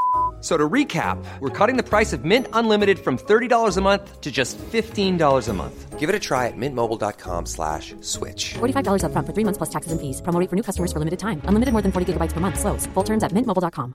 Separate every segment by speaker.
Speaker 1: a-" So to recap, we're cutting the price of Mint Unlimited from $30 a month to just $15 a month. Give it a try at mintmobile.com slash switch.
Speaker 2: $45 upfront for three months plus taxes and fees. Promo rate for new customers for limited time. Unlimited more than 40 gigabytes per month. Slows. Full terms at mintmobile.com.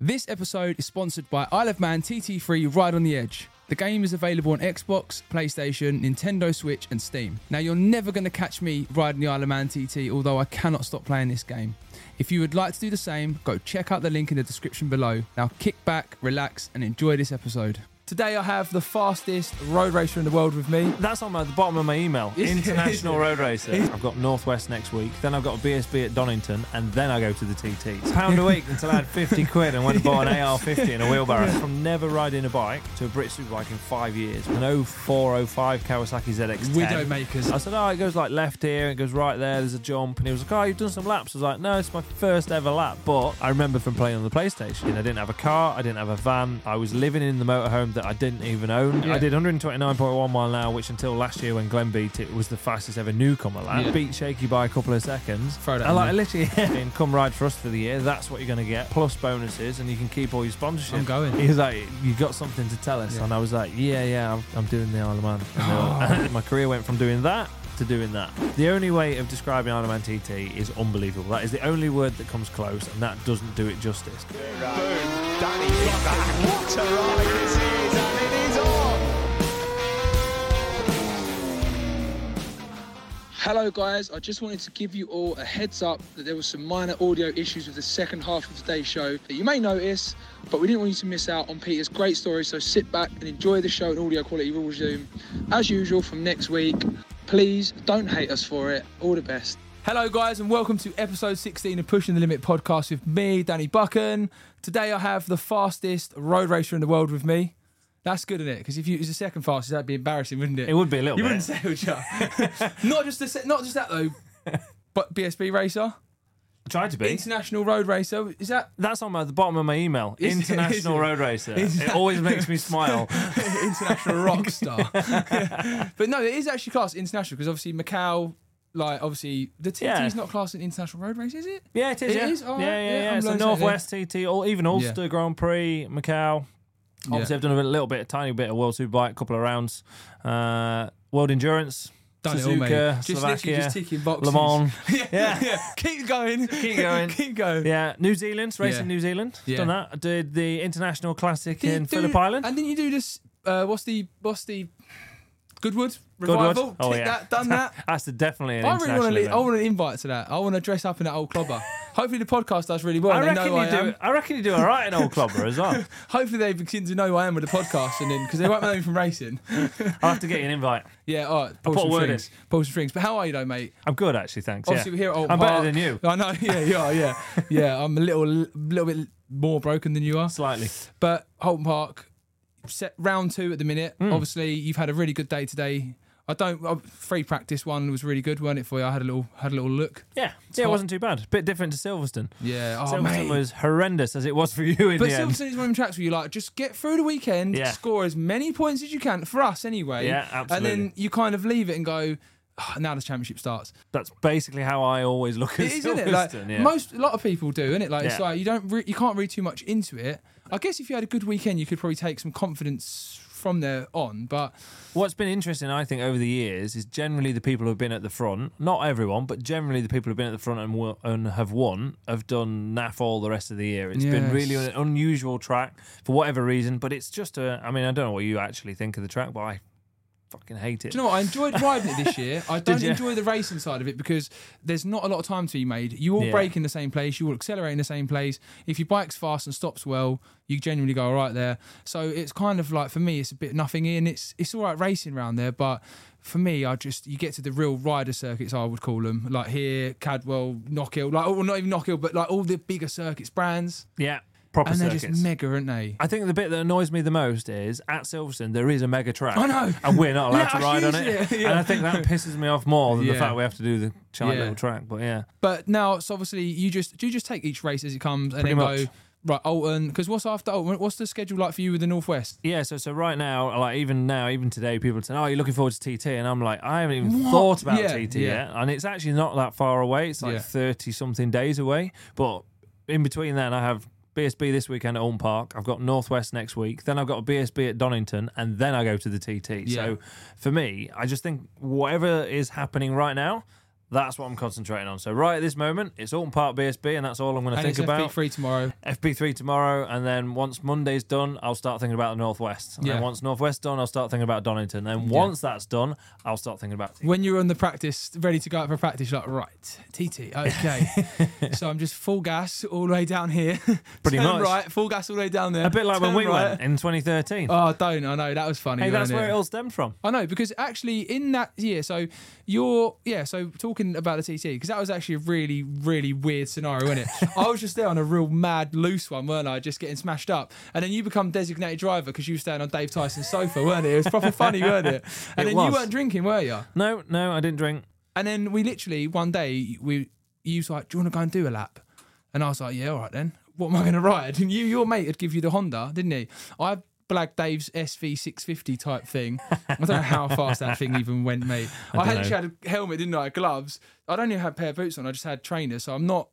Speaker 3: This episode is sponsored by Isle of Man TT3 Ride on the Edge. The game is available on Xbox, PlayStation, Nintendo Switch, and Steam. Now, you're never going to catch me riding the Isle of Man TT, although I cannot stop playing this game. If you would like to do the same, go check out the link in the description below. Now, kick back, relax, and enjoy this episode.
Speaker 4: Today I have the fastest road racer in the world with me.
Speaker 5: That's on my, the bottom of my email. International road racer. I've got Northwest next week. Then I've got a BSB at Donington, and then I go to the TTs. Pound a week until I had 50 quid and went and bought an AR50 and a wheelbarrow. From never riding a bike to a Brit Superbike in five years. An 0405 Kawasaki ZX10.
Speaker 3: Widowmakers.
Speaker 5: I said, oh, it goes like left here, it goes right there. There's a jump, and he was like, oh, you've done some laps. I was like, no, it's my first ever lap. But I remember from playing on the PlayStation. I didn't have a car, I didn't have a van. I was living in the motorhome that I didn't even own.
Speaker 3: Yeah.
Speaker 5: I did 129.1 mile an hour, which until last year when Glenn beat it was the fastest ever newcomer lap.
Speaker 3: Yeah.
Speaker 5: Beat Shaky by a couple of seconds.
Speaker 3: Throw that
Speaker 5: I
Speaker 3: in
Speaker 5: like
Speaker 3: there.
Speaker 5: literally and come ride for us for the year. That's what you're going to get plus bonuses, and you can keep all your sponsorship.
Speaker 3: I'm going.
Speaker 5: He was like, "You got something to tell us?"
Speaker 3: Yeah.
Speaker 5: And I was like, "Yeah, yeah, I'm, I'm doing the Isle of Man." And they
Speaker 4: Oh.
Speaker 5: were- my career went from doing that. To doing that. The only way of describing Isle of Man TT is unbelievable. That is the only word that comes close, and that doesn't do it justice.
Speaker 6: Hello, guys. I just wanted to give you all a heads up that there was some minor audio issues with the second half of today's show that you may notice, but we didn't want you to miss out on Peter's great story. So sit back and enjoy the show and audio quality will resume as usual from next week. Please don't hate us for it. All the best.
Speaker 4: Hello, guys, and welcome to episode 16 of Pushing the Limit podcast with me, Danny Buchan. Today I have the fastest road racer in the world with me. That's good, isn't it? Because if you was the second fastest, that'd be embarrassing, wouldn't it?
Speaker 5: It would be a little
Speaker 4: You
Speaker 5: bit.
Speaker 4: wouldn't say, would you? not just the, se- not just that though. But BSB racer,
Speaker 5: Tried to be.
Speaker 4: international road racer. Is that
Speaker 5: That's on my, the bottom of my email.
Speaker 4: Is it-
Speaker 5: International
Speaker 4: is it?
Speaker 5: road racer.
Speaker 4: Is
Speaker 5: it
Speaker 4: that-
Speaker 5: always makes me smile.
Speaker 4: international rock star? but no, it is actually classed international because obviously Macau. Like obviously, the TT
Speaker 5: Yeah.
Speaker 4: is not classed an international road race, is it?
Speaker 5: Yeah, it is.
Speaker 4: It
Speaker 5: yeah.
Speaker 4: is? All
Speaker 5: yeah,
Speaker 4: right.
Speaker 5: yeah,
Speaker 4: Yeah,
Speaker 5: yeah.
Speaker 4: I'm
Speaker 5: It's the
Speaker 4: learning something
Speaker 5: Northwest TT, all, even Ulster Grand Prix, Macau. Obviously,
Speaker 4: Yeah.
Speaker 5: I've done a little bit, a tiny bit of World Superbike, a couple of rounds. Uh, World Endurance,
Speaker 4: Done it all, mate.
Speaker 5: Suzuka,
Speaker 4: Just literally
Speaker 5: Slovakia,
Speaker 4: just ticking boxes.
Speaker 5: Le Mans.
Speaker 4: yeah, yeah. Keep going.
Speaker 5: Keep going.
Speaker 4: Keep going.
Speaker 5: Yeah, New Zealand, racing
Speaker 4: Yeah.
Speaker 5: New Zealand.
Speaker 4: Yeah.
Speaker 5: Done that. I did the International Classic
Speaker 4: Didn't
Speaker 5: in
Speaker 4: you do-
Speaker 5: Phillip Island.
Speaker 4: And didn't you do this? Uh, what's the what's the Goodwood
Speaker 5: Goodwood.
Speaker 4: revival?
Speaker 5: Oh,
Speaker 4: Tick
Speaker 5: yeah.
Speaker 4: that, done that.
Speaker 5: That's definitely an
Speaker 4: I really
Speaker 5: international
Speaker 4: want to.
Speaker 5: event.
Speaker 4: I want an invite to that. I want to dress up in that old clobber. Hopefully the podcast does really well.
Speaker 5: I
Speaker 4: and they
Speaker 5: reckon
Speaker 4: know
Speaker 5: you
Speaker 4: I am.
Speaker 5: do. I reckon you do all right in Old Clobber as well.
Speaker 4: Hopefully they begin to know who I am with the podcast, and then because they won't know me from racing.
Speaker 5: I'll have to get you an invite.
Speaker 4: Yeah, all right.
Speaker 5: put
Speaker 4: Pull
Speaker 5: a
Speaker 4: some
Speaker 5: word in.
Speaker 4: strings. Pull some strings. But how are you though, mate?
Speaker 5: I'm good, actually. Thanks.
Speaker 4: Obviously,
Speaker 5: yeah.
Speaker 4: we're here at Old
Speaker 5: I'm
Speaker 4: Park.
Speaker 5: better than you,
Speaker 4: I know. Yeah, you are. Yeah, yeah. I'm a little, little bit more broken than you are.
Speaker 5: slightly.
Speaker 4: But Holton Park, set round two at the minute.
Speaker 5: Hmm.
Speaker 4: Obviously, you've had a really good day today. I don't uh, free practice one was really good, weren't it? For you, I had a little had a little look.
Speaker 5: Yeah,
Speaker 4: It's
Speaker 5: yeah, it
Speaker 4: hot.
Speaker 5: wasn't too bad. Bit different to Silverstone.
Speaker 4: Yeah, oh,
Speaker 5: Silverstone
Speaker 4: mate.
Speaker 5: was horrendous as it was for you in
Speaker 4: but
Speaker 5: the end.
Speaker 4: Silverstone is one of them tracks where you like just get through the weekend,
Speaker 5: Yeah.
Speaker 4: score as many points as you can for us anyway.
Speaker 5: Yeah,
Speaker 4: And
Speaker 5: absolutely.
Speaker 4: then you kind of leave it and go, "Ah, now the championship starts.
Speaker 5: That's basically how I always look at
Speaker 4: It is, isn't it? Like
Speaker 5: Silverstone, yeah.
Speaker 4: most, a lot of people do, isn't it? Like it's
Speaker 5: Yeah.
Speaker 4: like you don't, re- you can't read too much into it. I guess if you had a good weekend, you could probably take some confidence from there on. But
Speaker 5: What's been interesting, I think, over the years is generally the people who've been at the front, not everyone, but generally the people who've been at the front and, wo- and have won have done naff all the rest of the year. It's been really
Speaker 4: Yes.
Speaker 5: an unusual track for whatever reason, but it's just a. I mean, I don't know what you actually think of the track, but I fucking hate it.
Speaker 4: Do you know what? I enjoyed riding it this year. I don't
Speaker 5: you?
Speaker 4: enjoy the racing side of it because there's not a lot of time to be made. You all
Speaker 5: Yeah.
Speaker 4: brake in the same place, you all accelerate in the same place. If your bike's fast and stops well, you genuinely go all right there. So it's kind of like for me, it's a bit nothing in. It's it's all right racing around there, but for me, I just you get to the real rider circuits, I would call them, like here, Cadwell, Knockhill, like or not even Knockhill, but like all the bigger circuits, brands,
Speaker 5: yeah, proper
Speaker 4: and they're
Speaker 5: circuits.
Speaker 4: just mega, aren't they?
Speaker 5: I think the bit that annoys me the most is at Silverstone there is a mega track.
Speaker 4: I know.
Speaker 5: and we're not allowed
Speaker 4: Let
Speaker 5: to
Speaker 4: us
Speaker 5: ride
Speaker 4: use
Speaker 5: on it.
Speaker 4: it. Yeah.
Speaker 5: And I think that pisses me off more than
Speaker 4: Yeah.
Speaker 5: the fact we have to do the giant
Speaker 4: Yeah.
Speaker 5: little track. But yeah,
Speaker 4: But now it's obviously you just do you just take each race as it comes and
Speaker 5: Pretty
Speaker 4: then
Speaker 5: much.
Speaker 4: go right Alton because what's after Alton? What's the schedule like for you with the Northwest?
Speaker 5: Yeah, so so right now, like even now, even today, people are saying, "Oh, you're looking forward to TT," and I'm like, I haven't even thought about
Speaker 4: Yeah,
Speaker 5: TT
Speaker 4: yeah.
Speaker 5: yet, and it's actually not that far away. It's
Speaker 4: Yeah.
Speaker 5: like thirty something days away, but in between then, I have BSB this weekend at Ulm Park. I've got Northwest next week. Then I've got a BSB at Donington, and then I go to the TT.
Speaker 4: Yeah.
Speaker 5: So for me, I just think whatever is happening right now. That's what I'm concentrating on. So right at this moment, it's Alton Park BSB, and that's all I'm going to
Speaker 4: and it's
Speaker 5: think about.
Speaker 4: FP3 tomorrow.
Speaker 5: FP3 tomorrow, and then once Monday's done, I'll start thinking about the Northwest. And
Speaker 4: Yeah.
Speaker 5: then once Northwest done, I'll start thinking about Donington. Then once that's done, I'll start thinking about.
Speaker 4: When you're on the practice, ready to go out for practice, you're like right TT, okay. so I'm just full gas all the way down here.
Speaker 5: Pretty
Speaker 4: Turn
Speaker 5: much.
Speaker 4: right, full gas all the way down there.
Speaker 5: A bit like when
Speaker 4: Turn
Speaker 5: we
Speaker 4: right.
Speaker 5: went in 2013.
Speaker 4: Oh, don't I know that was funny.
Speaker 5: hey, that's
Speaker 4: wasn't
Speaker 5: where
Speaker 4: it?
Speaker 5: it all stemmed from.
Speaker 4: I know because actually in that yeah, so you're yeah, so talking about the TT because that was actually a really really weird scenario, wasn't it? I was just there on a real mad loose one, weren't I? Just getting smashed up, and then you become designated driver because you were staying on Dave Tyson's sofa, weren't it? It was proper funny, weren't it? And
Speaker 5: It
Speaker 4: then
Speaker 5: was.
Speaker 4: you weren't drinking, were you?
Speaker 5: No, no, I didn't drink.
Speaker 4: And then we literally one day we you was like, "Do you want to go and do a lap?" And I was like, "Yeah, all right then. What am I going to ride?" And you, your mate, had give you the Honda, didn't he? I blagged Dave's SV650 type thing. I don't know how fast that thing even went, mate. I, had actually had a helmet, didn't I? Gloves. I don't even have a pair of boots on. I just had trainers, so I'm not.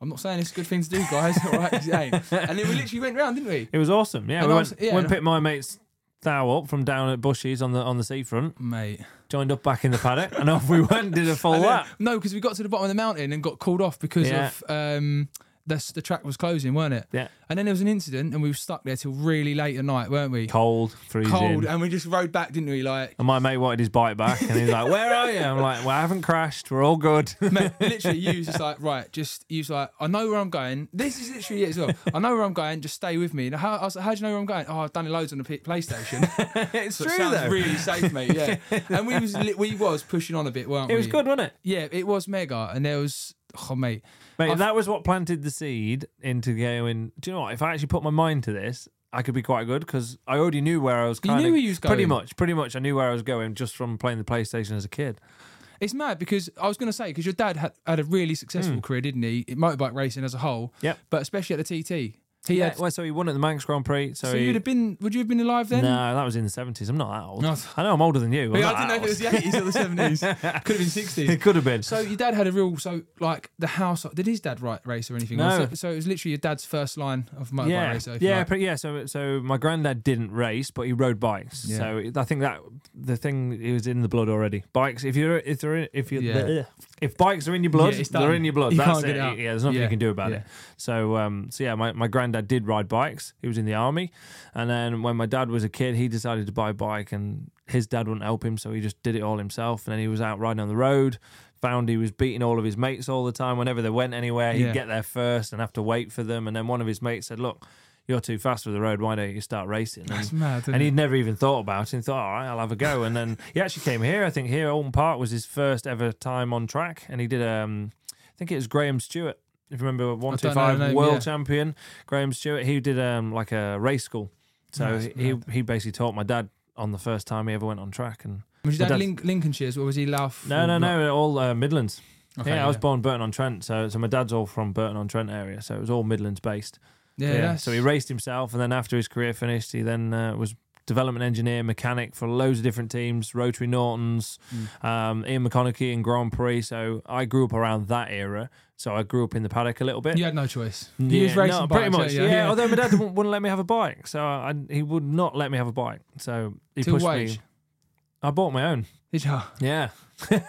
Speaker 4: I'm not saying it's a good thing to do, guys. All right, it ain't. And then we literally went round, didn't we?
Speaker 5: It was awesome. Yeah,
Speaker 4: And
Speaker 5: we
Speaker 4: I
Speaker 5: went,
Speaker 4: was- yeah,
Speaker 5: went
Speaker 4: and-
Speaker 5: picked my mate's thou up from down at Bushy's on the on the seafront.
Speaker 4: Mate.
Speaker 5: Joined up back in the paddock, and off we went. Did a full
Speaker 4: And then-
Speaker 5: lap.
Speaker 4: no, because we got to the bottom of the mountain and got called off because
Speaker 5: Yeah.
Speaker 4: of um, the, the track was closing, weren't it?
Speaker 5: Yeah.
Speaker 4: And then there was an incident, and we were stuck there till really late at night, weren't we?
Speaker 5: Cold, freezing.
Speaker 4: Cold, and we just rode back, didn't we? Like.
Speaker 5: And my mate wanted his bike back, and he's like, "Where are you?" I'm like, "Well, I haven't crashed. We're all good."
Speaker 4: Mate, literally, you was just like, right, just, you was like, I know where I'm going. This is literally it as well. I know where I'm going, just stay with me. And how, I was like, how do you know where I'm going? Oh, I've done it loads on the P- PlayStation.
Speaker 5: it's
Speaker 4: So it sounds really safe, mate, yeah. and we was, li- we was pushing on a bit, weren't
Speaker 5: It
Speaker 4: we?
Speaker 5: was good, wasn't it?
Speaker 4: Yeah, it was mega. And there was, oh, mate.
Speaker 5: Mate,
Speaker 4: I've-
Speaker 5: that was what planted the seed into going. Do you know what? If I actually put my mind to this, I could be quite good because I already knew where I was.
Speaker 4: You
Speaker 5: Kind
Speaker 4: knew
Speaker 5: of,
Speaker 4: where you was
Speaker 5: Pretty
Speaker 4: going.
Speaker 5: much, pretty much, I knew where I was going just from playing the PlayStation as a kid.
Speaker 4: It's mad because I was going to say because your dad had, had a really successful career, didn't he? In motorbike racing as a whole.
Speaker 5: Hmm. Yep.
Speaker 4: But especially at the TT, he
Speaker 5: Yeah.
Speaker 4: had.
Speaker 5: Well, so he won at the Manx Grand Prix. So,
Speaker 4: so
Speaker 5: he,
Speaker 4: you'd have been. Would you have been alive then?
Speaker 5: no, that was in the seventies. I'm not that old.
Speaker 4: No.
Speaker 5: I know I'm older than you. I'm
Speaker 4: Yeah,
Speaker 5: not
Speaker 4: I didn't know
Speaker 5: that
Speaker 4: if it was
Speaker 5: old.
Speaker 4: the eighties or the seventies. Could have been sixties.
Speaker 5: It could have been.
Speaker 4: So your dad had a real. So like the house. Did his dad write race or anything?
Speaker 5: No.
Speaker 4: So, so it was literally your dad's first line of motorbike
Speaker 5: yeah,
Speaker 4: racer. if you
Speaker 5: yeah,
Speaker 4: like.
Speaker 5: pre- yeah. So, so my granddad didn't race, but he rode bikes.
Speaker 4: Yeah.
Speaker 5: So it- I think that the thing it was in the blood already. Bikes. If you're if they're if you
Speaker 4: Yeah.
Speaker 5: if bikes are in your blood,
Speaker 4: Yeah, it's
Speaker 5: they're
Speaker 4: done.
Speaker 5: in your blood.
Speaker 4: You
Speaker 5: That's
Speaker 4: can't
Speaker 5: it.
Speaker 4: get it out.
Speaker 5: Yeah, there's nothing
Speaker 4: Yeah,
Speaker 5: you can do about
Speaker 4: yeah.
Speaker 5: it. So, um, so yeah, my my granddad did ride bikes. He was in the army, and then when my dad was a kid, he decided to buy a bike, and his dad wouldn't help him, so he just did it all himself. And then he was out riding on the road. Found he was beating all of his mates all the time. Whenever they went anywhere, he'd
Speaker 4: Yeah.
Speaker 5: get there first and have to wait for them. And then one of his mates said, "Look, you're too fast for the road. Why don't you start racing?" And,
Speaker 4: That's mad, isn't
Speaker 5: and he'd
Speaker 4: it?
Speaker 5: never even thought about it. And thought, "All right, I'll have a go." And then he actually came here. I think here, Alton Park was his first ever time on track, and he did. Um, I think it was Graham Stewart. If you remember, one two
Speaker 4: don't know the
Speaker 5: five
Speaker 4: name,
Speaker 5: world
Speaker 4: yeah.
Speaker 5: champion Graham Stewart. He did um like a race school, so he he basically taught my dad on the first time he ever went on track. And
Speaker 4: Was
Speaker 5: my
Speaker 4: your dad
Speaker 5: dad's-
Speaker 4: Link- Lincolnshire's or was he Louth?
Speaker 5: no,
Speaker 4: or
Speaker 5: no,
Speaker 4: not?
Speaker 5: no, all uh, Midlands.
Speaker 4: Okay,
Speaker 5: yeah, I was
Speaker 4: yeah.
Speaker 5: born Burton on Trent, so so my dad's all from Burton on Trent area, so it was all Midlands based.
Speaker 4: Yeah.
Speaker 5: Yeah.
Speaker 4: that's-
Speaker 5: So he raced himself, and then after his career finished, he then uh, was development engineer, mechanic for loads of different teams, Rotary Nortons,
Speaker 4: Mm.
Speaker 5: um, Ian McConaughey and Grand Prix. So I grew up around that era. So I grew up in the paddock a little bit.
Speaker 4: You had no choice.
Speaker 5: Yeah,
Speaker 4: you was racing
Speaker 5: no,
Speaker 4: bikes,
Speaker 5: pretty much.
Speaker 4: yeah,
Speaker 5: Yeah,
Speaker 4: yeah. Yeah.
Speaker 5: although my dad wouldn't wouldn't let me have a bike, so I, I- he would not let me have a bike. So he
Speaker 4: Till
Speaker 5: pushed
Speaker 4: wage?
Speaker 5: me. I bought my own.
Speaker 4: Did you?
Speaker 5: Yeah.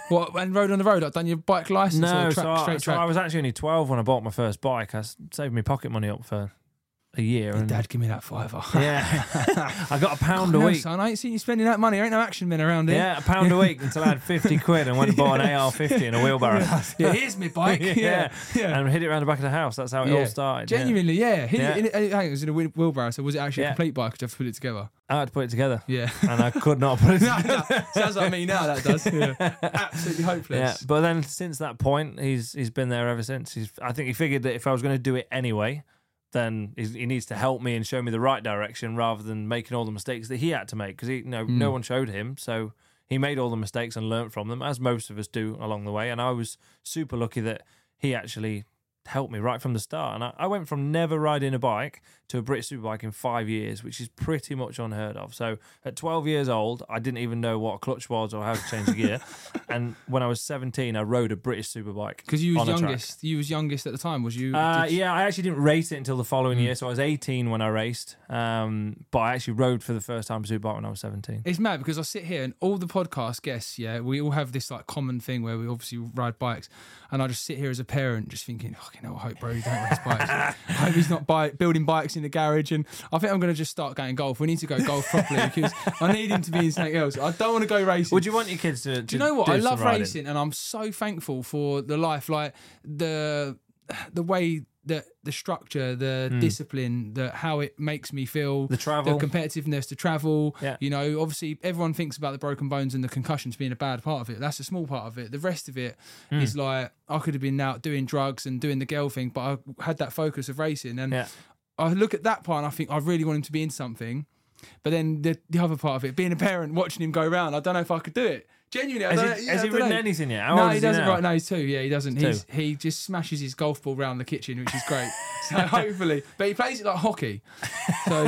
Speaker 4: What and rode on the road? Like done your bike license
Speaker 5: No,
Speaker 4: or track,
Speaker 5: so, I,
Speaker 4: straight
Speaker 5: so
Speaker 4: track?
Speaker 5: I was actually only 12 when I bought my first bike. I s- saved my pocket money up for a year. And,
Speaker 4: Dad, give me that fiver.
Speaker 5: Yeah. I got a pound a
Speaker 4: no,
Speaker 5: week.
Speaker 4: son, eh? I ain't seen you spending that money. There ain't no action men around here.
Speaker 5: Yeah, a pound a week until I had 50 quid and went and bought an AR50 and a wheelbarrow.
Speaker 4: Yeah, here's my bike.
Speaker 5: yeah.
Speaker 4: yeah. yeah.
Speaker 5: And hit it around the back of the house. That's how it
Speaker 4: Yeah.
Speaker 5: all started. yeah.
Speaker 4: Genuinely, yeah. Hit
Speaker 5: Yeah.
Speaker 4: It, in, it- I think it was in a wheel- wheelbarrow, so was it actually a
Speaker 5: Yeah.
Speaker 4: complete bike? Did you have to put it together?
Speaker 5: I had to put it together.
Speaker 4: Yeah.
Speaker 5: And I could not put it together.
Speaker 4: Sounds like me now, that does. Absolutely
Speaker 5: Yeah,
Speaker 4: hopeless.
Speaker 5: but then since that point, he's he's been there ever since. He's, I think he figured that if I was going to do it anyway, then he's, he needs to help me and show me the right direction rather than making all the mistakes that he had to make because he no no one showed him, so he made all the mistakes and learnt from them as most of us do along the way. And I was super lucky that he actually helped me right from the start. And I, I went from never riding a bike to a British superbike in five years, which is pretty much unheard of. So at 12 years old, I didn't even know what a clutch was or how to change a gear. and when I was 17, I rode a British superbike.
Speaker 4: Because you was
Speaker 5: on a track.
Speaker 4: youngest. You was youngest at the time, was you?
Speaker 5: Uh,
Speaker 4: did you-
Speaker 5: yeah, I actually didn't race it until the
Speaker 4: Hmm.
Speaker 5: following year. So I was 18 when I raced, um, but I actually rode for the first time a superbike when I was 17.
Speaker 4: It's mad because I sit here and all the podcast guests, yeah, we all have this like common thing where we obviously ride bikes, and I just sit here as a parent just thinking, fucking hell, I hope Brody don't race bikes. I hope he's not bi- building bikes in the garage, and I think I'm going to just start going golf. We need to go golf properly because I need him to be in something else. I don't want to go racing.
Speaker 5: Would you want your kids to? to
Speaker 4: do you know what? I
Speaker 5: some
Speaker 4: love
Speaker 5: riding?
Speaker 4: racing, and I'm so thankful for the life, like the the way that the structure, the discipline, the how it makes me feel,
Speaker 5: Hmm. The travel.
Speaker 4: the competitiveness, the travel.
Speaker 5: Yeah.
Speaker 4: You know, obviously everyone thinks about the broken bones and the concussions being a bad part of it. That's a small part of it. The rest of it
Speaker 5: Hmm.
Speaker 4: is like I could have been out doing drugs and doing the girl thing, but I had that focus of racing, and
Speaker 5: Yeah.
Speaker 4: I look at that part and I think I really want him to be in something. But then the, the other part of it, being a parent, watching him go round, I don't know if I could do it. Genuinely, I
Speaker 5: Has
Speaker 4: don't
Speaker 5: he-
Speaker 4: know. I
Speaker 5: has he
Speaker 4: don't
Speaker 5: written
Speaker 4: know.
Speaker 5: anything yet? How
Speaker 4: no,
Speaker 5: old
Speaker 4: he
Speaker 5: is he
Speaker 4: doesn't
Speaker 5: now?
Speaker 4: right now. He's two. Yeah, he doesn't.
Speaker 5: Two.
Speaker 4: He's, he just smashes his golf ball round the kitchen, which is great. so hopefully, but he plays it like hockey. So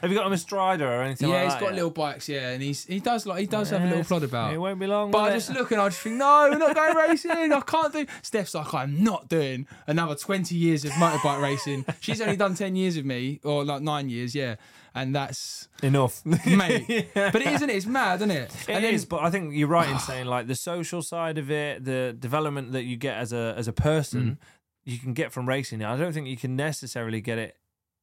Speaker 5: Have you got him a Strider or anything?
Speaker 4: yeah,
Speaker 5: like
Speaker 4: he's
Speaker 5: that
Speaker 4: got
Speaker 5: yet?
Speaker 4: little bikes. Yeah, and he's he does like he does have a little plod about.
Speaker 5: It won't be long.
Speaker 4: But
Speaker 5: will
Speaker 4: I
Speaker 5: it?
Speaker 4: just look and I just think, no, we're not going racing. I can't do. Steph's like, I'm not doing another 20 years of motorbike racing. She's only done 10 years of me, or like nine years, yeah. And that's
Speaker 5: enough.
Speaker 4: mate. But it isn't it? It's mad, isn't it?
Speaker 5: It
Speaker 4: and
Speaker 5: is, but I think you're right in saying like the social side of it, the development that you get as a as a
Speaker 4: Mm.
Speaker 5: person, you can get from racing. I don't think you can necessarily get it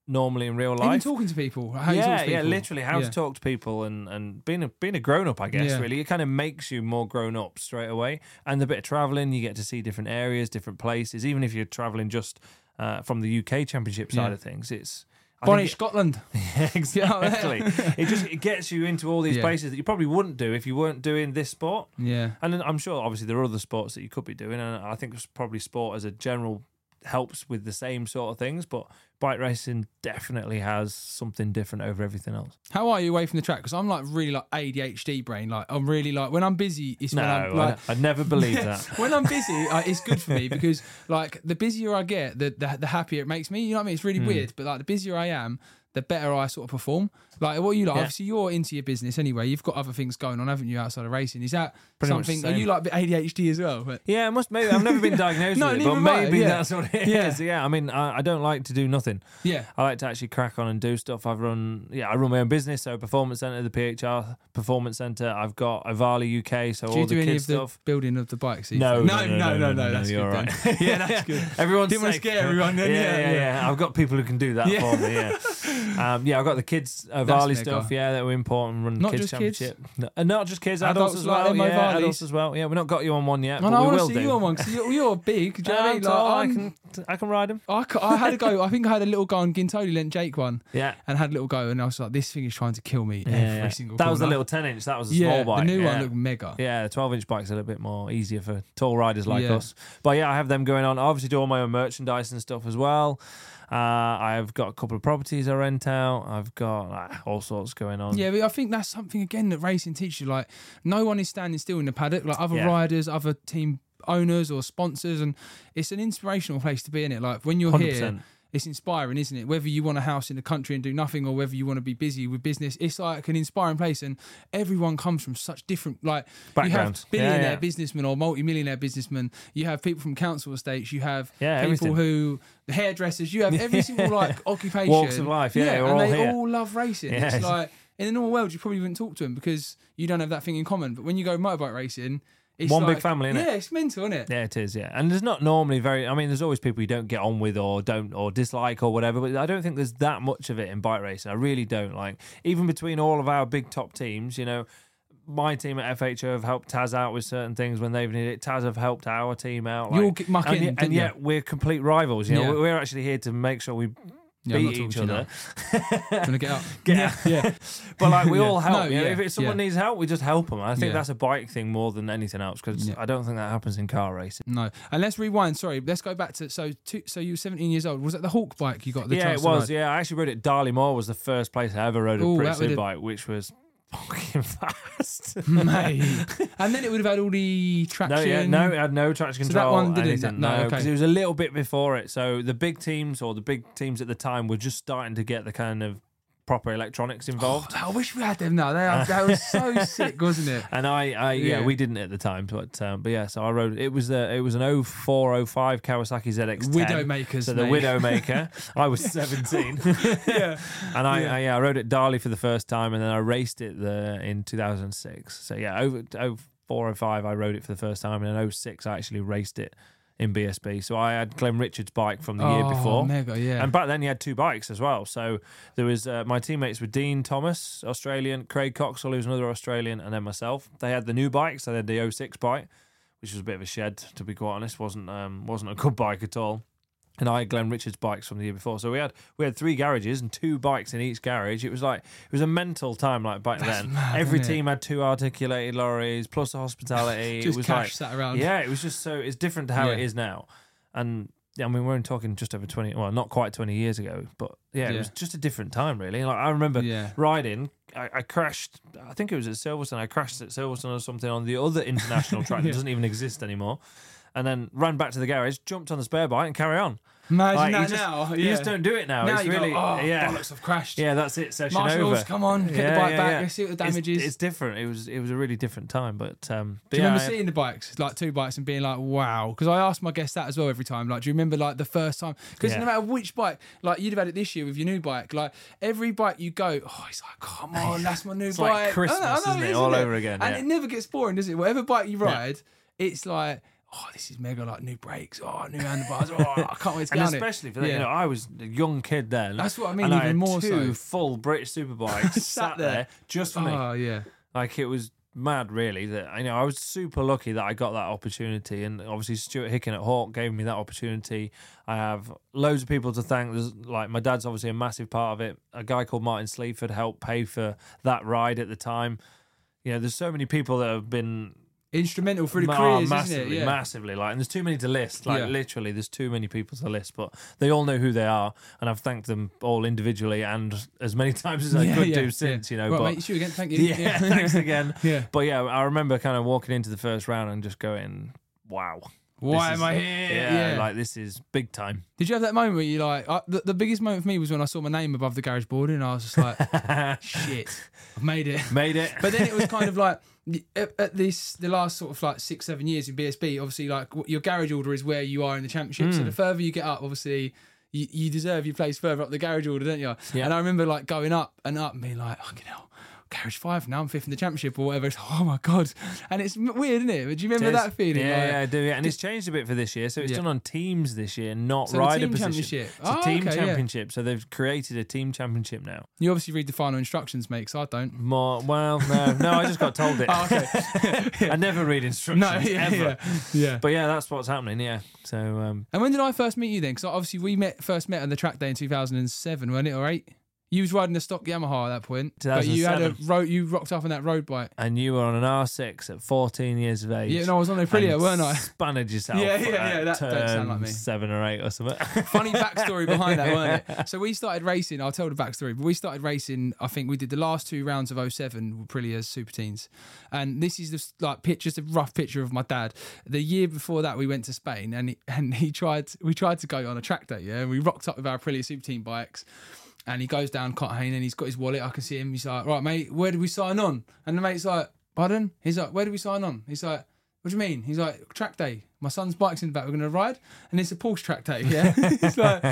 Speaker 5: normally in real
Speaker 4: Even
Speaker 5: life.
Speaker 4: talking to people, how you talk
Speaker 5: yeah,
Speaker 4: to
Speaker 5: yeah,
Speaker 4: people.
Speaker 5: literally how
Speaker 4: Yeah.
Speaker 5: to talk to people and and being a being a grown up, I guess.
Speaker 4: Yeah.
Speaker 5: Really, it kind of makes you more grown up straight away. And the bit of traveling, you get to see different areas, different places. Even if you're traveling just uh, from the UK Championship side
Speaker 4: Yeah.
Speaker 5: of things, it's. I think
Speaker 4: Bonnie,
Speaker 5: it-
Speaker 4: Scotland.
Speaker 5: exactly. it just it gets you into all these
Speaker 4: Yeah.
Speaker 5: places that you probably wouldn't do if you weren't doing this sport.
Speaker 4: Yeah.
Speaker 5: And then I'm sure, obviously, there are other sports that you could be doing, and I think it's probably sport as a general helps with the same sort of things. But bike racing definitely has something different over everything else.
Speaker 4: How are you away from the track? Because I'm like really like ADHD brain. Like I'm really like when I'm busy, it's
Speaker 5: No,
Speaker 4: when
Speaker 5: I
Speaker 4: I'm like
Speaker 5: I'd never believe that.
Speaker 4: when I'm busy, uh, it's good for me because like the busier I get, the, the the happier it makes me. You know what I mean? It's really
Speaker 5: Hmm.
Speaker 4: weird, but like the busier I am, the better I sort of perform. Like what are you like?
Speaker 5: Yeah.
Speaker 4: Obviously, you're into your business anyway. You've got other things going on, haven't you? Outside of racing, is that
Speaker 5: Pretty much
Speaker 4: something?
Speaker 5: the
Speaker 4: Are
Speaker 5: same.
Speaker 4: you like a bit ADHD as well? But
Speaker 5: Yeah, I must. Maybe I've never been diagnosed
Speaker 4: No,
Speaker 5: with it,
Speaker 4: neither
Speaker 5: but
Speaker 4: have I,
Speaker 5: maybe
Speaker 4: yeah.
Speaker 5: that's what it is.
Speaker 4: Yeah.
Speaker 5: yeah. I mean, I, I don't like to do nothing.
Speaker 4: Yeah.
Speaker 5: I like to actually crack on and do stuff. I've run, yeah, I run my own business, so Performance Centre, the PHR Performance Centre. I've got Avali UK, so
Speaker 4: do
Speaker 5: all
Speaker 4: you do
Speaker 5: the
Speaker 4: any of
Speaker 5: kids
Speaker 4: the
Speaker 5: stuff.
Speaker 4: building of the bikes? either?
Speaker 5: No,
Speaker 4: no, no, no, no, That's
Speaker 5: you're
Speaker 4: good.
Speaker 5: right.
Speaker 4: then. yeah, that's good.
Speaker 5: Everyone's
Speaker 4: Didn't wanna
Speaker 5: safe.
Speaker 4: scare everyone then,
Speaker 5: yeah,
Speaker 4: yeah,
Speaker 5: yeah,
Speaker 4: yeah.
Speaker 5: yeah. I've got people who can do that
Speaker 4: Yeah.
Speaker 5: for me. Yeah, um, yeah. I've got the kids
Speaker 4: That's
Speaker 5: Avali
Speaker 4: mega.
Speaker 5: stuff. Yeah, that were important. Run
Speaker 4: Not
Speaker 5: kids
Speaker 4: just kids?
Speaker 5: championship. No, uh, not just kids, adults,
Speaker 4: Adults
Speaker 5: as
Speaker 4: like
Speaker 5: well.
Speaker 4: them
Speaker 5: yeah,
Speaker 4: Ovalis.
Speaker 5: adults as well. Yeah, we've not got you on one yet,
Speaker 4: And
Speaker 5: but
Speaker 4: I
Speaker 5: we
Speaker 4: want
Speaker 5: will
Speaker 4: to see
Speaker 5: do.
Speaker 4: you on one because you're, you're big. Do you know what I
Speaker 5: I'm
Speaker 4: mean? Like,
Speaker 5: tall, I
Speaker 4: I'm-
Speaker 5: can I can ride him.
Speaker 4: I, c- I had a go. I think I had a little go on Gintoli lent Jake one.
Speaker 5: Yeah.
Speaker 4: And had a little go, and I was like, this thing is trying to kill me every single.
Speaker 5: that was the
Speaker 4: corner.
Speaker 5: little 10 inch. That was a
Speaker 4: Yeah,
Speaker 5: small
Speaker 4: the
Speaker 5: bike.
Speaker 4: new one
Speaker 5: yeah.
Speaker 4: looked mega.
Speaker 5: Yeah, the 12 inch bike's a little bit more easier for tall riders like
Speaker 4: Yeah.
Speaker 5: us. But yeah, I have them going on. I obviously do all my own merchandise and stuff as well. Uh, I've got a couple of properties I rent out. I've got like, all sorts going on.
Speaker 4: Yeah, but I think that's something again that racing teaches you. Like, no one is standing still in the paddock. Like other
Speaker 5: Yeah.
Speaker 4: riders, other team owners or sponsors, and it's an inspirational place to be in it. Like when you're here,
Speaker 5: 100%.
Speaker 4: it's inspiring, isn't it? Whether you want a house in the country and do nothing, or whether you want to be busy with business, it's like an inspiring place. And everyone comes from such different like
Speaker 5: Backgrounds.
Speaker 4: You
Speaker 5: Yeah,
Speaker 4: have billionaire
Speaker 5: yeah.
Speaker 4: businessmen or multi-millionaire businessmen. You have people from council estates. You have
Speaker 5: Yeah,
Speaker 4: people
Speaker 5: everything.
Speaker 4: who hairdressers. You have every single like occupation,
Speaker 5: Walks of life, yeah, they're
Speaker 4: and
Speaker 5: all
Speaker 4: they
Speaker 5: here.
Speaker 4: all love racing.
Speaker 5: Yes.
Speaker 4: It's like in the normal world, you probably wouldn't talk to them because you don't have that thing in common. But when you go motorbike racing, it's
Speaker 5: One big
Speaker 4: like-
Speaker 5: family, innit?
Speaker 4: Yeah, it's mental, isn't it?
Speaker 5: Yeah, it is. Yeah, and there's not normally very. I mean, there's always people you don't get on with or don't or dislike or whatever. But I don't think there's that much of it in bike racing. I really don't like even between all of our big top teams. You know, my team at FHO have helped Taz out with certain things when they've needed it. Taz have helped our team out.
Speaker 4: You all
Speaker 5: like-
Speaker 4: get muck
Speaker 5: and
Speaker 4: in,
Speaker 5: yet,
Speaker 4: didn't
Speaker 5: and
Speaker 4: you?
Speaker 5: yet we're complete rivals. You know,
Speaker 4: Yeah.
Speaker 5: we're actually here to make sure we
Speaker 4: I'm not
Speaker 5: beat
Speaker 4: talking
Speaker 5: each
Speaker 4: to you
Speaker 5: other.
Speaker 4: Trying to get out.
Speaker 5: Yeah, yeah. but like we all help.
Speaker 4: No,
Speaker 5: you know,
Speaker 4: yeah,
Speaker 5: if it's someone
Speaker 4: yeah.
Speaker 5: needs help, we just help them. I
Speaker 4: Yeah.
Speaker 5: think that's a bike thing more than anything else because
Speaker 4: Yeah.
Speaker 5: I don't think that happens in car racing.
Speaker 4: No, and let's rewind. Sorry, let's go back to so two, so you were 17 years old. Was that the Hawk bike you got? The
Speaker 5: yeah,
Speaker 4: chance
Speaker 5: it
Speaker 4: to
Speaker 5: was.
Speaker 4: ride?
Speaker 5: Yeah, I actually rode it. Darley Moor was the first place I ever rode a
Speaker 4: Ooh,
Speaker 5: Brit
Speaker 4: that would've-
Speaker 5: Superbike, which was fucking fast.
Speaker 4: Mate. and then it would have had all the traction.
Speaker 5: No, yeah, no, it had no traction
Speaker 4: So that
Speaker 5: control.
Speaker 4: one didn't-
Speaker 5: anything,
Speaker 4: no,
Speaker 5: no,
Speaker 4: okay.
Speaker 5: because it was a little bit before it. So the big teams or the big teams at the time were just starting to get the kind of proper electronics involved.
Speaker 4: I wish we had them now. They are, that was so sick, wasn't it?
Speaker 5: And I, I yeah,
Speaker 4: Yeah.
Speaker 5: we didn't at the time, but um, but yeah, so I rode. It was a, it was an 0405 Kawasaki ZX10,
Speaker 4: Widowmakers,
Speaker 5: So the
Speaker 4: mate.
Speaker 5: Widowmaker. I was seventeen. yeah, and I, I, yeah, I rode it Darley for the first time, and then I raced it the in 2006. So yeah, over 0405 I rode it for the first time, and in 06 I actually raced it in BSB. So I had Glenn Richards' bike from the
Speaker 4: Oh,
Speaker 5: year before.
Speaker 4: mega, yeah.
Speaker 5: And back then you had two bikes as well. So there was uh, my teammates were Dean Thomas, Australian, Craig Coxwell, who's another Australian, and then myself. They had the new bike, so they had the 06 bike, which was a bit of a shed to be quite honest. wasn't um, wasn't a good bike at all. And I had Glenn Richards bikes from the year before, so we had we had three garages and two bikes in each garage. It was like it was a mental time, like back then. Every
Speaker 4: isn't it?
Speaker 5: team had two articulated lorries plus the hospitality.
Speaker 4: Just
Speaker 5: it was
Speaker 4: cash
Speaker 5: like,
Speaker 4: sat around.
Speaker 5: Yeah, it was just so it's different to how it
Speaker 4: Yeah.
Speaker 5: is now, and yeah, I mean we're only talking just over twenty, well not quite twenty years ago, but yeah, it
Speaker 4: Yeah.
Speaker 5: was just a different time really. Like I remember
Speaker 4: Yeah.
Speaker 5: riding, I, I crashed. I think it was at Silverstone. I crashed at Silverstone or something on the other international track that doesn't even exist anymore, and then ran back to the garage, jumped on the spare bike, and carry on.
Speaker 4: Imagine
Speaker 5: Like,
Speaker 4: that
Speaker 5: you just-
Speaker 4: now.
Speaker 5: you
Speaker 4: yeah.
Speaker 5: just don't do it now.
Speaker 4: Now
Speaker 5: It's
Speaker 4: you
Speaker 5: really-
Speaker 4: go, oh,
Speaker 5: yeah.
Speaker 4: bollocks, I've crashed.
Speaker 5: Yeah, that's it. Session
Speaker 4: Marshals,
Speaker 5: over.
Speaker 4: come on, get the bike back, let's see what the
Speaker 5: It's-
Speaker 4: damage is.
Speaker 5: It's different. It was it was a really different time, but um, but
Speaker 4: Do you
Speaker 5: yeah,
Speaker 4: remember
Speaker 5: I-
Speaker 4: seeing the bikes, like two bikes, and being like, "Wow!" Because I asked my guests that as well every time. Like, do you remember like the first time? Because
Speaker 5: Yeah.
Speaker 4: no matter which bike, like you'd have had it this year with your new bike. Like every bike you go, oh, it's like, come on, that's my new
Speaker 5: It's like
Speaker 4: bike. I know,
Speaker 5: Christmas,
Speaker 4: I know,
Speaker 5: isn't it? All over again,
Speaker 4: and
Speaker 5: yeah.
Speaker 4: it never gets boring, does it? Whatever bike you ride, it's like, oh, this is mega. Like new brakes, oh, new handlebars, oh, I can't wait to
Speaker 5: and
Speaker 4: get on it.
Speaker 5: especially for that,
Speaker 4: Yeah.
Speaker 5: you know, I was a young kid then.
Speaker 4: That's what I mean,
Speaker 5: and
Speaker 4: even
Speaker 5: had
Speaker 4: more so.
Speaker 5: two full British superbikes sat,
Speaker 4: Sat
Speaker 5: there.
Speaker 4: there.
Speaker 5: just for me.
Speaker 4: Oh yeah,
Speaker 5: Like it was mad, really. That you know, I was super lucky that I got that opportunity, and obviously Stuart Hicken at Hawk gave me that opportunity. I have loads of people to thank. There's like my dad's obviously a massive part of it. A guy called Martin Sleaford helped pay for that ride at the time. You know, there's so many people that have been
Speaker 4: instrumental for the
Speaker 5: Ma-
Speaker 4: careers,
Speaker 5: massively,
Speaker 4: isn't it? Yeah.
Speaker 5: massively. Like, and there's too many to list. Like,
Speaker 4: Yeah.
Speaker 5: literally, there's too many people to list. But they all know who they are, and I've thanked them all individually and as many times as I
Speaker 4: Yeah,
Speaker 5: could
Speaker 4: yeah, yeah.
Speaker 5: do since. You know,
Speaker 4: right,
Speaker 5: but
Speaker 4: mate, it's you again. Thank you.
Speaker 5: yeah, thanks again.
Speaker 4: Yeah.
Speaker 5: but yeah, I remember kind of walking into the first round and just going, "Wow,
Speaker 4: Why
Speaker 5: this
Speaker 4: am I
Speaker 5: is-
Speaker 4: here?
Speaker 5: Yeah,
Speaker 4: Yeah.
Speaker 5: like this is big time."
Speaker 4: Did you have that moment where you like I, the, the biggest moment for me was when I saw my name above the garage board and I was just like, shit, I've made it.
Speaker 5: Made it.
Speaker 4: But then it was kind of like at, at this the last sort of like six seven years in BSB. Obviously, like w- your garage order is where you are in the championship.
Speaker 5: Mm.
Speaker 4: So the further you get up, obviously. You, you deserve your place further up the garage order, don't you?
Speaker 5: Yeah.
Speaker 4: And I remember like going up and up and being like, fucking hell, garage five, now I'm fifth in the championship or whatever. It's, oh my God. And it's m- weird, isn't it? But do you remember
Speaker 5: It is.
Speaker 4: that feeling?
Speaker 5: Yeah,
Speaker 4: Like,
Speaker 5: yeah, I do. Yeah. And it's changed a bit for this year, so it's
Speaker 4: Yeah.
Speaker 5: done on teams this year, not
Speaker 4: So the
Speaker 5: rider
Speaker 4: team
Speaker 5: position.
Speaker 4: championship.
Speaker 5: It's a
Speaker 4: Oh,
Speaker 5: team
Speaker 4: okay, yeah.
Speaker 5: championship, so they've created a team championship now.
Speaker 4: You obviously read the final instructions, mate, because I don't.
Speaker 5: More well, no, no, I just got told it.
Speaker 4: Oh, okay.
Speaker 5: I never read instructions
Speaker 4: No, yeah,
Speaker 5: ever.
Speaker 4: yeah, yeah.
Speaker 5: But yeah, that's what's happening. Yeah. So um,
Speaker 4: and when did I first meet you then? Because obviously we met first met on the track day in 2007, wasn't it? Or eight? You was riding a stock Yamaha at that point, but you had a
Speaker 5: 2007.
Speaker 4: road. You rocked up on that road bike.
Speaker 5: and you were on an R6 at 14 years of age.
Speaker 4: Yeah, no, I was on a Aprilia,
Speaker 5: and
Speaker 4: weren't I?
Speaker 5: Spanned yourself.
Speaker 4: Yeah, yeah, yeah,
Speaker 5: at
Speaker 4: that don't sound like
Speaker 5: turn
Speaker 4: me.
Speaker 5: Seven or eight or something.
Speaker 4: Funny backstory behind that, weren't it? So we started racing. I'll tell the backstory, but we started racing. I think we did the last two rounds of 07 with Prilia's Super Teens, and this is just like pictures, a rough picture of my dad. The year before that, we went to Spain, and he, and he tried. We tried to go on a track day, yeah. And we rocked up with our Aprilia Super Team bikes. And he goes down Cottane and he's got his wallet. I can see him. He's like, right, mate, where do we sign on? And the mate's like, pardon? He's like, where do we sign on? He's like, what do you mean? He's like, track day. My son's bike's in the back. We're going to ride. And it's a Porsche track day. Yeah. He's like,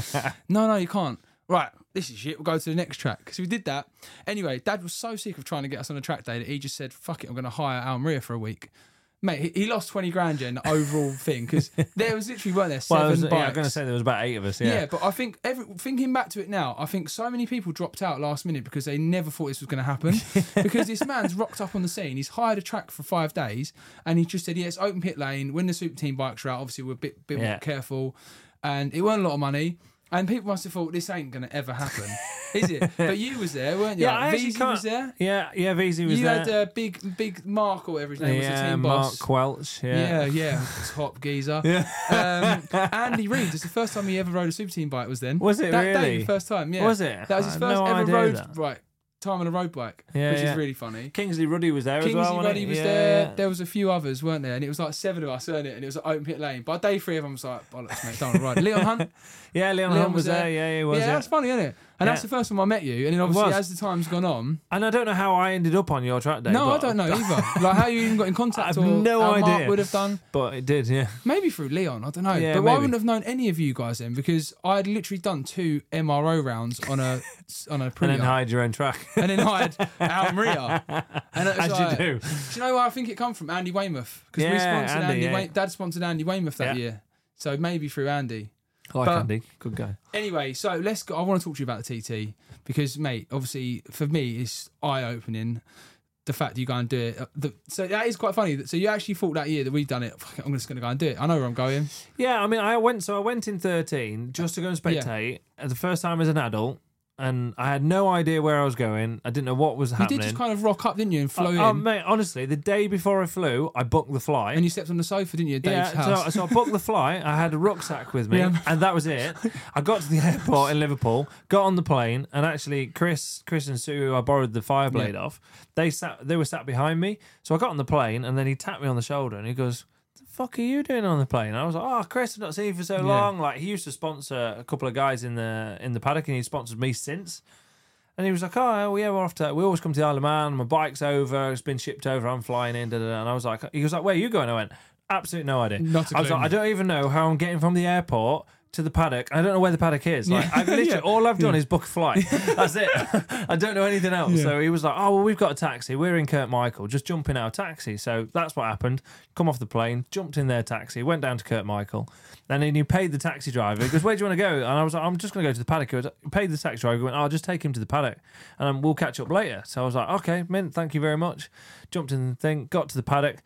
Speaker 4: no, no, you can't. Right, this is shit. We'll go to the next track. So we did that. Anyway, dad was so sick of trying to get us on a track day that he just said, fuck it, I'm going to hire Al Maria for a week. Mate, he he lost 20 grand yeah, in the overall thing because there was literally, weren't there, seven
Speaker 5: well, I was, yeah,
Speaker 4: bikes.
Speaker 5: I was going to say there was about eight of us.
Speaker 4: Yeah.
Speaker 5: Yeah.
Speaker 4: but I think every thinking back to it now, I think so many people dropped out last minute because they never thought this was going to happen. because this man's rocked up on the scene, he's hired a track for five days, and he just said, "Yes, open pit lane. When the super team bikes are out, obviously we're a bit, bit
Speaker 5: Yeah.
Speaker 4: more careful." And it weren't a lot of money, and people must have thought this ain't going to ever happen, is it? But you was there, weren't you?
Speaker 5: Yeah,
Speaker 4: Like,
Speaker 5: I actually
Speaker 4: Veezy
Speaker 5: can't-
Speaker 4: was there.
Speaker 5: Yeah, yeah, Veezy was
Speaker 4: you
Speaker 5: there.
Speaker 4: had uh, big, big Mark or whatever his name was, the
Speaker 5: yeah,
Speaker 4: team
Speaker 5: Mark
Speaker 4: boss.
Speaker 5: Quelch.
Speaker 4: Yeah,
Speaker 5: Yeah.
Speaker 4: yeah, top geezer. Yeah. Um, Andy Reid. It's the first time he ever rode a super team bike. Was then?
Speaker 5: Was it
Speaker 4: that Day,
Speaker 5: really?
Speaker 4: the first time. Yeah.
Speaker 5: Was it?
Speaker 4: That was
Speaker 5: I
Speaker 4: his
Speaker 5: had
Speaker 4: first
Speaker 5: no
Speaker 4: ever
Speaker 5: idea
Speaker 4: road
Speaker 5: that.
Speaker 4: right time on a road bike,
Speaker 5: Yeah,
Speaker 4: which
Speaker 5: yeah.
Speaker 4: is really funny.
Speaker 5: Kingsley Ruddy was there
Speaker 4: Kingsley
Speaker 5: as well. wasn't
Speaker 4: Ruddy
Speaker 5: he?
Speaker 4: was
Speaker 5: Yeah,
Speaker 4: there.
Speaker 5: yeah.
Speaker 4: There was a few others, weren't there? And it was like seven of us, weren't it? And it was an open pit lane. By day three, everyone was like, "Bollocks, mate, don't wanna ride." Leon Hunt,
Speaker 5: Yeah, Leon,
Speaker 4: Leon
Speaker 5: Hunt was there. Yeah, he was.
Speaker 4: Yeah,
Speaker 5: yeah.
Speaker 4: that's funny, isn't it? And that's
Speaker 5: Yeah.
Speaker 4: the first time I met you. And then obviously,
Speaker 5: was.
Speaker 4: as the time's gone on,
Speaker 5: And I don't know how I ended up on your track day.
Speaker 4: no, I
Speaker 5: but-
Speaker 4: don't know either. like how you even got in
Speaker 5: I
Speaker 4: contact,
Speaker 5: have
Speaker 4: or
Speaker 5: no
Speaker 4: how
Speaker 5: idea.
Speaker 4: Mark would have done.
Speaker 5: But it did, yeah.
Speaker 4: Maybe through Leon, I don't know.
Speaker 5: Yeah,
Speaker 4: but I
Speaker 5: maybe.
Speaker 4: wouldn't have known any of you guys then because I had literally done two MRO rounds on a on a
Speaker 5: And
Speaker 4: pretty
Speaker 5: then hide your own track.
Speaker 4: and then hired Al Maria. And it was
Speaker 5: As you
Speaker 4: like-
Speaker 5: do.
Speaker 4: you know where I think it come from? Andy Weymouth because we
Speaker 5: Yeah,
Speaker 4: sponsored Andy.
Speaker 5: Andy, yeah.
Speaker 4: Wey- Dad sponsored Andy Weymouth that
Speaker 5: Yeah.
Speaker 4: year, so maybe through Andy.
Speaker 5: I like
Speaker 4: But-
Speaker 5: Andy. Good guy.
Speaker 4: Anyway, so let's go. I want to talk to you about the TT because, mate, obviously for me it's eye opening. The fact that you go and do it. Uh, The, so that is quite funny. So you actually thought that year that we've done it. "Fuck it, I'm just going to go and do it. I know where I'm going.
Speaker 5: Yeah, I mean, I went. So I went in thirteen just to go and spectate. uh The first time as an adult, and I had no idea where I was going. I didn't know what was
Speaker 4: You
Speaker 5: happening.
Speaker 4: did just kind of rock up, didn't you, and
Speaker 5: Oh,
Speaker 4: flow in?
Speaker 5: oh, mate, honestly, the day before I flew, I booked the flight.
Speaker 4: and you stepped on the sofa, didn't you, at Dave's
Speaker 5: yeah, so,
Speaker 4: house?
Speaker 5: so I booked the flight. I had a rucksack with me,
Speaker 4: Yeah.
Speaker 5: and that was it. I got to the airport in Liverpool, got on the plane, and actually, Chris, Chris and Sue, who I borrowed the fireblade off, they sat, they were sat behind me. So I got on the plane, and then he tapped me on the shoulder, and he goes. The fuck are you doing on the plane? And I was like, oh, Chris, I've not seen you for so long. Like, he used to sponsor a couple of guys in the in the paddock, and he's sponsored me since. And he was like, "Oh well, yeah, we're off to. We always come to the Isle of Man. My bike's over. It's been shipped over. I'm flying in." Da, da, da. And I was like, "He was like, where are you going?" I went, "Absolutely no idea.
Speaker 4: Not a
Speaker 5: I was
Speaker 4: clue.
Speaker 5: like, I don't even know how I'm getting from the airport." To the paddock. I don't know where the paddock is. Like, I've literally, all I've done is book a flight. That's it. I don't know anything else. So he was like, "Oh well, we've got a taxi. We're in Kurt Michael. Just jump in our taxi." So that's what happened. Come off the plane, jumped in their taxi, went down to Kurt Michael, and then he paid the taxi driver. He goes, "Where do you want to go?" And I was like, "I'm just going to go to the paddock." He was- paid the taxi driver. He Went, "I'll just take him to the paddock, and um, we'll catch up later." So I was like, "Okay, mint. Thank you very much." Jumped in the thing, got to the paddock,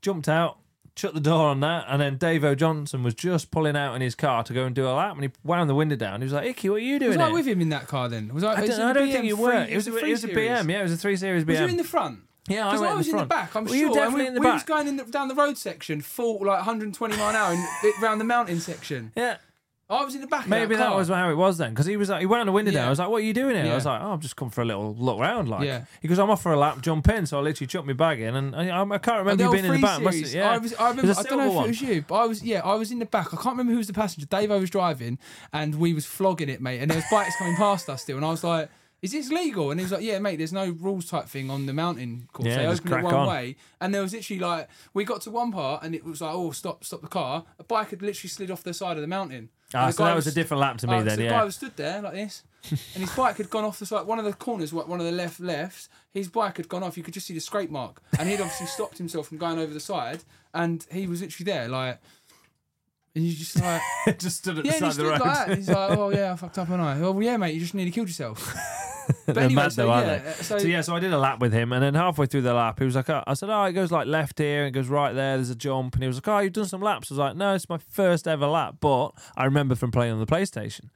Speaker 5: jumped out. Shut the door on that, and then Dave O. Johnson was just pulling out in his car to go and do a lap, and he wound the window down. He was like, "Icky, what are you doing?"
Speaker 4: was I
Speaker 5: here?"
Speaker 4: with him in that car then? Was I,
Speaker 5: I
Speaker 4: was
Speaker 5: don't,
Speaker 4: it
Speaker 5: I
Speaker 4: the
Speaker 5: don't
Speaker 4: BM
Speaker 5: think you
Speaker 4: three-
Speaker 5: were. It was, a, it
Speaker 4: three
Speaker 5: was a
Speaker 4: series?
Speaker 5: BM. Yeah, it was a three series BM.
Speaker 4: Was you in the front?
Speaker 5: Yeah, I
Speaker 4: Because I,
Speaker 5: went in
Speaker 4: was
Speaker 5: the
Speaker 4: in the
Speaker 5: front.
Speaker 4: back. I'm
Speaker 5: Were
Speaker 4: sure.
Speaker 5: you
Speaker 4: And
Speaker 5: definitely
Speaker 4: we,
Speaker 5: in the
Speaker 4: we was
Speaker 5: back?
Speaker 4: going in the, down the road section, full like 120 mile an hour, and it- round the mountain section.
Speaker 5: yeah.
Speaker 4: I was in the back.
Speaker 5: Maybe
Speaker 4: of
Speaker 5: that
Speaker 4: car.
Speaker 5: was how it was then, because he was like, he wound the window down.
Speaker 4: Yeah.
Speaker 5: I was like, "What are you doing here?"
Speaker 4: Yeah.
Speaker 5: I was like, "Oh, I've just come for a little look round." Like,
Speaker 4: Yeah.
Speaker 5: he goes, "I'm off for a lap, jump in." So I literally chucked my bag in, and I, I, I
Speaker 4: And
Speaker 5: can't remember you
Speaker 4: old
Speaker 5: being in the
Speaker 4: three
Speaker 5: back. must it?
Speaker 4: series,
Speaker 5: yeah,
Speaker 4: I was. I,
Speaker 5: It was
Speaker 4: remember,
Speaker 5: a
Speaker 4: I don't know
Speaker 5: silver
Speaker 4: if it was you, but I was. Yeah, I was in the back. I can't remember who was the passenger. Dave, I was driving, and we was flogging it, mate. And there was bikes coming past us still, and I was like. Is this legal? And he was like, "Yeah, mate. There's no rules type thing on the mountain course.
Speaker 5: Yeah,
Speaker 4: they
Speaker 5: just
Speaker 4: opened it
Speaker 5: crack
Speaker 4: one
Speaker 5: on.
Speaker 4: way, and there was literally like, we got to one part, and it was like, oh, stop, stop the car. A bike had literally slid off the side of the mountain.
Speaker 5: Ah,
Speaker 4: And the
Speaker 5: so
Speaker 4: guy
Speaker 5: that was a different lap to me
Speaker 4: Oh, so
Speaker 5: then,
Speaker 4: the
Speaker 5: yeah.
Speaker 4: guy was stood there like this, and his bike had gone off the side. One of the corners, like, one of the left lefts, his bike had gone off. You could just see the scrape mark, and he'd obviously stopped himself from going over the side, and he was literally there like. And you just like,
Speaker 5: one. just stood at
Speaker 4: yeah,
Speaker 5: the
Speaker 4: and
Speaker 5: side
Speaker 4: he
Speaker 5: of the
Speaker 4: stood
Speaker 5: road.
Speaker 4: like that. He's like, oh yeah, I fucked up, and I, oh yeah, mate, you just nearly killed yourself. But
Speaker 5: They're
Speaker 4: anyway,
Speaker 5: mad
Speaker 4: so
Speaker 5: though, aren't
Speaker 4: yeah,
Speaker 5: they?
Speaker 4: uh,
Speaker 5: So,
Speaker 4: so-
Speaker 5: yeah, so I did a lap with him, and then halfway through the lap, he was like, oh, I said, oh, it goes like left here, it goes right there, there's a jump, and he was like, oh, you've done some laps. I was like, no, it's my first ever lap, but I remember from playing on the PlayStation,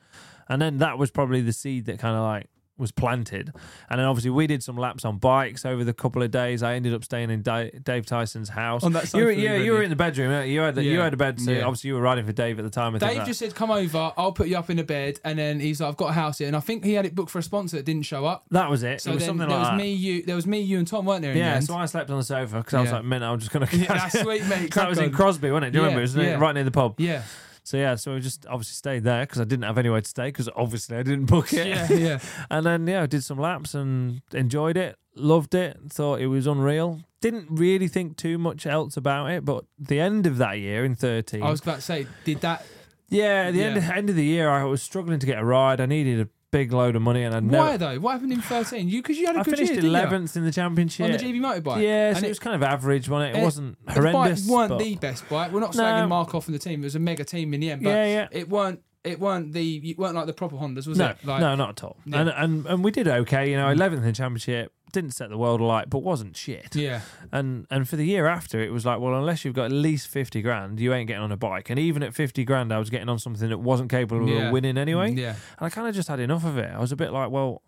Speaker 5: and then that was probably the seed that kind of like was planted. And then obviously we did some laps on bikes over the couple of days. I ended up staying in Da- Dave Tyson's house.
Speaker 4: On that
Speaker 5: you were,
Speaker 4: sofa
Speaker 5: yeah,
Speaker 4: you
Speaker 5: you were
Speaker 4: rented.
Speaker 5: in the bedroom. weren't You You had the, you
Speaker 4: Yeah.
Speaker 5: had a bed. So
Speaker 4: Yeah.
Speaker 5: obviously you were riding for Dave at the time. I think
Speaker 4: Dave
Speaker 5: that-
Speaker 4: just said, "Come over, I'll put you up in a bed," and then he's like, "I've got a house here," and I think he had it booked for a sponsor that didn't show up.
Speaker 5: that was it.
Speaker 4: So
Speaker 5: it was
Speaker 4: then
Speaker 5: something
Speaker 4: there was
Speaker 5: like that.
Speaker 4: me, you, there was me, you, and Tom, weren't there? In the
Speaker 5: Yeah,
Speaker 4: end?
Speaker 5: so I slept on the sofa because I was
Speaker 4: Yeah.
Speaker 5: like, "Man, I'm just gonna."
Speaker 4: Yeah, that's sweet, mate.
Speaker 5: 'Cause that was
Speaker 4: Crack
Speaker 5: in
Speaker 4: on.
Speaker 5: Crosby, wasn't it? Do you
Speaker 4: Yeah,
Speaker 5: remember? It was near-
Speaker 4: yeah.
Speaker 5: right near the pub.
Speaker 4: yeah,
Speaker 5: So yeah, so we just obviously stayed there because I didn't have anywhere to stay because obviously I didn't book it.
Speaker 4: yeah, yeah.
Speaker 5: And then yeah, I did some laps and enjoyed it, loved it, thought it was unreal. Didn't really think too much else about it, but the end of that year in thirteen,
Speaker 4: I was about to say, did that?
Speaker 5: yeah, the End,
Speaker 4: Yeah.
Speaker 5: end of the year, I was struggling to get a ride. I needed a big load of money, and I'd
Speaker 4: Why
Speaker 5: never.
Speaker 4: though? What happened in thirteen? You because you had a
Speaker 5: I
Speaker 4: good
Speaker 5: finished
Speaker 4: year, didn't you?
Speaker 5: eleventh in the championship
Speaker 4: on the GB motorbike.
Speaker 5: Yeah, so
Speaker 4: and
Speaker 5: it was kind of average, wasn't it? It
Speaker 4: it-
Speaker 5: wasn't
Speaker 4: Eh, the
Speaker 5: horrendous.
Speaker 4: bikes weren't
Speaker 5: but-
Speaker 4: the best bike. We're not
Speaker 5: No.
Speaker 4: slagging Mark off from the team. It was a mega team in the end. But
Speaker 5: Yeah, yeah.
Speaker 4: It weren't. It weren't the. You weren't like the proper Hondas, was
Speaker 5: no,
Speaker 4: it? Like,
Speaker 5: no, not at all.
Speaker 4: Yeah.
Speaker 5: And, and and we did okay. You know, eleventh in the championship didn't set the world alight, but wasn't shit.
Speaker 4: Yeah.
Speaker 5: And and for the year after, it was like, well, unless you've got at least fifty grand, you ain't getting on a bike. And even at fifty grand, I was getting on something that wasn't capable
Speaker 4: Yeah.
Speaker 5: of winning anyway.
Speaker 4: Yeah.
Speaker 5: And I kind of just had enough of it. I was a bit like, well.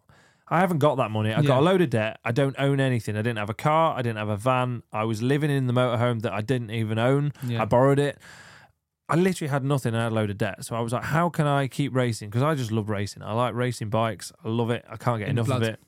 Speaker 5: I haven't got that money. I
Speaker 4: Yeah.
Speaker 5: got a load of debt. I don't own anything. I didn't have a car. I didn't have a van. I was living in the motorhome that I didn't even own.
Speaker 4: Yeah.
Speaker 5: I borrowed it. I literally had nothing and I had a load of debt. So I was like, how can I keep racing? Because I just love racing. I like racing bikes. I love it. I can't get
Speaker 4: In the
Speaker 5: enough of
Speaker 4: blood.
Speaker 5: it.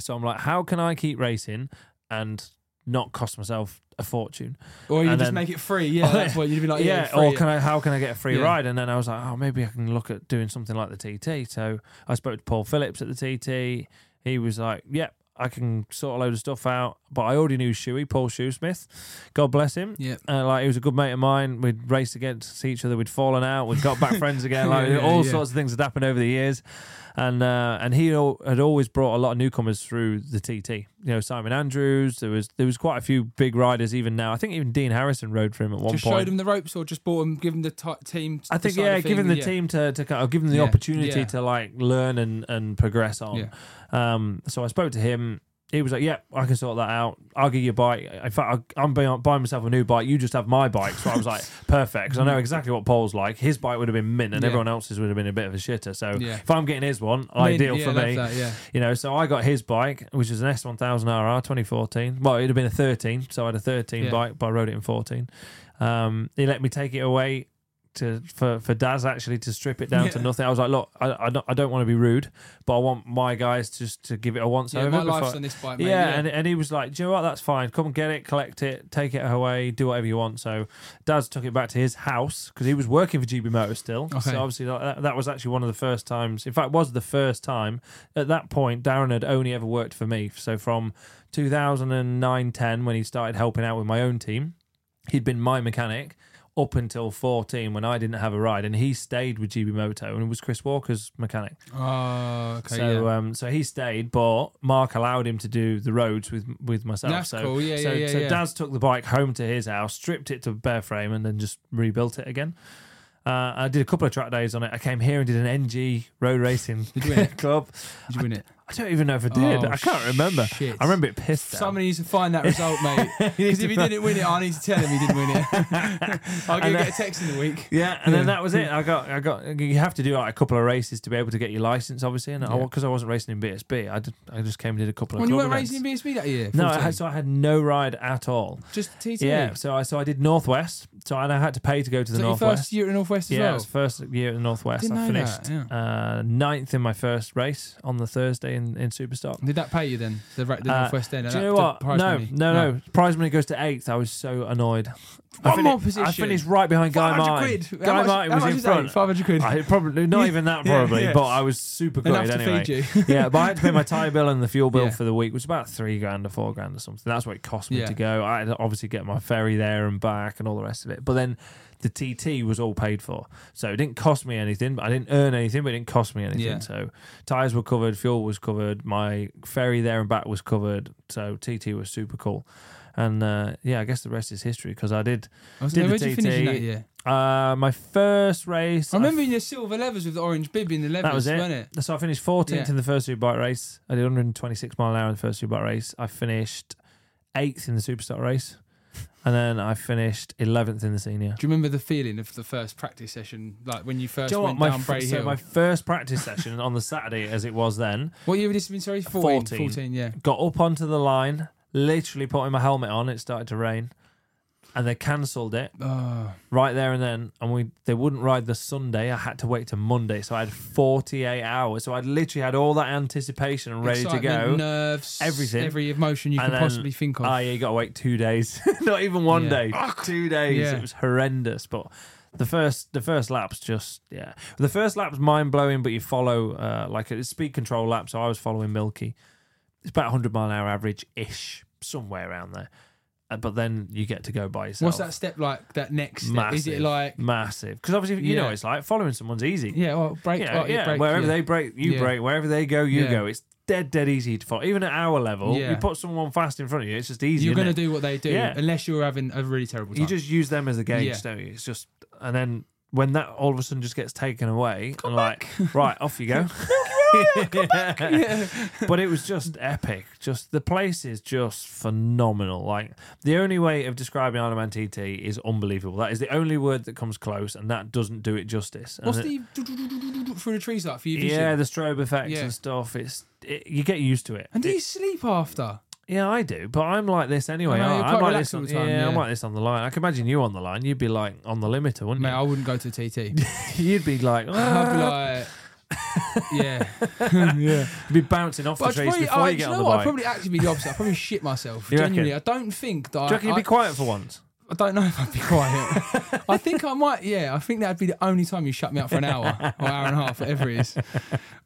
Speaker 5: So I'm like, how can I keep racing and not cost myself a fortune?
Speaker 4: Or you
Speaker 5: And
Speaker 4: just
Speaker 5: then-
Speaker 4: make it free. Yeah. that's what you'd be like. Yeah.
Speaker 5: Oh, or
Speaker 4: free.
Speaker 5: can I? How can I get a free
Speaker 4: Yeah.
Speaker 5: ride? And then I was like, oh, maybe I can look at doing something like the TT. So I spoke to Paul Phillips at the TT. He was like, yep, I can sort a load of stuff out. But I already knew Shuey, Paul Shoesmith. God bless him.
Speaker 4: Yep.
Speaker 5: Uh, like he was a good mate of mine. We'd raced against each other. We'd fallen out. We'd got back friends again. Like
Speaker 4: Yeah, yeah,
Speaker 5: all
Speaker 4: yeah.
Speaker 5: sorts of things had happened over the years. And uh, and he al- had always brought a lot of newcomers through the TT. You know Simon Andrews. There was there was quite a few big riders even now. I think even Dean Harrison rode for him at one
Speaker 4: Just
Speaker 5: point.
Speaker 4: showed him the ropes, or just bought him, give him the ti team.
Speaker 5: I think
Speaker 4: the side
Speaker 5: yeah,
Speaker 4: of thing,
Speaker 5: giving the
Speaker 4: yeah.
Speaker 5: team to to kind of give them the
Speaker 4: Yeah,
Speaker 5: opportunity
Speaker 4: yeah.
Speaker 5: to like learn and and progress on. Um, so I spoke to him. He was like, "Yep, I can sort that out. I'll give you a bike. In fact, I- I'm buying buying myself a new bike. You just have my bike." So I was like, "Perfect," because I know exactly what Paul's like. His bike would have been mint, and
Speaker 4: Mm-hmm. Yeah.
Speaker 5: everyone else's would have been a bit of a shitter. So
Speaker 4: Yeah.
Speaker 5: if I'm getting his one,
Speaker 4: I mean,
Speaker 5: ideal
Speaker 4: yeah,
Speaker 5: for
Speaker 4: love
Speaker 5: me.
Speaker 4: that, yeah.
Speaker 5: You know, so I got his bike, which is an S1000RR 2014. Well, it'd have been a 13, so I had a 13
Speaker 4: Yeah.
Speaker 5: bike, but I rode it in 14. Um, he let me take it away to for for Daz actually to strip it down to
Speaker 4: Yeah.
Speaker 5: nothing. I was like, look, I I don't, I don't want to be rude, but I want my guys just to give it a once
Speaker 4: Yeah,
Speaker 5: over.
Speaker 4: my
Speaker 5: before-
Speaker 4: life's on this bike, mate.
Speaker 5: yeah,
Speaker 4: Yeah.
Speaker 5: And, and he was like, do you know what? That's fine. Come and get it, collect it, take it away, do whatever you want. So Daz took it back to his house because he was working for GB Motor still.
Speaker 4: Okay.
Speaker 5: So obviously that- that, that was actually one of the first times. In fact, was the first time at that point Darren had only ever worked for me. So from 2009 10 when he started helping out with my own team he'd been my mechanic up until 14 when I didn't have a ride, and he stayed with GB Moto and was Chris Walker's mechanic.
Speaker 4: Oh, okay.
Speaker 5: so,
Speaker 4: yeah.
Speaker 5: um, so he stayed, but Mark allowed him to do the roads with with myself.
Speaker 4: That's
Speaker 5: so,
Speaker 4: cool. Yeah,
Speaker 5: so,
Speaker 4: yeah, yeah,
Speaker 5: So
Speaker 4: yeah.
Speaker 5: Daz took the bike home to his house, stripped it to bare frame, and then just rebuilt it again. Uh, I did a couple of track days on it. I came here and did an NG road racing
Speaker 4: Did you win it?
Speaker 5: club.
Speaker 4: Did you win it?
Speaker 5: I don't even know if I did.
Speaker 4: Oh,
Speaker 5: I can't remember.
Speaker 4: shit.
Speaker 5: I remember it pissed. down.
Speaker 4: Somebody needs to find that result, mate. Because if he didn't win it, I need to tell him he didn't win it. I'll go
Speaker 5: And, uh,
Speaker 4: get a text in the week.
Speaker 5: Yeah, and then that was it. I got, I got. You have to do like a couple of races to be able to get your license, obviously. And because I, wasn't racing in BSB, I, did, I just came and did a couple of.
Speaker 4: When you
Speaker 5: club
Speaker 4: weren't racing in
Speaker 5: events.
Speaker 4: BSB that year?
Speaker 5: No, I
Speaker 4: 14?
Speaker 5: had, so I had no ride at all.
Speaker 4: just TT.
Speaker 5: Yeah, so I so I did Northwest. So and I had to pay to go to the
Speaker 4: Was that your
Speaker 5: Northwest.
Speaker 4: first year at Northwest as
Speaker 5: yeah, it
Speaker 4: well?
Speaker 5: was first year at the Northwest.
Speaker 4: Didn't
Speaker 5: I
Speaker 4: know
Speaker 5: finished
Speaker 4: that,
Speaker 5: uh, ninth in my first race on the Thursday in in Superstock.
Speaker 4: Did that pay you then? The, ra- the
Speaker 5: Uh,
Speaker 4: Northwest End.
Speaker 5: Do
Speaker 4: that-
Speaker 5: you know
Speaker 4: the
Speaker 5: what? No,
Speaker 4: prize
Speaker 5: no,
Speaker 4: money?
Speaker 5: no, Prize money goes to eighth. I was so annoyed. I
Speaker 4: One
Speaker 5: fini-
Speaker 4: more position.
Speaker 5: I finished right behind Guy
Speaker 4: 500
Speaker 5: Martin.
Speaker 4: quid. How
Speaker 5: Guy
Speaker 4: much-
Speaker 5: Martin
Speaker 4: how
Speaker 5: was
Speaker 4: much
Speaker 5: in
Speaker 4: is that?
Speaker 5: front.
Speaker 4: 500 quid.
Speaker 5: I probably not even that
Speaker 4: Yeah,
Speaker 5: probably,
Speaker 4: yeah.
Speaker 5: but I was super good
Speaker 4: Enough to
Speaker 5: anyway.
Speaker 4: feed you.
Speaker 5: yeah, but I had to pay my tie bill and the fuel bill
Speaker 4: Yeah.
Speaker 5: for the week, which was about three grand or four grand or something. That's what it cost me
Speaker 4: Yeah.
Speaker 5: to go. I had to obviously get my ferry there and back and all the rest of it. But then the TT was all paid for, so it didn't cost me anything. I didn't earn anything, but it didn't cost me anything.
Speaker 4: Yeah.
Speaker 5: So tires were covered, fuel was covered, my ferry there and back was covered. So TT was super cool. And uh, yeah, I guess the rest is history because I did.
Speaker 4: I was
Speaker 5: did
Speaker 4: there.
Speaker 5: the
Speaker 4: Where'd you finish in
Speaker 5: TT.
Speaker 4: that year?
Speaker 5: Uh, my first race.
Speaker 4: I remember in your silver levers with the orange bib in the levers,
Speaker 5: That was it.
Speaker 4: wasn't it?
Speaker 5: So I finished 14th
Speaker 4: Yeah.
Speaker 5: in the first super bike race. I did 126 mile an hour in the first super bike race. I finished eighth in the superstar race. and then I finished 11th in the senior.
Speaker 4: Do you remember the feeling of the first practice session, like when you first
Speaker 5: Do you know
Speaker 4: went
Speaker 5: what? My,
Speaker 4: down Bray
Speaker 5: f- so
Speaker 4: Hill?
Speaker 5: my first practice session on the Saturday, as it was then,
Speaker 4: what year would this have been? Sorry, 14,
Speaker 5: 14.
Speaker 4: 14. yeah.
Speaker 5: got up onto the line, literally putting my helmet on. It started to rain, and they cancelled it
Speaker 4: Oh.
Speaker 5: right there and then. And we they wouldn't ride the Sunday. I had to wait to Monday, so I had 48 hours. So I literally had all that anticipation and ready to go.
Speaker 4: Oh, Excitement, Nerves,
Speaker 5: Everything.
Speaker 4: every emotion you
Speaker 5: And
Speaker 4: could
Speaker 5: then
Speaker 4: possibly think of.
Speaker 5: I got to wait two days, not even one
Speaker 4: Yeah.
Speaker 5: day, two days.
Speaker 4: Yeah.
Speaker 5: It was horrendous, but. The first, the first lap's just yeah. The first lap's mind blowing, but you follow uh, like a speed control lap. So I was following Milky. It's about 100 mile an hour average ish, somewhere around there. Uh, but then you get to go by yourself.
Speaker 4: What's that step like? That next step? Is it like
Speaker 5: massive? Because obviously you know
Speaker 4: Yeah.
Speaker 5: it's like following someone's easy.
Speaker 4: yeah, well, break,
Speaker 5: Yeah,
Speaker 4: oh,
Speaker 5: yeah,
Speaker 4: break,
Speaker 5: wherever
Speaker 4: yeah.
Speaker 5: they break, you
Speaker 4: Yeah.
Speaker 5: break. Wherever they go, you
Speaker 4: Yeah.
Speaker 5: go. It's dead, dead easy to follow. Even at our level,
Speaker 4: Yeah.
Speaker 5: you put someone fast in front of you, it's just easy.
Speaker 4: you're
Speaker 5: going
Speaker 4: gonna
Speaker 5: to
Speaker 4: do what they do,
Speaker 5: Yeah.
Speaker 4: unless you're having a really terrible time.
Speaker 5: You just use them as a gauge,
Speaker 4: Yeah.
Speaker 5: don't you? It's just, and then when that all of a sudden just gets taken away, and like, right, off you go. but it was just epic. Just the place is just phenomenal. Like the only way of describing Island Man TT is unbelievable. That is the only word that comes close, and that doesn't do it justice. And
Speaker 4: What's
Speaker 5: it-
Speaker 4: the through the trees like for your vision?
Speaker 5: yeah, the strobe effects
Speaker 4: Yeah.
Speaker 5: and stuff. It's it, you get used to it.
Speaker 4: and do
Speaker 5: It-
Speaker 4: you sleep after?
Speaker 5: yeah, I do, but I'm like this anyway.
Speaker 4: I know,
Speaker 5: aren't
Speaker 4: you're
Speaker 5: I?
Speaker 4: quite
Speaker 5: I'm like
Speaker 4: relaxed
Speaker 5: this on,
Speaker 4: all the time,
Speaker 5: yeah, I'm
Speaker 4: yeah.
Speaker 5: like this on the line. I can imagine you on the line. You'd be like on the limiter, wouldn't
Speaker 4: Mate,
Speaker 5: you?
Speaker 4: I wouldn't go to TT.
Speaker 5: You'd be like, "Ah."
Speaker 4: I'd be like, yeah.
Speaker 5: you'd be bouncing off the
Speaker 4: But I'd
Speaker 5: trees
Speaker 4: probably,
Speaker 5: before
Speaker 4: I,
Speaker 5: you
Speaker 4: do
Speaker 5: get
Speaker 4: you
Speaker 5: on
Speaker 4: know
Speaker 5: the
Speaker 4: what? I'd
Speaker 5: bike.
Speaker 4: probably actually be the opposite. I'd probably shit myself.
Speaker 5: You reckon?
Speaker 4: genuinely, I don't think that.
Speaker 5: Do you reckon
Speaker 4: I,
Speaker 5: you'd
Speaker 4: I,
Speaker 5: be quiet for once?
Speaker 4: I don't know if I'd be quiet. I think I might. Yeah, I think that'd be the only time you shut me up for an hour or hour and a half, whatever it is.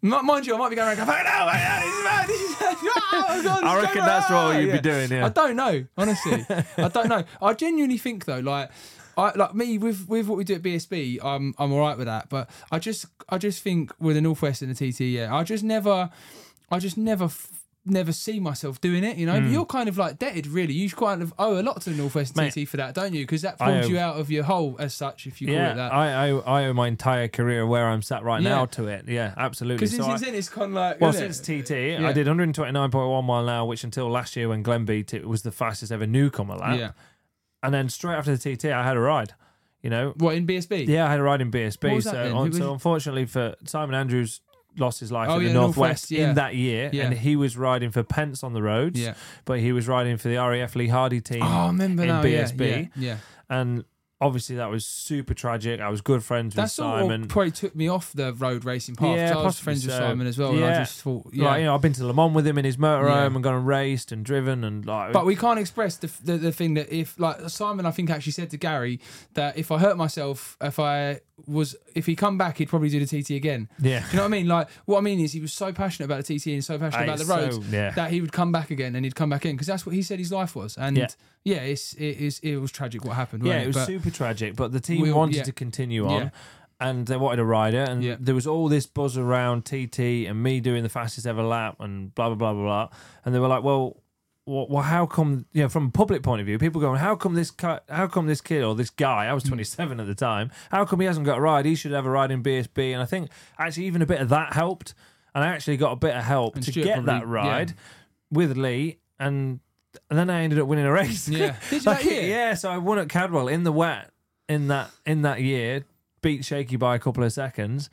Speaker 4: M- mind you, I might be going around. Going, "Fucking hell, fucking hell, this is mad, this is mad, ah, God,
Speaker 5: I
Speaker 4: this is
Speaker 5: reckon
Speaker 4: going
Speaker 5: that's what
Speaker 4: mad."
Speaker 5: you'd be doing, yeah.
Speaker 4: I don't know. Honestly, I don't know. I genuinely think though, like. I, like me with with what we do at BSB, I'm I'm all right with that. But I just I just think with the Northwest and the TT, yeah, I just never, I just never f- never see myself doing it. You know, but you're kind of like debted, really. You kind of owe a lot to the Northwest and
Speaker 5: Hmm. Mate,
Speaker 4: TT for that, don't you? Because that
Speaker 5: I
Speaker 4: pulls
Speaker 5: owe-
Speaker 4: you out of your hole as such, if you call it
Speaker 5: Yeah,
Speaker 4: that.
Speaker 5: I, I I owe my entire career where I'm sat right
Speaker 4: Yeah.
Speaker 5: now to it. Yeah, absolutely.
Speaker 4: Because
Speaker 5: So I-
Speaker 4: since then it's kind of like
Speaker 5: Well,
Speaker 4: isn't
Speaker 5: since
Speaker 4: it?
Speaker 5: TT,
Speaker 4: Yeah.
Speaker 5: I did 129.1 mile an hour, which until last year when Glenn beat it was the fastest ever newcomer lap.
Speaker 4: yeah.
Speaker 5: And then straight after the TT, I had a ride. You know,
Speaker 4: What in BSB?
Speaker 5: yeah, I had a ride in
Speaker 4: What
Speaker 5: BSB.
Speaker 4: was that then?
Speaker 5: So,
Speaker 4: Who
Speaker 5: un-
Speaker 4: was
Speaker 5: so
Speaker 4: it?
Speaker 5: unfortunately for Simon Andrews, lost his life
Speaker 4: Oh,
Speaker 5: in
Speaker 4: yeah,
Speaker 5: the
Speaker 4: Northwest,
Speaker 5: northwest,
Speaker 4: yeah.
Speaker 5: in that year,
Speaker 4: Yeah.
Speaker 5: and he was riding for Pence on the roads.
Speaker 4: Yeah.
Speaker 5: But he was riding for the RAF Lee Hardy team.
Speaker 4: Oh, I remember
Speaker 5: in
Speaker 4: now. yeah,
Speaker 5: BSB.
Speaker 4: Yeah, yeah.
Speaker 5: And obviously that was super tragic. I was good friends
Speaker 4: That's
Speaker 5: with
Speaker 4: sort
Speaker 5: Simon.
Speaker 4: of probably took me off the road racing path. 'cause I was
Speaker 5: possibly
Speaker 4: friends with
Speaker 5: so.
Speaker 4: Simon as well, and I just thought, yeah.
Speaker 5: Like, you know, I've been to Le Mans with him in his motorhome
Speaker 4: Yeah.
Speaker 5: and gone and raced and driven and like.
Speaker 4: But we can't express the, the the thing that if like Simon, I think actually said to Gary that if I hurt myself, if I was if he come back, he'd probably do the TT again.
Speaker 5: Yeah.
Speaker 4: do you know what I mean? Like what I mean is he was so passionate about the TT and so passionate
Speaker 5: Ah,
Speaker 4: about the roads
Speaker 5: it's so- yeah.
Speaker 4: that he would come back again and he'd come back in because that's what he said his life was. And yeah,
Speaker 5: Yeah.
Speaker 4: it's it is it was tragic what happened.
Speaker 5: yeah,
Speaker 4: wasn't
Speaker 5: it was
Speaker 4: But-
Speaker 5: super tragic. But the team
Speaker 4: We all-
Speaker 5: wanted
Speaker 4: yeah.
Speaker 5: to continue
Speaker 4: Yeah.
Speaker 5: on. And they wanted a rider, and
Speaker 4: Yeah.
Speaker 5: there was all this buzz around TT and me doing the fastest ever lap, and blah blah blah blah blah. And they were like, "Well, well, well how come? You know, from a public point of view, people going, how come this ki- how come this kid or this guy? I was
Speaker 4: Hmm.
Speaker 5: 27 at the time. How come he hasn't got a ride? He should have a ride in BSB." And I think actually even a bit of that helped, and I actually got a bit of help
Speaker 4: And
Speaker 5: to
Speaker 4: Stuart
Speaker 5: get that
Speaker 4: probably- yeah.
Speaker 5: ride with Lee, and and then I ended up winning a race.
Speaker 4: Yeah. Did you that year?
Speaker 5: Yeah, so I won at Cadwell in the wet in that in that year, beat Shaky by a couple of seconds.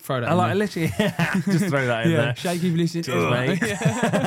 Speaker 4: throw that.
Speaker 5: I
Speaker 4: in
Speaker 5: like
Speaker 4: there.
Speaker 5: literally just throw that in there.
Speaker 4: shaky listen.
Speaker 5: Cheers, mate.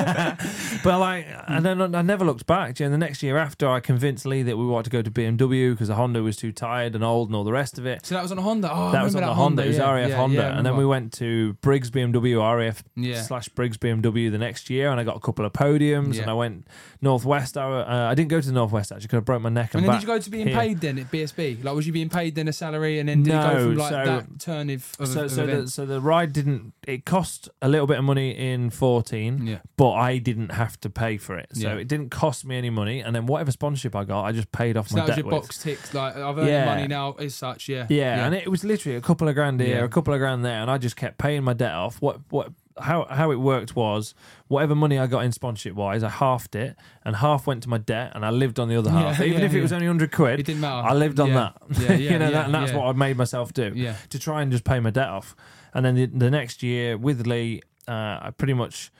Speaker 5: but like, and then I never looked back. You know, the next year after, I convinced Lee that we wanted to go to BMW because the Honda was too tired and old and all the rest of it.
Speaker 4: So that was on a Honda. Oh, I
Speaker 5: that was
Speaker 4: remember that
Speaker 5: on the Honda. It was
Speaker 4: yeah,
Speaker 5: RAF
Speaker 4: yeah,
Speaker 5: Honda,
Speaker 4: yeah, I
Speaker 5: and then
Speaker 4: remember.
Speaker 5: we went to Briggs BMW RAF
Speaker 4: Yeah.
Speaker 5: slash Briggs BMW the next year, and I got a couple of podiums.
Speaker 4: Yeah.
Speaker 5: And I went Northwest. I, uh, I didn't go to the Northwest actually because I broke my neck.
Speaker 4: And
Speaker 5: And,
Speaker 4: then did
Speaker 5: back
Speaker 4: you go to being
Speaker 5: here.
Speaker 4: paid then at BSB? Like, was you being paid then a salary, and then did it go
Speaker 5: No,
Speaker 4: from like
Speaker 5: so-
Speaker 4: that turn of, of,
Speaker 5: So,
Speaker 4: of
Speaker 5: so, the,
Speaker 4: events?
Speaker 5: so the ride didn't. It cost a little bit of money in fourteen,
Speaker 4: Yeah.
Speaker 5: but I didn't have to pay for it, so
Speaker 4: Yeah.
Speaker 5: it didn't cost me any money. And then whatever sponsorship I got, I just paid off
Speaker 4: So
Speaker 5: my
Speaker 4: that was
Speaker 5: debt
Speaker 4: your
Speaker 5: with.
Speaker 4: box ticked. Like, I've earned
Speaker 5: Yeah.
Speaker 4: money now, as such. Yeah.
Speaker 5: Yeah, and it was literally a couple of grand here,
Speaker 4: Yeah.
Speaker 5: a couple of grand there, and I just kept paying my debt off. What what how how it worked was whatever money I got in sponsorship wise, I halved it, and half went to my debt, and I lived on the other half.
Speaker 4: Yeah,
Speaker 5: Even
Speaker 4: yeah,
Speaker 5: if it
Speaker 4: yeah.
Speaker 5: was only hundred quid,
Speaker 4: It didn't matter.
Speaker 5: I lived on
Speaker 4: Yeah.
Speaker 5: that.
Speaker 4: Yeah, yeah,
Speaker 5: you know,
Speaker 4: yeah,
Speaker 5: that, and that's
Speaker 4: yeah.
Speaker 5: what I made myself do
Speaker 4: Yeah.
Speaker 5: to try and just pay my debt off. And then the, the next year with Lee, uh, I pretty much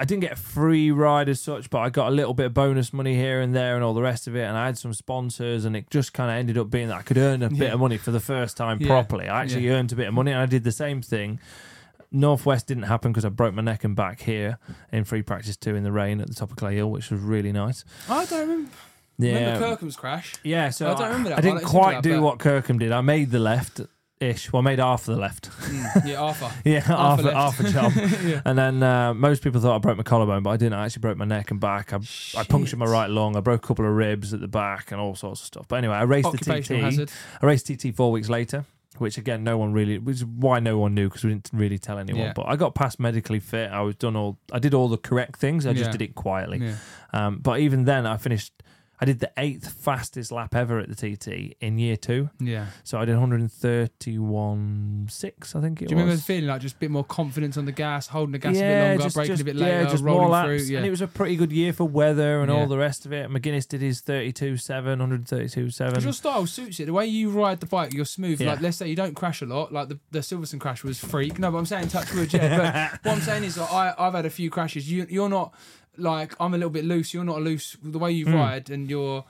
Speaker 5: I didn't get a free ride as such, but I got a little bit of bonus money here and there and all the rest of it. And I had some sponsors, and it just kind of ended up being that I could earn a bit of money for the first time
Speaker 4: Yeah.
Speaker 5: properly. I actually
Speaker 4: Yeah.
Speaker 5: earned a bit of money, and I did the same thing. Northwest didn't happen because I broke my neck and back here in free practice two in the rain at the top of Clay Hill, which was really nice.
Speaker 4: I don't remember. Remember Kirkham's crash?
Speaker 5: Yeah, so
Speaker 4: I don't remember that
Speaker 5: I
Speaker 4: one.
Speaker 5: didn't
Speaker 4: Let's think
Speaker 5: quite
Speaker 4: about
Speaker 5: do
Speaker 4: that.
Speaker 5: what Kirkham did. I made the left ish. Well, I made half the left.
Speaker 4: Yeah, Arthur.
Speaker 5: yeah, half,
Speaker 4: Half a
Speaker 5: a, half
Speaker 4: left.
Speaker 5: a job. And then uh, most people thought I broke my collarbone, but I didn't. I actually broke my neck and back. I, I punctured my right lung. I broke a couple of ribs at the back and all sorts of stuff. But anyway, I raced the TT.
Speaker 4: Occupational hazard.
Speaker 5: I raced TT four weeks later. Which again, no one really, which is why no one knew because we didn't really tell anyone.
Speaker 4: Yeah.
Speaker 5: But I got past medically fit. I was done all, I did all the correct things. I just
Speaker 4: Yeah.
Speaker 5: did it quietly.
Speaker 4: Yeah.
Speaker 5: Um, but even then, I finished. I did the eighth fastest lap ever at the TT in year two.
Speaker 4: Yeah.
Speaker 5: So I did 131 six, I think it
Speaker 4: Do you
Speaker 5: was.
Speaker 4: remember the feeling like just a bit more confidence on the gas, holding the gas a
Speaker 5: yeah,
Speaker 4: bit longer,
Speaker 5: just,
Speaker 4: braking
Speaker 5: just-
Speaker 4: a bit
Speaker 5: yeah,
Speaker 4: later,
Speaker 5: just
Speaker 4: rolling
Speaker 5: more
Speaker 4: through?
Speaker 5: laps.
Speaker 4: Yeah.
Speaker 5: And it was a pretty good year for weather and
Speaker 4: Yeah.
Speaker 5: all the rest of it. McGuinness did his 32 7, 132
Speaker 4: Because
Speaker 5: 7.
Speaker 4: your style suits it. The way you ride the bike, you're smooth.
Speaker 5: Yeah.
Speaker 4: Like, let's say you don't crash a lot. Like the, the Silverstone crash was freak. No, but I'm saying touch wood. Yeah, but what I'm saying is, like, I I've had a few crashes. You you're not like I'm a little bit loose. You're not a loose. The way you
Speaker 5: Hmm.
Speaker 4: ride and your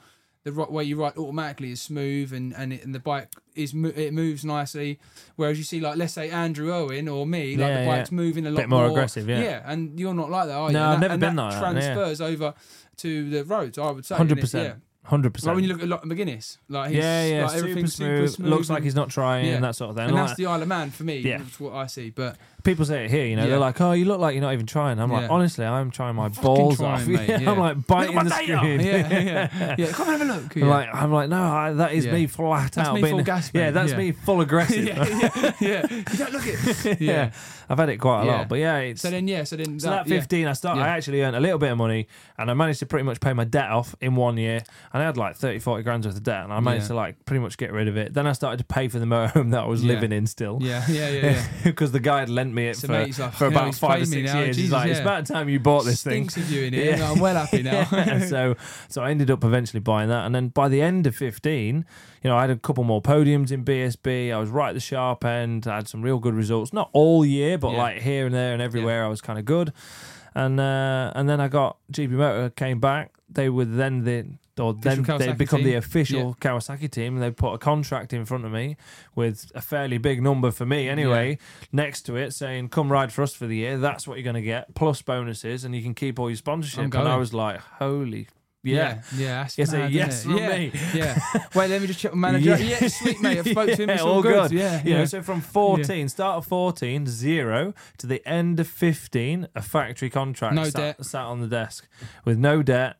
Speaker 4: the ro- way you ride automatically is smooth and and, it, and the bike is mo- it moves nicely. Whereas you see, like let's say Andrew Owen or me, like
Speaker 5: Yeah,
Speaker 4: the
Speaker 5: yeah.
Speaker 4: bike's moving a lot
Speaker 5: Bit more aggressive, yeah.
Speaker 4: yeah, and you're not like that. Are you?
Speaker 5: No,
Speaker 4: and
Speaker 5: I've never
Speaker 4: and
Speaker 5: been like that, yeah.
Speaker 4: Transfers over to the roads. I would say and it-
Speaker 5: 100%.
Speaker 4: yeah.
Speaker 5: 100%.
Speaker 4: Like when you look at like, McGuinness, like he's,
Speaker 5: yeah, yeah,
Speaker 4: like,
Speaker 5: super,
Speaker 4: everything's
Speaker 5: smooth. Looks like he's not trying, and that sort of thing.
Speaker 4: And
Speaker 5: Like-
Speaker 4: that's the Isle of Man for me.
Speaker 5: Yeah.
Speaker 4: that's what I see. But
Speaker 5: people say it here, you know,
Speaker 4: Yeah.
Speaker 5: they're like, "Oh, you look like you're not even trying." I'm like,
Speaker 4: Yeah.
Speaker 5: honestly, I'm trying my balls
Speaker 4: trying,
Speaker 5: off.
Speaker 4: mate, yeah.
Speaker 5: I'm like biting the screen.
Speaker 4: yeah, yeah, yeah. Come and have a look. Yeah.
Speaker 5: I'm like, I'm like, no, I, that is
Speaker 4: Yeah.
Speaker 5: me flat
Speaker 4: That's
Speaker 5: out.
Speaker 4: me
Speaker 5: being,
Speaker 4: full gas,
Speaker 5: yeah,
Speaker 4: mate,
Speaker 5: that's
Speaker 4: yeah.
Speaker 5: me full aggressive.
Speaker 4: yeah, yeah, yeah. You don't look it.
Speaker 5: Yeah.
Speaker 4: Yeah.
Speaker 5: I've had it quite a
Speaker 4: Yeah.
Speaker 5: lot, but yeah, it's,
Speaker 4: So then, yeah. So then,
Speaker 5: so that
Speaker 4: yeah.
Speaker 5: 15, I started.
Speaker 4: Yeah.
Speaker 5: I actually earned a little bit of money, and I managed to pretty much pay my debt off in one year. And I had like 30, 40 grand worth of debt, and I managed
Speaker 4: Yeah.
Speaker 5: to like pretty much get rid of it. Then I started to pay for the motorhome that I was
Speaker 4: Yeah.
Speaker 5: living in still.
Speaker 4: Yeah, yeah, yeah, yeah.
Speaker 5: Because the guy had lent me it
Speaker 4: So,
Speaker 5: for,
Speaker 4: mate, he's like,
Speaker 5: for
Speaker 4: "Hell,
Speaker 5: about
Speaker 4: he's
Speaker 5: five or
Speaker 4: paying me
Speaker 5: six
Speaker 4: now,
Speaker 5: years. he's
Speaker 4: Jesus,
Speaker 5: like, it's
Speaker 4: yeah.
Speaker 5: about time you bought this thing.
Speaker 4: Stinks of you in here. No, I'm well happy now.
Speaker 5: Yeah, so, so I ended up eventually buying that, and then by the end of fifteen, you know, I had a couple more podiums in BSB. I was right at the sharp end. I had some real good results, not all year, but
Speaker 4: Yeah.
Speaker 5: like here and there and everywhere. I was kind of good, and uh, and then I got GB Motor came back. They were then the or then
Speaker 4: Official
Speaker 5: they
Speaker 4: Kawasaki
Speaker 5: become the
Speaker 4: team.
Speaker 5: official Kawasaki team. They put a contract in front of me with a fairly big number for me anyway next to it saying, come ride for us for the year. That's what you're going to get, plus bonuses, and you can keep all your sponsorship.
Speaker 4: I'm
Speaker 5: And
Speaker 4: going.
Speaker 5: I was like, holy. Yeah.
Speaker 4: yeah, yeah. That's
Speaker 5: It's a
Speaker 4: mad,
Speaker 5: yes
Speaker 4: isn't it?
Speaker 5: from
Speaker 4: yeah,
Speaker 5: me.
Speaker 4: Yeah. Wait, let me just check my manager. Yeah, sweet mate. I spoke to him. It's
Speaker 5: Yeah,
Speaker 4: all, good. Yeah,
Speaker 5: You
Speaker 4: yeah.
Speaker 5: know, so from 14, start of 14, zero, to the end of 15, a factory contract
Speaker 4: No
Speaker 5: sat,
Speaker 4: debt.
Speaker 5: sat on the desk with no debt,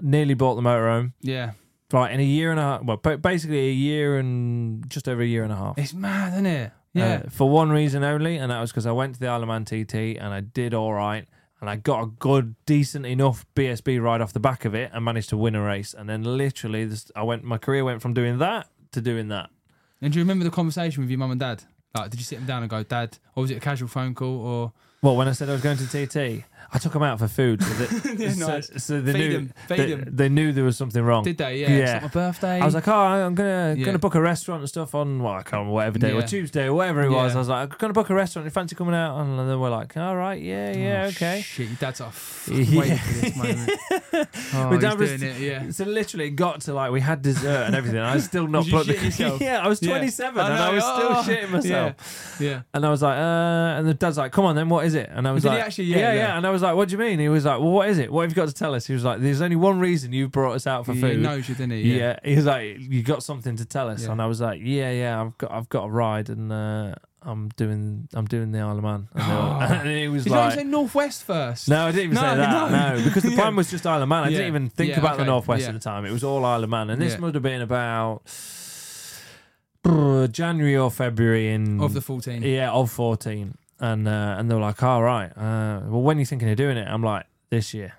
Speaker 5: nearly bought the motorhome.
Speaker 4: yeah.
Speaker 5: Right, in a year and a half, well, ba- basically a year and just over a year and a half.
Speaker 4: It's mad, isn't it? Yeah.
Speaker 5: Uh, for one reason only, and that was because I went to the Isle of Man TT and I did all right. And I got a good, decent enough BSB ride off the back of it and managed to win a race. And then literally, this, I went. my career went from doing that to doing that.
Speaker 4: And do you remember the conversation with your mum and dad? Like, did you sit them down and go, Dad, or was it a casual phone call? Or
Speaker 5: Well, when I said I was going to TT, I took them out for food. So, that, so,
Speaker 4: nice.
Speaker 5: so they,
Speaker 4: Feed
Speaker 5: knew,
Speaker 4: 'em, feed
Speaker 5: they,
Speaker 4: 'em.
Speaker 5: they knew there was something wrong.
Speaker 4: did they? Yeah. It's not my birthday.
Speaker 5: I was like, oh, I'm gonna
Speaker 4: Yeah.
Speaker 5: gonna book a restaurant and stuff on well, I can't remember whatever day or
Speaker 4: Yeah.
Speaker 5: Tuesday or whatever it was.
Speaker 4: Yeah.
Speaker 5: I was like, I'm gonna book a restaurant. You fancy coming out? And then we're like, all right, yeah,
Speaker 4: Oh,
Speaker 5: yeah, okay.
Speaker 4: Shit, your dad's like, "Fuck,
Speaker 5: Yeah.
Speaker 4: waiting for this moment. Oh,
Speaker 5: My
Speaker 4: he's
Speaker 5: dad was-
Speaker 4: doing it, yeah.
Speaker 5: So literally, it got to like we had dessert and everything. and I was still not
Speaker 4: Was you
Speaker 5: plugged.
Speaker 4: shitting yourself?
Speaker 5: yeah, I was
Speaker 4: Yeah.
Speaker 5: 27
Speaker 4: I
Speaker 5: and
Speaker 4: know,
Speaker 5: I was
Speaker 4: oh,
Speaker 5: still shitting myself.
Speaker 4: Yeah.
Speaker 5: And I was like, uh, and the dad's like, come on then, what is it? And I was
Speaker 4: Did he
Speaker 5: like,
Speaker 4: actually? Yeah,
Speaker 5: yeah,
Speaker 4: yeah.
Speaker 5: And I was like, what do you mean? He was like, well, what is it? What have you got to tell us? He was like, there's only one reason you brought us out for
Speaker 4: He
Speaker 5: food.
Speaker 4: knows you, didn't he?
Speaker 5: Yeah. he was like, "You got something to tell us,"
Speaker 4: Yeah.
Speaker 5: and I was like, "Yeah, yeah, I've got, I've got a ride, and uh, I'm doing, I'm doing the Isle of Man." And, they
Speaker 4: Oh.
Speaker 5: were- and he was
Speaker 4: Did you
Speaker 5: like,
Speaker 4: say Northwest first?
Speaker 5: "No, I didn't even
Speaker 4: No,
Speaker 5: say that.
Speaker 4: no.
Speaker 5: No, because the plan was just Isle of Man. I
Speaker 4: Yeah.
Speaker 5: didn't even think
Speaker 4: Yeah,
Speaker 5: about the
Speaker 4: okay.
Speaker 5: Northwest
Speaker 4: Yeah.
Speaker 5: at the time. It was all Isle of Man, and this
Speaker 4: Yeah.
Speaker 5: must have been about January or February in
Speaker 4: Of the 14.
Speaker 5: yeah, of 14. And uh, and they were like, all right, uh, well, when are you thinking of doing it? I'm like, this year.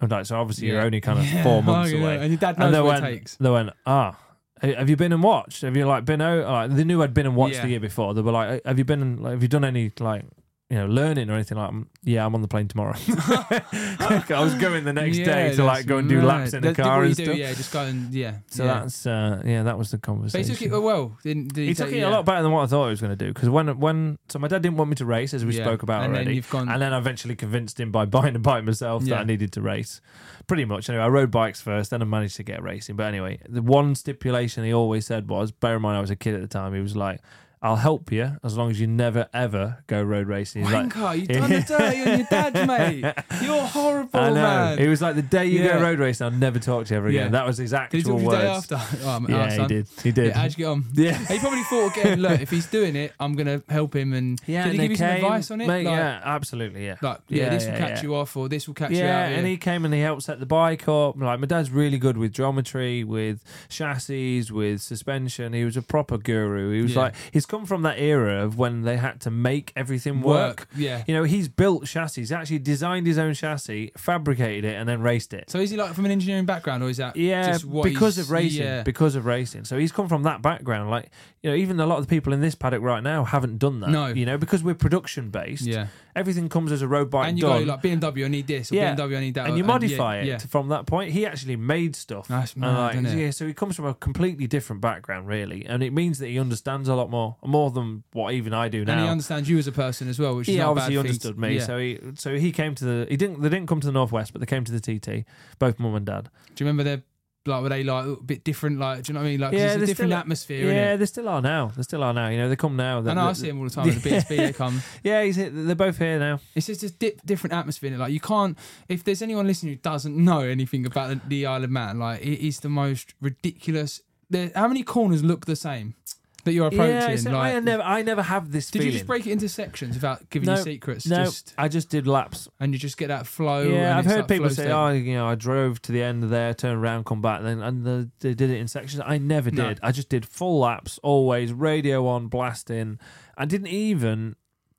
Speaker 5: I'm like, so obviously you're
Speaker 4: Yeah.
Speaker 5: only kind of
Speaker 4: Yeah.
Speaker 5: four months
Speaker 4: Oh, yeah.
Speaker 5: away.
Speaker 4: And your dad knows
Speaker 5: they
Speaker 4: what it
Speaker 5: went,
Speaker 4: takes.
Speaker 5: They went, ah, ha- have you been and watched? Have you like been out? Like, they knew I'd been and watched
Speaker 4: Yeah.
Speaker 5: the year before. They were like, have you been and like, have you done any like you know, learning or anything like, I'm- yeah, I'm on the plane tomorrow. I was going the next
Speaker 4: Yeah,
Speaker 5: day to like
Speaker 4: that's
Speaker 5: go and do laps
Speaker 4: mad.
Speaker 5: in the
Speaker 4: That's
Speaker 5: car
Speaker 4: what you
Speaker 5: and
Speaker 4: do,
Speaker 5: stuff.
Speaker 4: Yeah, just go and yeah.
Speaker 5: So
Speaker 4: yeah.
Speaker 5: that's uh, yeah, that was the
Speaker 4: But he
Speaker 5: conversation.
Speaker 4: took it well. Didn't, did
Speaker 5: He took it a lot better than what I thought he was going to do because when when so my dad didn't want me to race as we
Speaker 4: Yeah,
Speaker 5: spoke about
Speaker 4: and then
Speaker 5: already,
Speaker 4: you've gone-
Speaker 5: and then I eventually convinced him by buying a bike myself
Speaker 4: Yeah.
Speaker 5: that I needed to race. Pretty much anyway, I rode bikes first, then I managed to get racing. But anyway, the one stipulation he always said was, bear in mind I was a kid at the time, he was like, "I'll help you as long as you never ever go road racing." He's like-
Speaker 4: Wanker, you done the dirty on your dad, mate. You're horrible,
Speaker 5: I know.
Speaker 4: man.
Speaker 5: It was like the day you
Speaker 4: Yeah.
Speaker 5: go road racing, I'll never talk to you ever again.
Speaker 4: Yeah.
Speaker 5: That was his
Speaker 4: did he
Speaker 5: actual
Speaker 4: talk to you the
Speaker 5: words.
Speaker 4: day after? Oh, I'm
Speaker 5: Yeah,
Speaker 4: out,
Speaker 5: he
Speaker 4: son.
Speaker 5: did. He did.
Speaker 4: Yeah, how'd you get on?
Speaker 5: Yeah.
Speaker 4: He probably thought again. Look, if he's doing it, I'm gonna help him. And
Speaker 5: Yeah,
Speaker 4: did
Speaker 5: and
Speaker 4: he
Speaker 5: they
Speaker 4: give you some
Speaker 5: came-
Speaker 4: advice on it?
Speaker 5: Mate,
Speaker 4: like,
Speaker 5: yeah, absolutely, yeah.
Speaker 4: like, yeah, this will
Speaker 5: yeah,
Speaker 4: catch
Speaker 5: yeah.
Speaker 4: you off, or this will catch
Speaker 5: Yeah,
Speaker 4: you out.
Speaker 5: and he came and he helped set the bike up. Like my dad's really good with geometry, with chassis, with suspension. He was a proper guru. He was
Speaker 4: Yeah.
Speaker 5: like he's come from that era of when they had to make everything work.
Speaker 4: Work, yeah.
Speaker 5: You know, he's built chassis, He's actually designed his own chassis, fabricated it and then raced it.
Speaker 4: So is he like from an engineering background, or is that
Speaker 5: Yeah,
Speaker 4: just what
Speaker 5: because
Speaker 4: he's-
Speaker 5: of racing.
Speaker 4: Yeah.
Speaker 5: Because of racing. So he's come from that background. Like you know, even a lot of the people in this paddock right now haven't done that.
Speaker 4: No.
Speaker 5: you know, because we're production based.
Speaker 4: Yeah.
Speaker 5: everything comes as a road bike.
Speaker 4: and you
Speaker 5: done.
Speaker 4: go like BMW, I need this, or BMW, I need that,
Speaker 5: and
Speaker 4: or-
Speaker 5: you modify
Speaker 4: yeah,
Speaker 5: it
Speaker 4: Yeah.
Speaker 5: from that point. He actually made stuff.
Speaker 4: That's
Speaker 5: And,
Speaker 4: mad, innit?
Speaker 5: yeah, so he comes from a completely different background, really, and it means that he understands a lot more, more than what even I do now.
Speaker 4: And he understands you as a person as well, which is
Speaker 5: Yeah,
Speaker 4: not a bad
Speaker 5: obviously he
Speaker 4: thing
Speaker 5: understood
Speaker 4: to-
Speaker 5: me.
Speaker 4: yeah.
Speaker 5: So he so he came to the he didn't they didn't come to the northwest, but they came to the TT, both mum and dad.
Speaker 4: Do you remember they're like were they like a bit different? Like, do you know what I mean? Like, 'cause it's a
Speaker 5: they're
Speaker 4: different
Speaker 5: still-
Speaker 4: atmosphere.
Speaker 5: Yeah,
Speaker 4: innit?
Speaker 5: they still are now. They still are now. You know, they come now.
Speaker 4: I know. I see them all the time. at The BSB they come.
Speaker 5: Yeah, he's, they're both here now.
Speaker 4: It's just a dip, different atmosphere. innit? Like, you can't. If there's anyone listening who doesn't know anything about the, the Isle of Man, like it is the most ridiculous. There, how many corners look the same that you're approaching?
Speaker 5: yeah, it's-
Speaker 4: like,
Speaker 5: I never, I never have this
Speaker 4: did
Speaker 5: feeling.
Speaker 4: you just break it into sections without giving
Speaker 5: no,
Speaker 4: you secrets?
Speaker 5: No,
Speaker 4: Just,
Speaker 5: I just did laps.
Speaker 4: and you just get that flow. and
Speaker 5: Yeah, I've
Speaker 4: it's
Speaker 5: heard
Speaker 4: that
Speaker 5: people
Speaker 4: flow
Speaker 5: say,
Speaker 4: state.
Speaker 5: "Oh, you know, I drove to the end of there, turned around, come back," then and the, they did it in sections. I never
Speaker 4: No.
Speaker 5: did. I just did full laps, always radio on, blasting. I didn't even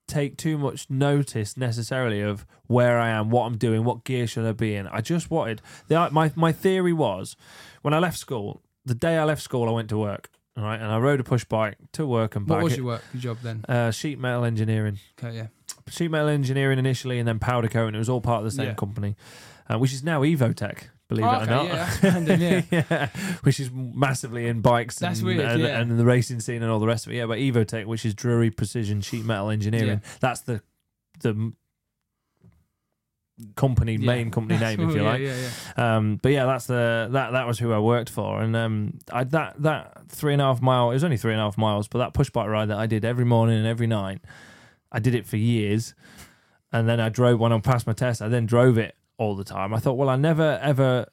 Speaker 5: take too much notice necessarily of where I am, what I'm doing, what gear should I be in. I just wanted the my my theory was when I left school, the day I left school, I went to work. All right, and I rode a push bike to work and back.
Speaker 4: what was
Speaker 5: It-
Speaker 4: your work, your job then?
Speaker 5: uh, sheet metal engineering
Speaker 4: Okay, yeah.
Speaker 5: sheet metal engineering initially and then powder coating. It was all part of the same
Speaker 4: Yeah.
Speaker 5: company, uh, which is now Evotech, believe
Speaker 4: Oh,
Speaker 5: it or
Speaker 4: okay,
Speaker 5: not.
Speaker 4: yeah, that's random, yeah.
Speaker 5: Yeah, which is massively in bikes
Speaker 4: That's
Speaker 5: and,
Speaker 4: weird,
Speaker 5: and,
Speaker 4: yeah.
Speaker 5: and the racing scene and all the rest of it. Yeah, but Evotech, which is Drury Precision Sheet Metal Engineering, that's the the m- company
Speaker 4: Yeah.
Speaker 5: main company name,
Speaker 4: Oh,
Speaker 5: if you
Speaker 4: yeah,
Speaker 5: like.
Speaker 4: Yeah, yeah.
Speaker 5: Um, but yeah, that's the that that was who I worked for, and um, I that that three and a half mile. It was only three and a half miles, but that push bike ride that I did every morning and every night, I did it for years, and then I drove when I passed my test. I then drove it all the time. I thought, well, I never ever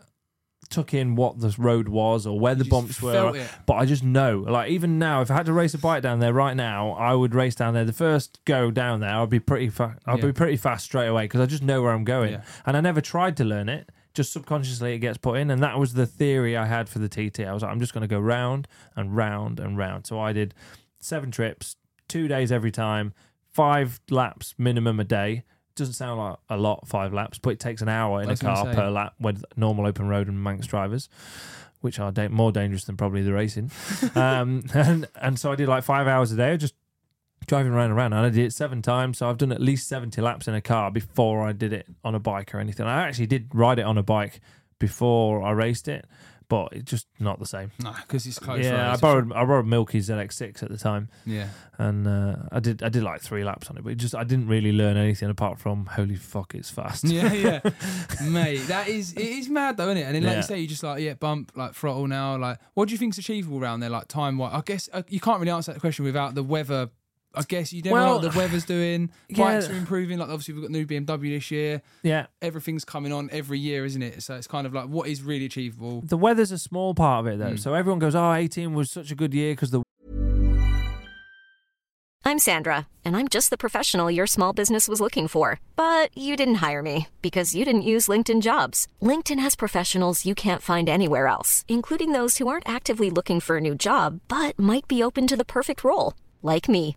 Speaker 5: took in what the road was or where the
Speaker 4: just
Speaker 5: bumps were
Speaker 4: felt it.
Speaker 5: but I just know, like even now, if I had to race a bike down there right now, I would race down there. The first go down there, I'd be pretty, fa- I'd
Speaker 4: Yeah.
Speaker 5: be pretty fast straight away because I just know where I'm going,
Speaker 4: Yeah.
Speaker 5: and I never tried to learn it. Just subconsciously, it gets put in, and that was the theory I had for the TT. I was like, I'm just going to go round and round and round. So I did seven trips, two days every time, five laps minimum a day. Doesn't sound like a lot, five laps, but it takes an hour in
Speaker 4: I
Speaker 5: a
Speaker 4: was gonna
Speaker 5: car
Speaker 4: say.
Speaker 5: per lap with normal open road and Manx drivers which are da- more dangerous than probably the racing. um, and and so I did like five hours a day, just driving around and around. And I did it seven times, so I've done at least seventy laps in a car before I did it on a bike or anything. I actually did ride it on a bike before I raced it, but it's just not the same.
Speaker 4: No, because it's close.
Speaker 5: yeah, I
Speaker 4: right?
Speaker 5: borrowed I borrowed Milky's ZX6 at the time,
Speaker 4: Yeah.
Speaker 5: and uh, I did I did like three laps on it, but it just I didn't really learn anything apart from holy fuck, it's fast.
Speaker 4: Yeah, yeah, mate. That is it is mad though, isn't it? And then like
Speaker 5: Yeah.
Speaker 4: you say, you just like yeah, bump like throttle now. Like, what do you think's achievable round there? Like time wise, I guess uh, you can't really answer that question without the weather. I guess you never know
Speaker 5: Well,
Speaker 4: what the weather's doing.
Speaker 5: yeah.
Speaker 4: Bikes are improving. Like obviously we've got new BMW this year.
Speaker 5: yeah.
Speaker 4: Everything's coming on every year, isn't it? So it's kind of like what is really achievable.
Speaker 5: The weather's a small part of it though, so everyone goes, "Oh, 18 was such a good year because the
Speaker 7: I'm Sandra, and I'm just the professional your small business was looking for. But you didn't hire me because you didn't use LinkedIn jobs. LinkedIn has professionals you can't find anywhere else, including those who aren't actively looking for a new job but might be open to the perfect role, like me.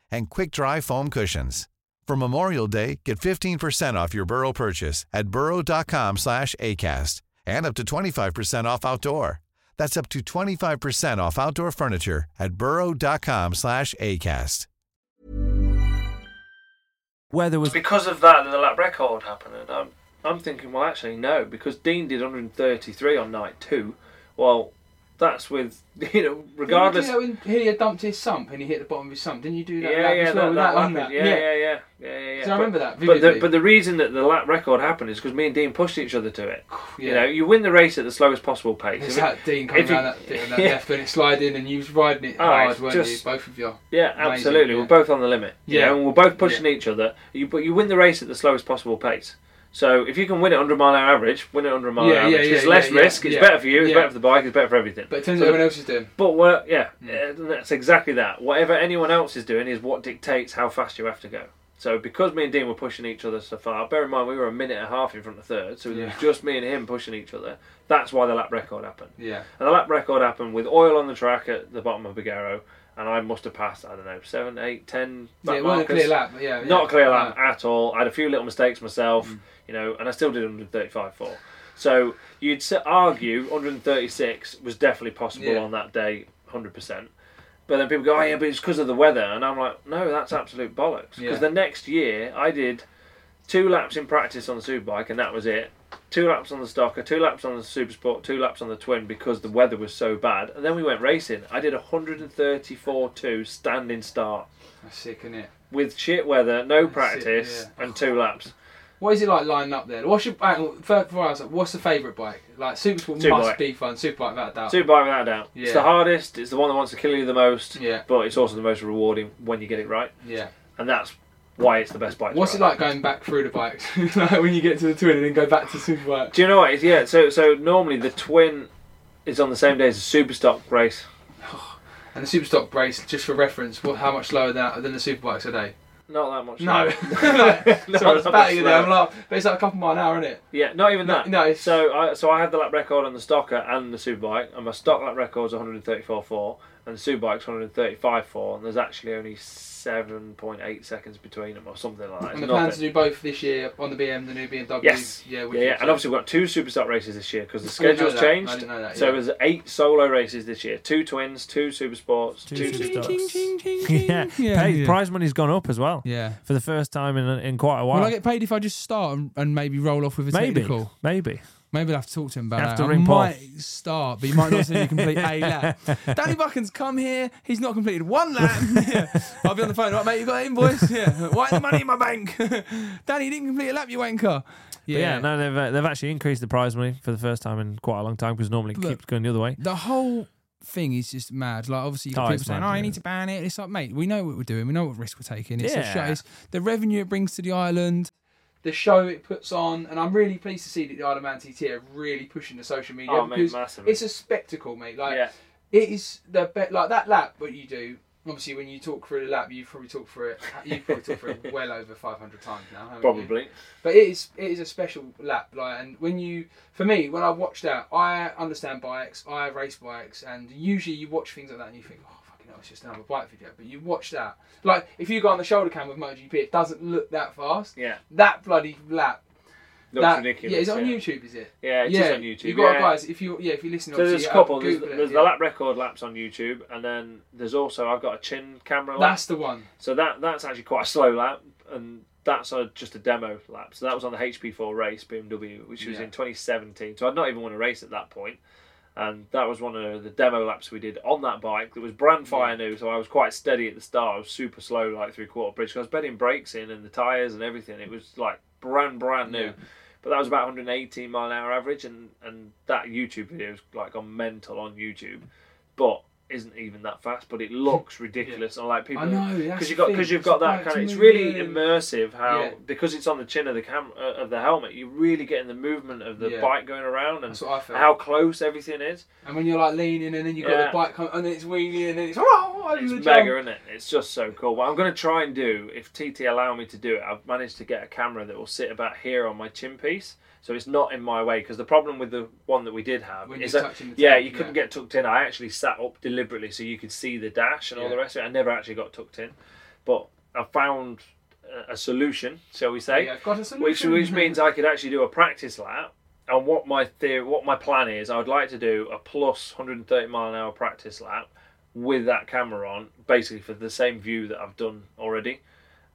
Speaker 8: and quick-dry foam cushions. For Memorial Day, get 15% off your Burrow purchase at burrow.com/acast and up to 25% off outdoor. That's up to 25% off outdoor furniture at burrow.com/acast.
Speaker 9: Where there was
Speaker 5: because of that, the lap record happened. And I'm, I'm thinking, well, actually, no, because Dean did 133 on night two. Well, that's with, you know, regardless.
Speaker 4: Didn't you do that when Hillier dumped his sump and he hit the bottom of his sump? Didn't you do
Speaker 5: Yeah,
Speaker 4: that?
Speaker 5: yeah,
Speaker 4: as
Speaker 5: that,
Speaker 4: well, with
Speaker 5: that
Speaker 4: on
Speaker 5: happened.
Speaker 4: that?
Speaker 5: Yeah, yeah, yeah, yeah, yeah, yeah.
Speaker 4: So I remember that
Speaker 5: But the,
Speaker 4: vividly.
Speaker 5: but the reason that the lap record happened is because me and Dean pushed each other to it. You
Speaker 4: Yeah.
Speaker 5: know, you win the race at the slowest possible pace.
Speaker 4: It's
Speaker 5: I mean,
Speaker 4: that Dean coming
Speaker 5: if you-
Speaker 4: down that, bit and that
Speaker 5: yeah,
Speaker 4: left when it slid in and you was riding it
Speaker 5: Oh,
Speaker 4: hard,
Speaker 5: it's
Speaker 4: weren't you?
Speaker 5: just-
Speaker 4: Both of you.
Speaker 5: Yeah,
Speaker 4: Amazing,
Speaker 5: absolutely.
Speaker 4: yeah.
Speaker 5: We're both on the limit. Yeah,
Speaker 4: Yeah.
Speaker 5: and we're both pushing each other. You but you win the race at the slowest possible pace. So if you can win at 100 mile an hour average, win at 100 mile an
Speaker 4: Yeah,
Speaker 5: hour
Speaker 4: yeah,
Speaker 5: average.
Speaker 4: yeah,
Speaker 5: it's less
Speaker 4: yeah, yeah,
Speaker 5: risk. It's
Speaker 4: yeah.
Speaker 5: better for you. It's
Speaker 4: Yeah.
Speaker 5: better for the bike. It's better for everything.
Speaker 4: But it turns
Speaker 5: So-
Speaker 4: out everyone else is doing.
Speaker 5: But what? Yeah,
Speaker 4: Hmm.
Speaker 5: uh, that's exactly that. Whatever anyone else is doing is what dictates how fast you have to go. So because me and Dean were pushing each other so far, bear in mind we were a minute and a half in front of third, so it was just me and him pushing each other. That's why the lap record happened.
Speaker 4: Yeah.
Speaker 5: And the lap record happened with oil on the track at the bottom of Bigaro, and I must have passed, I don't know, seven, eight, ten
Speaker 4: Yeah,
Speaker 5: lap
Speaker 4: it wasn't a
Speaker 5: markers.
Speaker 4: clear lap, but yeah, Ah,
Speaker 5: Not
Speaker 4: yeah. Mm.
Speaker 5: a clear lap
Speaker 4: No.
Speaker 5: at all. I had a few little mistakes myself, you know, and I still did 135.4. So you'd s- argue 136 was definitely possible
Speaker 4: Yeah.
Speaker 5: on that day, 100%. But then people go, oh, yeah, but it's because of the weather. And I'm like, no, that's absolute bollocks. Because
Speaker 4: Yeah.
Speaker 5: the next year, I did two laps in practice on the Superbike, and that was it. Two laps on the Stocker, two laps on the Supersport, two laps on the Twin because the weather was so bad. And then we went racing. I did 134.2 standing start
Speaker 4: That's sick, isn't it?
Speaker 5: with shit weather, no practice,
Speaker 4: yeah.
Speaker 5: and two laps.
Speaker 4: What is it like lining up there? What's your uh, first for us? What's the favourite bike? Like Supersport
Speaker 5: Superbike.
Speaker 4: must be fun. Superbike without a doubt.
Speaker 5: Superbike without a doubt. It's
Speaker 4: Yeah.
Speaker 5: the hardest, it's the one that wants to kill you the most,
Speaker 4: Yeah.
Speaker 5: but it's also the most rewarding when you get it right.
Speaker 4: yeah.
Speaker 5: And that's why it's the best bike. to
Speaker 4: What's
Speaker 5: ride.
Speaker 4: it like going back through the bikes? like when you get to the twin and then go back to Superbike.
Speaker 5: Do you know what? It's, yeah, so so normally the twin is on the same day as the Superstock race.
Speaker 4: And the Superstock brace, just for reference, what, how much slower than, than the Superbikes are they?
Speaker 5: Not that much.
Speaker 4: No.
Speaker 5: No,
Speaker 4: Sorry, I was
Speaker 5: not
Speaker 4: batting you
Speaker 5: much
Speaker 4: there. I'm
Speaker 5: slower.
Speaker 4: like, but it's like a couple mile an hour, isn't it?
Speaker 5: Yeah, not even
Speaker 4: No,
Speaker 5: that.
Speaker 4: no, it's-
Speaker 5: So I so I had the lap record on the Stocker and the Superbike, and my stock lap record's 134.4, and the Superbike's 135.4, and there's actually only 7.8 seconds between them or something like that. It's
Speaker 4: And the plan to
Speaker 5: nothing.
Speaker 4: do both this year on the BM, the new BMW.
Speaker 5: Yes.
Speaker 4: Yeah, which
Speaker 5: yeah, yeah.
Speaker 4: is-
Speaker 5: And obviously we've got two Superstock races this year because the
Speaker 4: I didn't know
Speaker 5: schedule's
Speaker 4: that. I
Speaker 5: changed.
Speaker 4: didn't know that,
Speaker 5: So
Speaker 4: yeah.
Speaker 5: there's eight solo races this year: two twins, two Supersports, two,
Speaker 9: Two
Speaker 5: two
Speaker 9: Superstock.
Speaker 10: Ching, ching, ching, ching.
Speaker 9: yeah,
Speaker 10: Yeah,
Speaker 9: Pay-
Speaker 10: yeah.
Speaker 9: prize money's gone up as well.
Speaker 10: Yeah.
Speaker 9: for the first time in in quite a while.
Speaker 10: Will I get paid if I just start and, and maybe roll off with a
Speaker 9: maybe,
Speaker 10: technical?
Speaker 9: maybe.
Speaker 10: Maybe I'll have to talk to him about
Speaker 9: Have
Speaker 10: that.
Speaker 9: to
Speaker 10: I
Speaker 9: ring Paul.
Speaker 10: might start, but he might not see me complete a lap. Danny Buchan's come here. He's not completed one lap. Yeah. I'll be on the phone. Right, mate, you got an invoice? Yeah. Why ain't the money in my bank? Danny, you didn't complete a lap, you wanker.
Speaker 9: But yeah, no, they've uh, they've actually increased the prize money for the first time in quite a long time because normally it
Speaker 10: Look.
Speaker 9: keeps going the other way.
Speaker 10: The whole thing is just mad. Like, obviously, you got
Speaker 9: Oh,
Speaker 10: people
Speaker 9: it's
Speaker 10: saying,
Speaker 9: mad,
Speaker 10: oh, you
Speaker 9: yeah.
Speaker 10: need to ban it. It's like, mate, we know what we're doing. We know what risk we're taking. It's, a
Speaker 9: Yeah.
Speaker 10: show. it's the revenue it brings to the island.
Speaker 4: the show it puts on, and I'm really pleased to see that the Isle of Man TT are really pushing the social media
Speaker 5: Oh, mate,
Speaker 4: because
Speaker 5: massively.
Speaker 4: it's a spectacle, mate. Like
Speaker 5: Yeah.
Speaker 4: it is the be- like that lap what you do. Obviously, when you talk through the lap, you probably talk through it. You probably talked through it well over 500 times now. haven't you?
Speaker 5: Probably.
Speaker 4: But it is it is a special lap, like, and when you, for me, when I watch that, I understand bikes, I race bikes, and usually you watch things like that and you think, oh fucking hell, it's just another bike video. But you watch that, like, if you go on the shoulder cam with MotoGP, it doesn't look that fast.
Speaker 5: Yeah.
Speaker 4: That bloody lap.
Speaker 5: Looks
Speaker 4: that,
Speaker 5: ridiculous.
Speaker 4: Yeah, is it on
Speaker 5: yeah.
Speaker 4: YouTube? Is it?
Speaker 5: Yeah, it is on YouTube,
Speaker 4: You got
Speaker 5: yeah.
Speaker 4: guys. If you yeah, if you listen,
Speaker 5: So there's
Speaker 4: obviously,
Speaker 5: a couple.
Speaker 4: uh,
Speaker 5: There's,
Speaker 4: Google it,
Speaker 5: there's
Speaker 4: yeah.
Speaker 5: the lap record laps on YouTube, and then there's also I've got a chin camera lap.
Speaker 4: That's the one.
Speaker 5: so that that's actually quite a slow lap, and that's a, just a demo lap. So that was on the HP4 race BMW, which was
Speaker 4: Yeah.
Speaker 5: in 2017. So I'd not even won a race at that point, and that was one of the demo laps we did on that bike. That was brand fire new, so I was quite steady at the start. I was super slow, like three quarter bridge. 'cause I was bedding brakes in and the tires and everything. It was like brand brand new. But that was about 118 mile an hour average, and, and that YouTube video has like gone mental on YouTube. But isn't even that fast, but it looks ridiculous. And like people,
Speaker 4: I know, that's
Speaker 5: because
Speaker 4: the
Speaker 5: you got
Speaker 4: thing,
Speaker 5: because you've
Speaker 4: it's
Speaker 5: got that
Speaker 4: like
Speaker 5: kind of.
Speaker 4: to
Speaker 5: It's
Speaker 4: move
Speaker 5: really
Speaker 4: really-
Speaker 5: immersive how
Speaker 4: Yeah.
Speaker 5: because it's on the chin of the camera of the helmet. You're really getting the movement of the
Speaker 4: Yeah.
Speaker 5: bike going around and
Speaker 4: That's what I felt.
Speaker 5: how close everything is.
Speaker 4: And when you're like leaning, and then you got
Speaker 5: Yeah.
Speaker 4: the bike coming, and then it's wheeling, and then it's oh, over
Speaker 5: It's
Speaker 4: the
Speaker 5: mega,
Speaker 4: jump.
Speaker 5: isn't it? It's just so cool. What I'm going to try and do, if TT allow me to do it, I've managed to get a camera that will sit about here on my chin piece, so it's not in my way. Because the problem with the one that we did have
Speaker 4: When
Speaker 5: is
Speaker 4: you're
Speaker 5: that
Speaker 4: touching the
Speaker 5: yeah,
Speaker 4: top,
Speaker 5: you couldn't
Speaker 4: yeah.
Speaker 5: get tucked in. I actually sat up deliberately so you could see the dash and all the
Speaker 4: Yeah.
Speaker 5: rest of it. I never actually got tucked in, but I found a- a solution, shall we say?
Speaker 4: Oh, Yeah, I've got a
Speaker 5: Which
Speaker 4: solution.
Speaker 5: which means I could actually do a practice lap. And what my theory, what my plan is, I would like to do a plus 130 mile an hour practice lap with that camera on, basically for the same view that I've done already.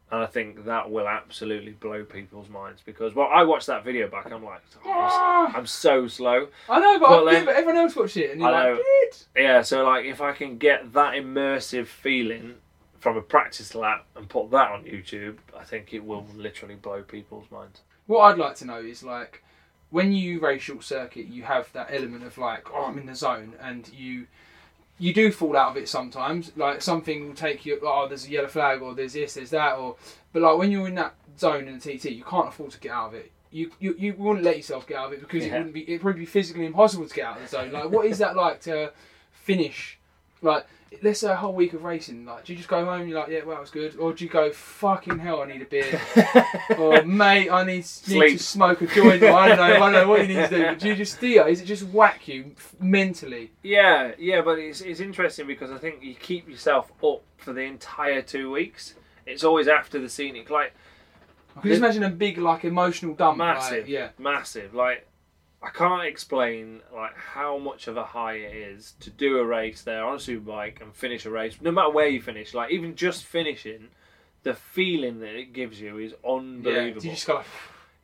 Speaker 5: And I think that will absolutely blow people's minds because well, I watched that video back. I'm like, "Oh, I'm s- I'm so slow.
Speaker 4: I know, but,
Speaker 5: But
Speaker 4: I've- yeah,
Speaker 5: then-
Speaker 4: but everyone else watched it, and you're
Speaker 5: I
Speaker 4: like,
Speaker 5: know.
Speaker 4: "Did?"
Speaker 5: Yeah, so like if I can get that immersive feeling from a practice lap and put that on YouTube, I think it will literally blow people's minds.
Speaker 4: What I'd like to know is like when you race short circuit, you have that element of like, oh, I'm in the zone, and you you do fall out of it sometimes. Like something will take you. Oh, there's a yellow flag, or there's this, there's that, or but like when you're in that zone in the TT, you can't afford to get out of it. You, you, you wouldn't let yourself get out of it because it wouldn't be it would be physically impossible to get out of the zone. Like what is that like to finish? Like let's say a whole week of racing. Like do you just go home? You're like yeah, well that was good, or do you go fucking hell? I need a beer. or mate, I need, need to
Speaker 5: Sleep.
Speaker 4: smoke a joint. Or, I don't know, I don't know what you need to do. But do you just Theo? Is it just whack you f- mentally?
Speaker 5: Yeah, yeah, but it's it's interesting because I think you keep yourself up for the entire two weeks. It's always after the scenic, like
Speaker 4: I can just imagine a big like emotional dump. like,
Speaker 5: massive,
Speaker 4: yeah.
Speaker 5: massive. Like I can't explain like how much of a high it is to do a race there on a superbike and finish a race, no matter where you finish. Like even just finishing, the feeling that it gives you is
Speaker 4: Yeah.
Speaker 5: unbelievable.
Speaker 4: Do you just go like,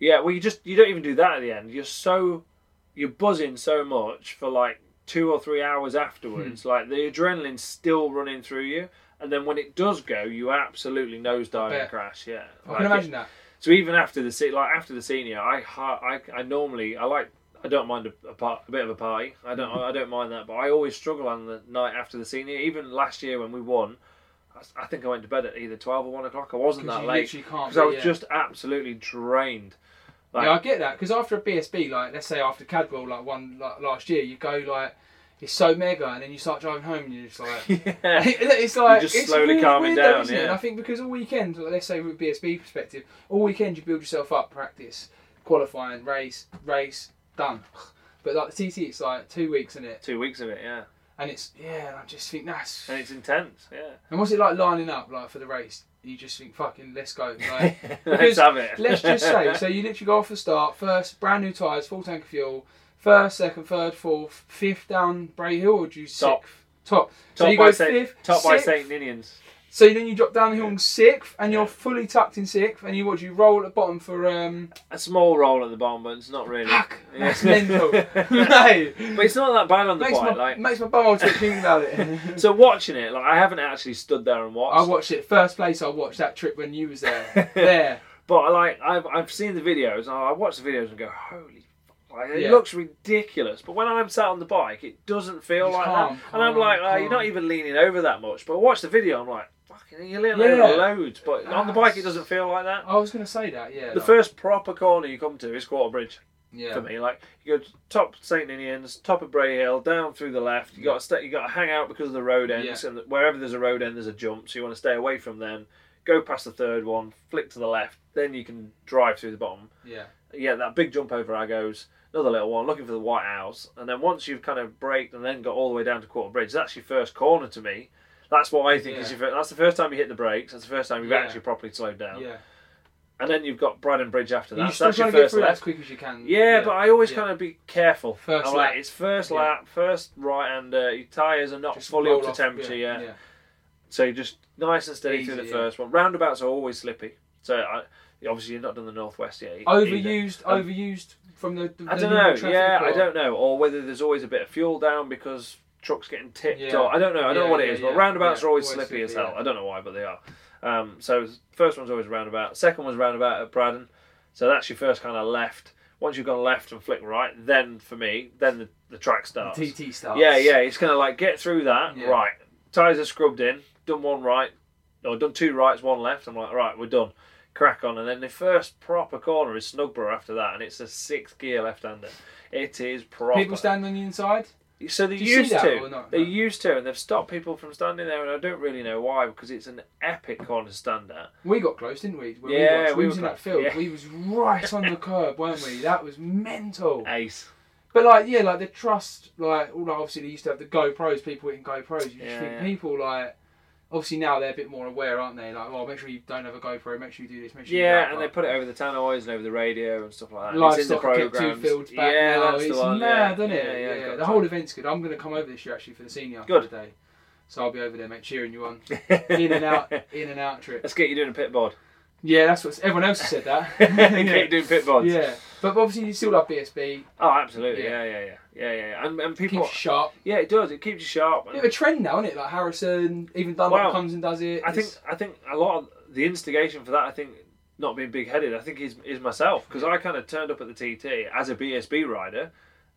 Speaker 5: Yeah, well, you just you don't even do that at the end. You're so you're buzzing so much for like two or three hours
Speaker 4: Hmm.
Speaker 5: afterwards. Like the adrenaline's still running through you, and then when it does go, you absolutely nosedive
Speaker 4: bet.
Speaker 5: and crash. Yeah,
Speaker 4: I can imagine that.
Speaker 5: So even after the se- like after the senior, I ha- I, I normally I like I don't mind a, a, par- a bit of a party. I don't I don't mind that, but I always struggle on the night after the senior. Even last year when we won. I s- I think I went to bed at either twelve or one o'clock. I wasn't
Speaker 4: 'Cause
Speaker 5: that
Speaker 4: you
Speaker 5: late
Speaker 4: literally can't
Speaker 5: I
Speaker 4: be,
Speaker 5: was
Speaker 4: yeah.
Speaker 5: just absolutely drained. Like,
Speaker 4: Yeah, I get that because after a BSB, like let's say after Cadwell, like one like, last year, you go like it's so mega, and then you start driving home, and you're just like, it's like
Speaker 5: just
Speaker 4: it's
Speaker 5: slowly
Speaker 4: really
Speaker 5: calming
Speaker 4: weird though,
Speaker 5: down,
Speaker 4: isn't it?
Speaker 5: yeah.
Speaker 4: And I think because all weekend, like, let's say with BSB perspective, all weekend you build yourself up, practice, qualifying, race, race, done. But like the TT, it's like two weeks in it,
Speaker 5: two weeks of it, yeah,
Speaker 4: and it's yeah, and I just think that's.
Speaker 5: and it's intense, yeah.
Speaker 4: And what's it like lining up like for the race? You just think fucking let's go. Like,
Speaker 5: Let's
Speaker 4: because
Speaker 5: have it.
Speaker 4: let's just say, so you literally go off the start, first brand new tyres, full tank of fuel, first, second, third, fourth, fifth down Bray Hill, or do you
Speaker 5: Top.
Speaker 4: sixth? Top. So
Speaker 5: top
Speaker 4: you
Speaker 5: by
Speaker 4: go
Speaker 5: Saint,
Speaker 4: fifth,
Speaker 5: top by
Speaker 4: sixth,
Speaker 5: Saint Ninians.
Speaker 4: So then you drop down the hill on sixth, and you're fully tucked in sixth, and you what do you roll at the bottom for um
Speaker 5: A small roll at the bottom, but it's not really.
Speaker 4: fuck
Speaker 5: Yeah.
Speaker 4: that's mental. Mate.
Speaker 5: But it's not that bad on the
Speaker 4: Makes my,
Speaker 5: bike. Like
Speaker 4: makes my bum to think about it.
Speaker 5: so, watching it, like I haven't actually stood there and watched.
Speaker 4: I watched it first place. I watched that trip when you was there. There,
Speaker 5: But like I've I've seen the videos. and I watch the videos and go, holy. fuck, Like, it
Speaker 4: Yeah.
Speaker 5: looks ridiculous, but when I'm sat on the bike, it doesn't feel
Speaker 4: It's
Speaker 5: like
Speaker 4: calm,
Speaker 5: that. And I'm
Speaker 4: calm,
Speaker 5: like, oh, you're
Speaker 4: calm.
Speaker 5: not even leaning over that much. But watch the video, I'm like, fucking, you're leaning
Speaker 4: Yeah.
Speaker 5: over loads. But on the bike, it doesn't feel like that.
Speaker 4: I was gonna say that. Yeah,
Speaker 5: The
Speaker 4: like-
Speaker 5: first proper corner you come to is Quarter Bridge.
Speaker 4: yeah.
Speaker 5: for me. Like you go to top Saint Ninians, top of Bray Hill, down through the left. You got to stay, you got to hang out because of the road
Speaker 4: Mm.
Speaker 5: ends,
Speaker 4: Yeah.
Speaker 5: and wherever there's a road end, there's a jump. So you want to stay away from them. Go past the third one, flick to the left, then you can drive through the bottom.
Speaker 4: Yeah.
Speaker 5: Yeah, that big jump over Agos, another little one, looking for the White House, and then once you've kind of braked and then got all the way down to Quarter Bridge, that's your first corner to me. That's what I think is
Speaker 4: Yeah.
Speaker 5: your fir- that's the first time you hit the brakes. That's the first time you've
Speaker 4: Yeah.
Speaker 5: actually properly slowed down.
Speaker 4: Yeah.
Speaker 5: And then you've got Braddon Bridge after that.
Speaker 4: you
Speaker 5: so
Speaker 4: still
Speaker 5: that's your
Speaker 4: trying to get
Speaker 5: first
Speaker 4: through that
Speaker 5: left.
Speaker 4: as quick as you can.
Speaker 5: Yeah, but I always
Speaker 4: yeah.
Speaker 5: kind of be careful.
Speaker 4: First
Speaker 5: I'm
Speaker 4: lap.
Speaker 5: Like, it's first
Speaker 4: Yeah.
Speaker 5: lap, first right hander. Your tyres are not fully
Speaker 4: roll
Speaker 5: up to
Speaker 4: off,
Speaker 5: temperature yet,
Speaker 4: yeah.
Speaker 5: so you just nice and steady through
Speaker 4: Easy,
Speaker 5: the
Speaker 4: yeah.
Speaker 5: first one. Roundabouts are always slippy, so I, obviously you've not done the northwest yet. e- either.
Speaker 4: Overused,
Speaker 5: Um,
Speaker 4: overused from the. the
Speaker 5: I
Speaker 4: the
Speaker 5: don't
Speaker 4: normal
Speaker 5: know.
Speaker 4: traffic
Speaker 5: Yeah,
Speaker 4: or-
Speaker 5: I don't know. Or whether there's always a bit of fuel down because trucks getting tipped.
Speaker 4: Yeah.
Speaker 5: Or I don't know. I don't
Speaker 4: Yeah,
Speaker 5: know what it
Speaker 4: yeah,
Speaker 5: is.
Speaker 4: yeah.
Speaker 5: But roundabouts
Speaker 4: Yeah,
Speaker 5: are always,
Speaker 4: always
Speaker 5: slippy,
Speaker 4: slippy,
Speaker 5: as hell.
Speaker 4: yeah.
Speaker 5: I don't know why, but they are. Um, so first one's always roundabout. Second one's roundabout at Braddon. So that's your first kind of left. Once you've gone left and flick right, then for me, then the, the track starts.
Speaker 4: TT starts.
Speaker 5: Yeah, yeah. It's kind of like get through that.
Speaker 4: Yeah.
Speaker 5: Right. Tyres are scrubbed in. Done one right. Or done two rights, one left. I'm like, right, we're done. Crack on. And then the first proper corner is Snugborough after that. And it's a sixth gear left hander. It is proper.
Speaker 4: People stand on the inside.
Speaker 5: So they
Speaker 4: Do you see
Speaker 5: used
Speaker 4: that
Speaker 5: to.
Speaker 4: or not?
Speaker 5: They
Speaker 4: No.
Speaker 5: used to. And they've stopped people from standing there. And I don't really know why because it's an epic corner to stand at.
Speaker 4: We got close, didn't we? When
Speaker 5: Yeah,
Speaker 4: we, watched, we,
Speaker 5: we
Speaker 4: was in
Speaker 5: were
Speaker 4: that
Speaker 5: close,
Speaker 4: field.
Speaker 5: yeah.
Speaker 4: We was right on the curb, weren't we? That was mental.
Speaker 5: Ace.
Speaker 4: But like, yeah, like the trust, like, all like obviously they used to have the GoPros, people hitting GoPros. You just
Speaker 5: Yeah,
Speaker 4: think
Speaker 5: yeah.
Speaker 4: people like, obviously now they're a bit more aware, aren't they? Like, oh, make sure you don't have a GoPro, make sure you do this, make sure you do
Speaker 5: Yeah,
Speaker 4: that.
Speaker 5: and they put it over the tannoys and over the radio and stuff like that.
Speaker 4: Livestock
Speaker 5: it's in the
Speaker 4: are kept
Speaker 5: programs.
Speaker 4: two fields back
Speaker 5: yeah,
Speaker 4: now.
Speaker 5: that's
Speaker 4: it's
Speaker 5: the one.
Speaker 4: mad,
Speaker 5: yeah.
Speaker 4: isn't it?
Speaker 5: Yeah, yeah, got
Speaker 4: the
Speaker 5: it.
Speaker 4: whole event's good. I'm going to come over this year actually for the senior
Speaker 5: Good.
Speaker 4: today, so I'll be over there, mate, cheering you on. in and out, in and out trip.
Speaker 5: Let's get you doing a pit board.
Speaker 4: Yeah, that's what everyone else has said that.
Speaker 5: Get you doing pit boards.
Speaker 4: Yeah, but obviously you still love BSB.
Speaker 5: Oh, absolutely.
Speaker 4: Yeah.
Speaker 5: Yeah, yeah, yeah, yeah, yeah. yeah. And, and
Speaker 4: Keep
Speaker 5: people.
Speaker 4: sharp.
Speaker 5: Yeah, it does. It keeps you sharp.
Speaker 4: A
Speaker 5: and-
Speaker 4: bit of a trend now, isn't it? Like Harrison, even Dunlop
Speaker 5: Wow.
Speaker 4: comes and does it.
Speaker 5: I think
Speaker 4: It's-
Speaker 5: I think a lot of the instigation for that. I think not being big headed. I think is is myself because I kind of turned up at the TT as a BSB rider,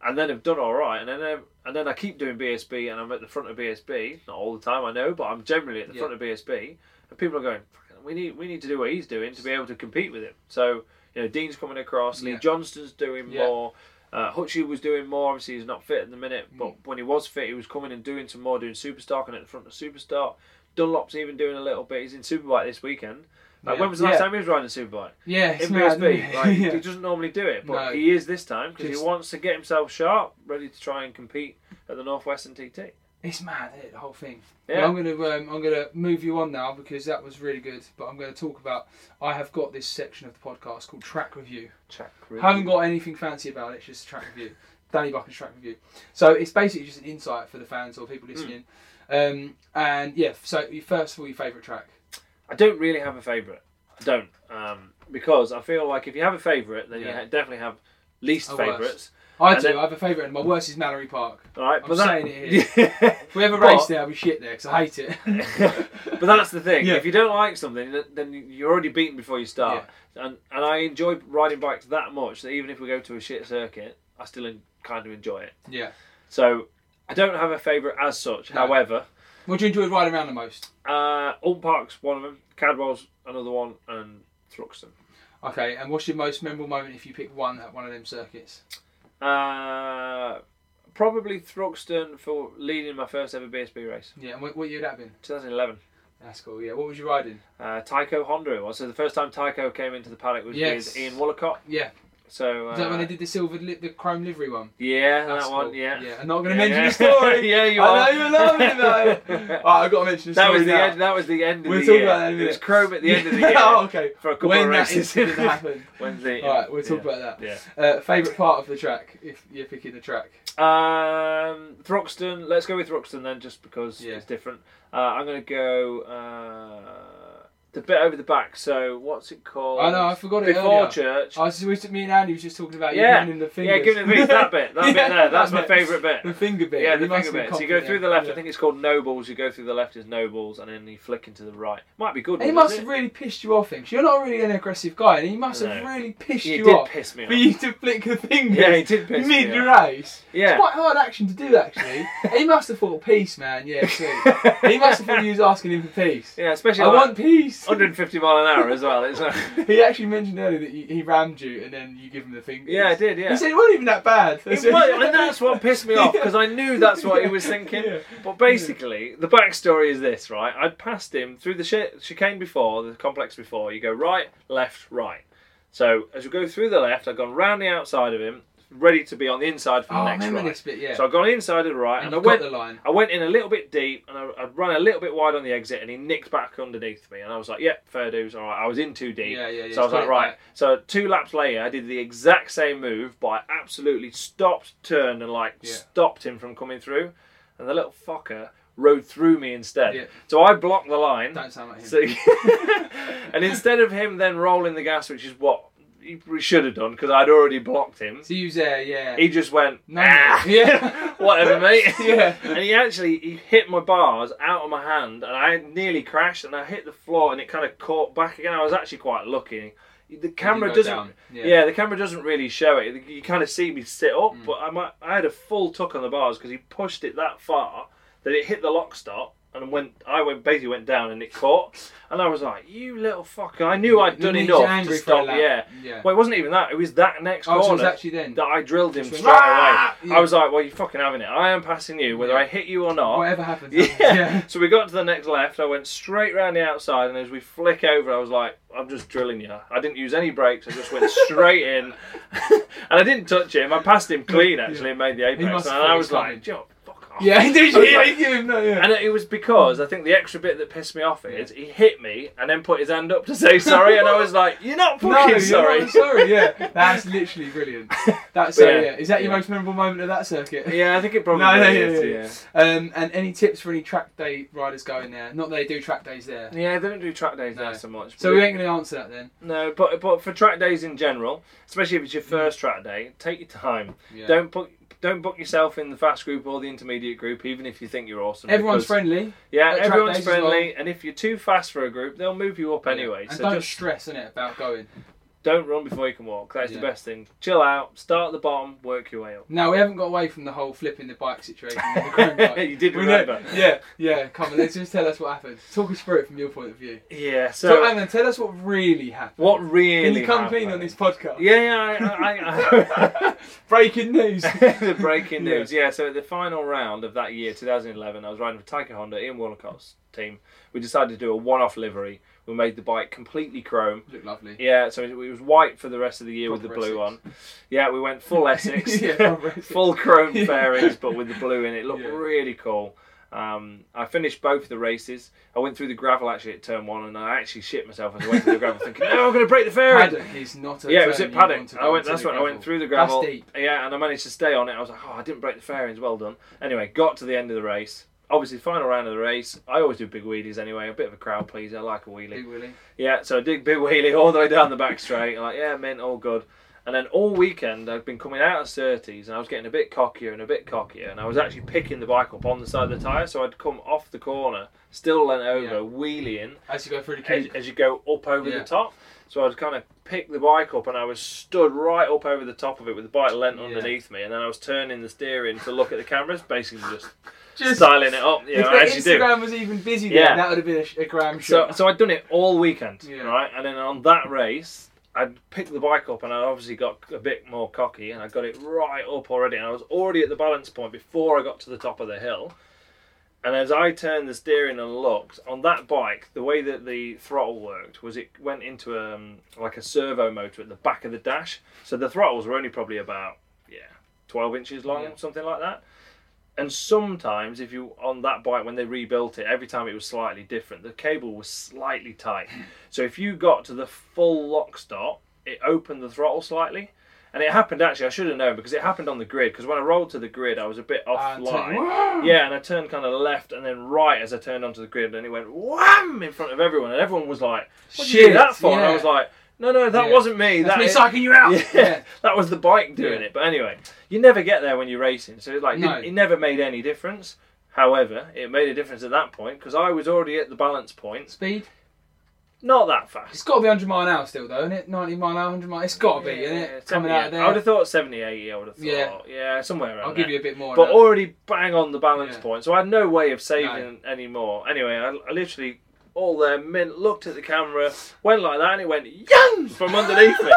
Speaker 5: and then have done all right, and then I- and then I keep doing BSB, and I'm at the front of BSB. Not all the time, I know, but I'm generally at the
Speaker 4: Yeah.
Speaker 5: front of BSB, and people are going. "Fucking, We need we need to do what he's doing to be able to compete with him. So you know, Dean's coming across.
Speaker 4: Yeah.
Speaker 5: Lee Johnston's doing
Speaker 4: Yeah.
Speaker 5: more. Uh, Hutchie was doing more. Obviously, he's not fit at the minute, but
Speaker 4: Mm.
Speaker 5: when he was fit, he was coming and doing some more, doing Superstock and at the front of Superstock. Dunlop's even doing a little bit. He's in Superbike this weekend. Like,
Speaker 4: Yeah.
Speaker 5: When was the last
Speaker 4: Yeah.
Speaker 5: time he was riding a Superbike?
Speaker 4: yeah, it's
Speaker 5: In
Speaker 4: mad,
Speaker 5: BSB.
Speaker 4: isn't it?
Speaker 5: Like,
Speaker 4: Yeah.
Speaker 5: He doesn't normally do it, but
Speaker 4: No.
Speaker 5: he is this time because
Speaker 4: Just-
Speaker 5: he wants to get himself sharp, ready to try and compete at the Northwestern TT.
Speaker 4: It's mad, isn't it? The whole thing.
Speaker 5: Yeah.
Speaker 4: Well, I'm gonna um, I'm gonna move you on now because that was really good. But I'm gonna talk about I have got this section of the podcast called track review.
Speaker 5: Check. really.
Speaker 4: Haven't got anything fancy about it. It's just track review. Danny Buckin's track review. So it's basically just an insight for the fans or
Speaker 5: Hmm.
Speaker 4: people listening. Um, and yeah, so you- first of all, your favourite track.
Speaker 5: I don't really have a favourite. I don't. Um, because I feel like if you have a favourite, then you
Speaker 4: Yeah.
Speaker 5: ha- definitely have least
Speaker 4: Oh, worse.
Speaker 5: favourites.
Speaker 4: I
Speaker 5: And
Speaker 4: do.
Speaker 5: then-
Speaker 4: I have a favourite, and my worst is Mallory Park.
Speaker 5: All right,
Speaker 4: I'm
Speaker 5: but that-
Speaker 4: saying it here. if we have a
Speaker 5: But-
Speaker 4: race there, I'll be shit there because I hate it.
Speaker 5: But that's the thing.
Speaker 4: Yeah.
Speaker 5: If you don't like something, th- then you're already beaten before you start. And and I enjoy riding bikes that much that even if we go to a shit circuit, I still en- kind of enjoy it.
Speaker 4: yeah.
Speaker 5: So I don't have a favourite as such. However,
Speaker 4: What do you enjoy riding around the most?
Speaker 5: uh, Ulm Park's one of them, Cadwell's another one, and Thruxton.
Speaker 4: Okay, and what's your most memorable moment if you pick one at one of them circuits?
Speaker 5: Uh, probably Thruxton for leading my first ever BSB race,
Speaker 4: Yeah, and what, what year would that been?
Speaker 5: 2011.
Speaker 4: That's cool. Yeah, what was you riding?
Speaker 5: Uh, Tycho Honda it was. So the first time Tycho came into the paddock was
Speaker 4: Yes.
Speaker 5: with Ian Wallacott.
Speaker 4: Yeah,
Speaker 5: So uh,
Speaker 4: is that when they did the silver, li- the chrome livery one?
Speaker 5: Yeah,
Speaker 4: That's
Speaker 5: that one.
Speaker 4: cool.
Speaker 5: Yeah.
Speaker 4: yeah. I'm not going to
Speaker 5: Yeah,
Speaker 4: mention
Speaker 5: yeah.
Speaker 4: the story.
Speaker 5: Yeah, you
Speaker 4: I
Speaker 5: are.
Speaker 4: know you love me though. Alright, I've got to mention the
Speaker 5: That
Speaker 4: story
Speaker 5: was the
Speaker 4: now.
Speaker 5: end. That was the end of
Speaker 4: We'll
Speaker 5: the
Speaker 4: talk
Speaker 5: year.
Speaker 4: about that in a
Speaker 5: it was
Speaker 4: minute.
Speaker 5: Chrome at the end of the year.
Speaker 4: oh, okay.
Speaker 5: For a couple
Speaker 4: when
Speaker 5: of
Speaker 4: that
Speaker 5: races.
Speaker 4: incident happened.
Speaker 5: When's the?
Speaker 4: All right, we'll talk
Speaker 5: yeah.
Speaker 4: about that. Uh, favorite part of the track, if you're picking the track.
Speaker 5: Yeah. Um, Throxton. Let's go with Throxton then, just because
Speaker 4: Yeah.
Speaker 5: it's different. Uh, I'm gonna go uh, the bit over the back. So what's it called?
Speaker 4: I know, I forgot it
Speaker 5: Before
Speaker 4: earlier.
Speaker 5: church.
Speaker 4: I was just, we took- me and Andy was just talking about
Speaker 5: yeah,
Speaker 4: you giving him the fingers.
Speaker 5: yeah, give him the fingers. That bit, that
Speaker 4: Yeah,
Speaker 5: bit there. That's
Speaker 4: that
Speaker 5: my
Speaker 4: bit.
Speaker 5: favourite bit.
Speaker 4: The finger bit.
Speaker 5: Yeah,
Speaker 4: He
Speaker 5: the
Speaker 4: must
Speaker 5: finger
Speaker 4: be
Speaker 5: bit. So you go
Speaker 4: confident,
Speaker 5: through the left.
Speaker 4: yeah.
Speaker 5: I think it's called nobles. You go through the left is nobles, and then you flick into the right. Might be good.
Speaker 4: He
Speaker 5: wasn't
Speaker 4: must
Speaker 5: it?
Speaker 4: have really pissed you off, because you're not really an aggressive guy, and he must have
Speaker 5: No.
Speaker 4: really pissed
Speaker 5: He
Speaker 4: you
Speaker 5: did
Speaker 4: off.
Speaker 5: piss me
Speaker 4: for
Speaker 5: off.
Speaker 4: you to flick the fingers.
Speaker 5: Yeah, he did piss me
Speaker 4: mid
Speaker 5: off.
Speaker 4: race.
Speaker 5: Yeah.
Speaker 4: it's quite hard action to do actually. he must have thought peace, man. Yeah, sweet. he must have thought he was asking him for peace.
Speaker 5: Yeah, especially
Speaker 4: I
Speaker 5: like
Speaker 4: want peace.
Speaker 5: 150 mile an hour as well. It's like,
Speaker 4: He actually mentioned earlier that you, he rammed you and then you give him the fingers.
Speaker 5: Yeah, I did, yeah.
Speaker 4: He said it wasn't even that bad.
Speaker 5: It was- and that's what pissed me off because I knew that's what he was thinking.
Speaker 4: Yeah.
Speaker 5: But basically, the backstory is this, right? I'd passed him through the ch- chicane before, the complex before. You go right, left, right. So as you go through the left, I'd gone round the outside of him, ready to be on the inside for
Speaker 4: Oh,
Speaker 5: the
Speaker 4: I
Speaker 5: next
Speaker 4: remember
Speaker 5: right.
Speaker 4: this bit, yeah.
Speaker 5: So I got inside of the right,
Speaker 4: And
Speaker 5: and,
Speaker 4: you
Speaker 5: I
Speaker 4: got
Speaker 5: went
Speaker 4: the line.
Speaker 5: I went in a little bit deep, and I, I'd run a little bit wide on the exit, and he nicked back underneath me, and I was like, "Yep, fair dues." All right, I was in too deep,
Speaker 4: Yeah, yeah, yeah,
Speaker 5: so I was
Speaker 4: put
Speaker 5: like,
Speaker 4: it
Speaker 5: "Right."
Speaker 4: back.
Speaker 5: So two laps later, I did the exact same move, but I absolutely stopped, turned, and like
Speaker 4: Yeah.
Speaker 5: stopped him from coming through, and the little fucker rode through me instead.
Speaker 4: Yeah.
Speaker 5: So I blocked the line.
Speaker 4: Don't sound like him.
Speaker 5: So, and instead of him then rolling the gas, which is what he should have done because I'd already blocked him.
Speaker 4: So you there, yeah.
Speaker 5: He just went,
Speaker 4: No.
Speaker 5: "Ah."
Speaker 4: Yeah.
Speaker 5: whatever, mate.
Speaker 4: Yeah.
Speaker 5: And he actually he hit my bars out of my hand, and I nearly crashed, and I hit the floor, and it kind of caught back again. I was actually quite lucky. The camera
Speaker 4: go
Speaker 5: doesn't,
Speaker 4: down, yeah.
Speaker 5: yeah. the camera doesn't really show it. You kind of see me sit up,
Speaker 4: Mm.
Speaker 5: but I might, I had a full tuck on the bars because he pushed it that far that it hit the lock stop. And went, I went basically went down and it caught, and I was like, "You little fucker!" I knew I'd done
Speaker 4: made you
Speaker 5: enough
Speaker 4: angry
Speaker 5: to
Speaker 4: for
Speaker 5: stop.
Speaker 4: that.
Speaker 5: Yeah.
Speaker 4: Yeah.
Speaker 5: Well, it wasn't even that. It was that next
Speaker 4: Oh, so it was
Speaker 5: corner
Speaker 4: actually then.
Speaker 5: that I drilled him
Speaker 4: Just went,
Speaker 5: straight
Speaker 4: "Ah!"
Speaker 5: away.
Speaker 4: Yeah.
Speaker 5: I was like, well, you're fucking having it. I am passing you, whether
Speaker 4: Yeah.
Speaker 5: I hit you or not.
Speaker 4: Whatever happens.
Speaker 5: Yeah.
Speaker 4: happens. yeah.
Speaker 5: So we got to the next left. I went straight round the outside, and as we flick over, I was like, I'm just drilling you. I didn't use any brakes. I just went straight in, and I didn't touch him. I passed him clean actually, and made the apex.
Speaker 4: must
Speaker 5: And
Speaker 4: have thought
Speaker 5: I
Speaker 4: he
Speaker 5: was
Speaker 4: was coming.
Speaker 5: like, Joe, fuck off.
Speaker 4: Yeah, he did.
Speaker 5: I was
Speaker 4: Yeah,
Speaker 5: like-
Speaker 4: he gave him that, yeah.
Speaker 5: and it was because I think the extra bit that pissed me off is he hit me and then put his hand up to say sorry, and I was like, "You're not
Speaker 4: No,
Speaker 5: fucking
Speaker 4: you're
Speaker 5: sorry."
Speaker 4: not sorry. Yeah, that's literally brilliant. That's so,
Speaker 5: Yeah.
Speaker 4: yeah. Is that your
Speaker 5: Yeah.
Speaker 4: most memorable moment of that circuit?
Speaker 5: Yeah, I think it
Speaker 4: No,
Speaker 5: probably
Speaker 4: no, yeah,
Speaker 5: is.
Speaker 4: yeah, yeah. Um, and any tips for any track day riders going there? Not that they do track days there.
Speaker 5: Yeah, they don't do track days
Speaker 4: No.
Speaker 5: now so much.
Speaker 4: So
Speaker 5: but-
Speaker 4: we ain't going to answer that then.
Speaker 5: No, but but for track days in general, especially if it's your first track day, take your time.
Speaker 4: Mm. Yeah.
Speaker 5: Don't book don't book yourself in the fast group or the intermediate group, even if you think you're awesome.
Speaker 4: Everyone's
Speaker 5: because-
Speaker 4: friendly. at
Speaker 5: Yeah,
Speaker 4: track
Speaker 5: everyone's
Speaker 4: days as well.
Speaker 5: friendly, and if you're too fast for a group, they'll move you up anyway.
Speaker 4: And
Speaker 5: So
Speaker 4: don't
Speaker 5: just
Speaker 4: stress in it about going.
Speaker 5: don't run before you can walk. That's
Speaker 4: Yeah.
Speaker 5: the best thing. Chill out, start at the bottom, work your way up.
Speaker 4: No, we haven't got away from the whole flipping the bike situation. with the chrome bike.
Speaker 5: You did
Speaker 4: We know-
Speaker 5: remember.
Speaker 4: Yeah, yeah. Come on, let's just tell us what happened. Talk us through it from your point of view.
Speaker 5: Yeah.
Speaker 4: So,
Speaker 5: So,
Speaker 4: hang on, tell us what really happened.
Speaker 5: what really?
Speaker 4: Can you come clean
Speaker 5: happened?
Speaker 4: on this podcast?
Speaker 5: Yeah, yeah. I, I, I,
Speaker 4: Breaking news.
Speaker 5: the breaking
Speaker 4: Yeah.
Speaker 5: news. Yeah. so at the final round of that year, 2011, I was riding for Taika Honda, Ian Walcott's team. We decided to do a one-off livery. We made the bike completely chrome.
Speaker 4: Look lovely.
Speaker 5: Yeah, so it was white for the rest of the year with the
Speaker 4: Proper
Speaker 5: blue
Speaker 4: Essex.
Speaker 5: on. Yeah, we went full Essex,
Speaker 4: Yeah, proper Essex.
Speaker 5: full chrome fairings, but with the blue in it. Looked
Speaker 4: Yeah.
Speaker 5: really cool. Um, I finished both the races. I went through the gravel actually at turn one, and I actually shit myself as I went through the gravel, thinking, "No, I'm going to break the fairing."
Speaker 4: Paddock is not a
Speaker 5: yeah, it was
Speaker 4: turn
Speaker 5: at
Speaker 4: you want
Speaker 5: Paddock.
Speaker 4: to
Speaker 5: I
Speaker 4: go
Speaker 5: went.
Speaker 4: into
Speaker 5: That's
Speaker 4: the
Speaker 5: when I went
Speaker 4: gravel.
Speaker 5: through the gravel.
Speaker 4: That's deep.
Speaker 5: Yeah, and I managed to stay on it. I was like, oh, I didn't break the fairings. Well done. Anyway, got to the end of the race. Obviously, final round of the race. I always do big wheelies anyway. A bit of a crowd pleaser. I like a wheelie.
Speaker 4: Big Willie.
Speaker 5: Yeah, so I did big wheelie all the way down the back straight. Like, yeah, mint, all good. And then all weekend, I've been coming out of 30s and I was getting a bit cockier and a bit cockier. And I was actually picking the bike up on the side of the tyre. So I'd come off the corner, still leant over,
Speaker 4: Yeah.
Speaker 5: wheeling
Speaker 4: As you go through the
Speaker 5: as,
Speaker 4: cage.
Speaker 5: as you go up over
Speaker 4: Yeah.
Speaker 5: the top. So I'd kind of pick the bike up and I was stood right up over the top of it with the bike lent underneath me. And then I was turning the steering to look at the cameras, basically just, styling it up, you
Speaker 4: if
Speaker 5: know,
Speaker 4: the
Speaker 5: as you do.
Speaker 4: Instagram was even busy then,
Speaker 5: Yeah.
Speaker 4: that would have been a, sh- a gram
Speaker 5: So,
Speaker 4: shot.
Speaker 5: so I'd done it all weekend,
Speaker 4: Yeah.
Speaker 5: right? And then on that race, I'd picked the bike up and I obviously got a bit more cocky and I got it right up already. And I was already at the balance point before I got to the top of the hill. And as I turned the steering and looked on that bike, the way that the throttle worked was it went into um, like a servo motor at the back of the dash. So the throttles were only probably about yeah, 12 inches long, something like that. And sometimes, if you on that bike when they rebuilt it, every time it was slightly different. The cable was slightly tight, so if you got to the full lock stop, it opened the throttle slightly. And it happened actually. I should have known because it happened on the grid. Because when I rolled to the grid, I was a bit
Speaker 4: Ah, and
Speaker 5: offline.
Speaker 4: turned-
Speaker 5: yeah, and I turned kind of left and then right as I turned onto the grid, and it went wham in front of everyone, and everyone was like, "What did you
Speaker 4: Shit,
Speaker 5: do that for?" And
Speaker 4: yeah.
Speaker 5: I was like, "No, no, that
Speaker 4: Yeah.
Speaker 5: wasn't me.
Speaker 4: That's
Speaker 5: that
Speaker 4: me
Speaker 5: is-
Speaker 4: psyching you out.
Speaker 5: yeah,
Speaker 4: Yeah.
Speaker 5: that was the bike doing
Speaker 4: Yeah.
Speaker 5: it. But anyway, you never get there when you're racing, so it's like
Speaker 4: No.
Speaker 5: it, it never made any difference. However, it made a difference at that point because I was already at the balance point.
Speaker 4: Speed.
Speaker 5: Not that fast.
Speaker 4: It's got to be 100 mile an hour still, though, isn't it? 90 mile an hour, 100 mile. It's got to be, isn't it? Coming
Speaker 5: 70,
Speaker 4: out of there.
Speaker 5: I would have thought 70, 80, I would have thought.
Speaker 4: Yeah.
Speaker 5: Yeah, somewhere around
Speaker 4: I'll give
Speaker 5: there.
Speaker 4: you a bit more on
Speaker 5: But
Speaker 4: that.
Speaker 5: already bang on the balance
Speaker 4: Yeah.
Speaker 5: point, so I had no way of saving any more. Anyway, I, I literally, all there, mint, looked at the camera, went like that, and it went, young from underneath me.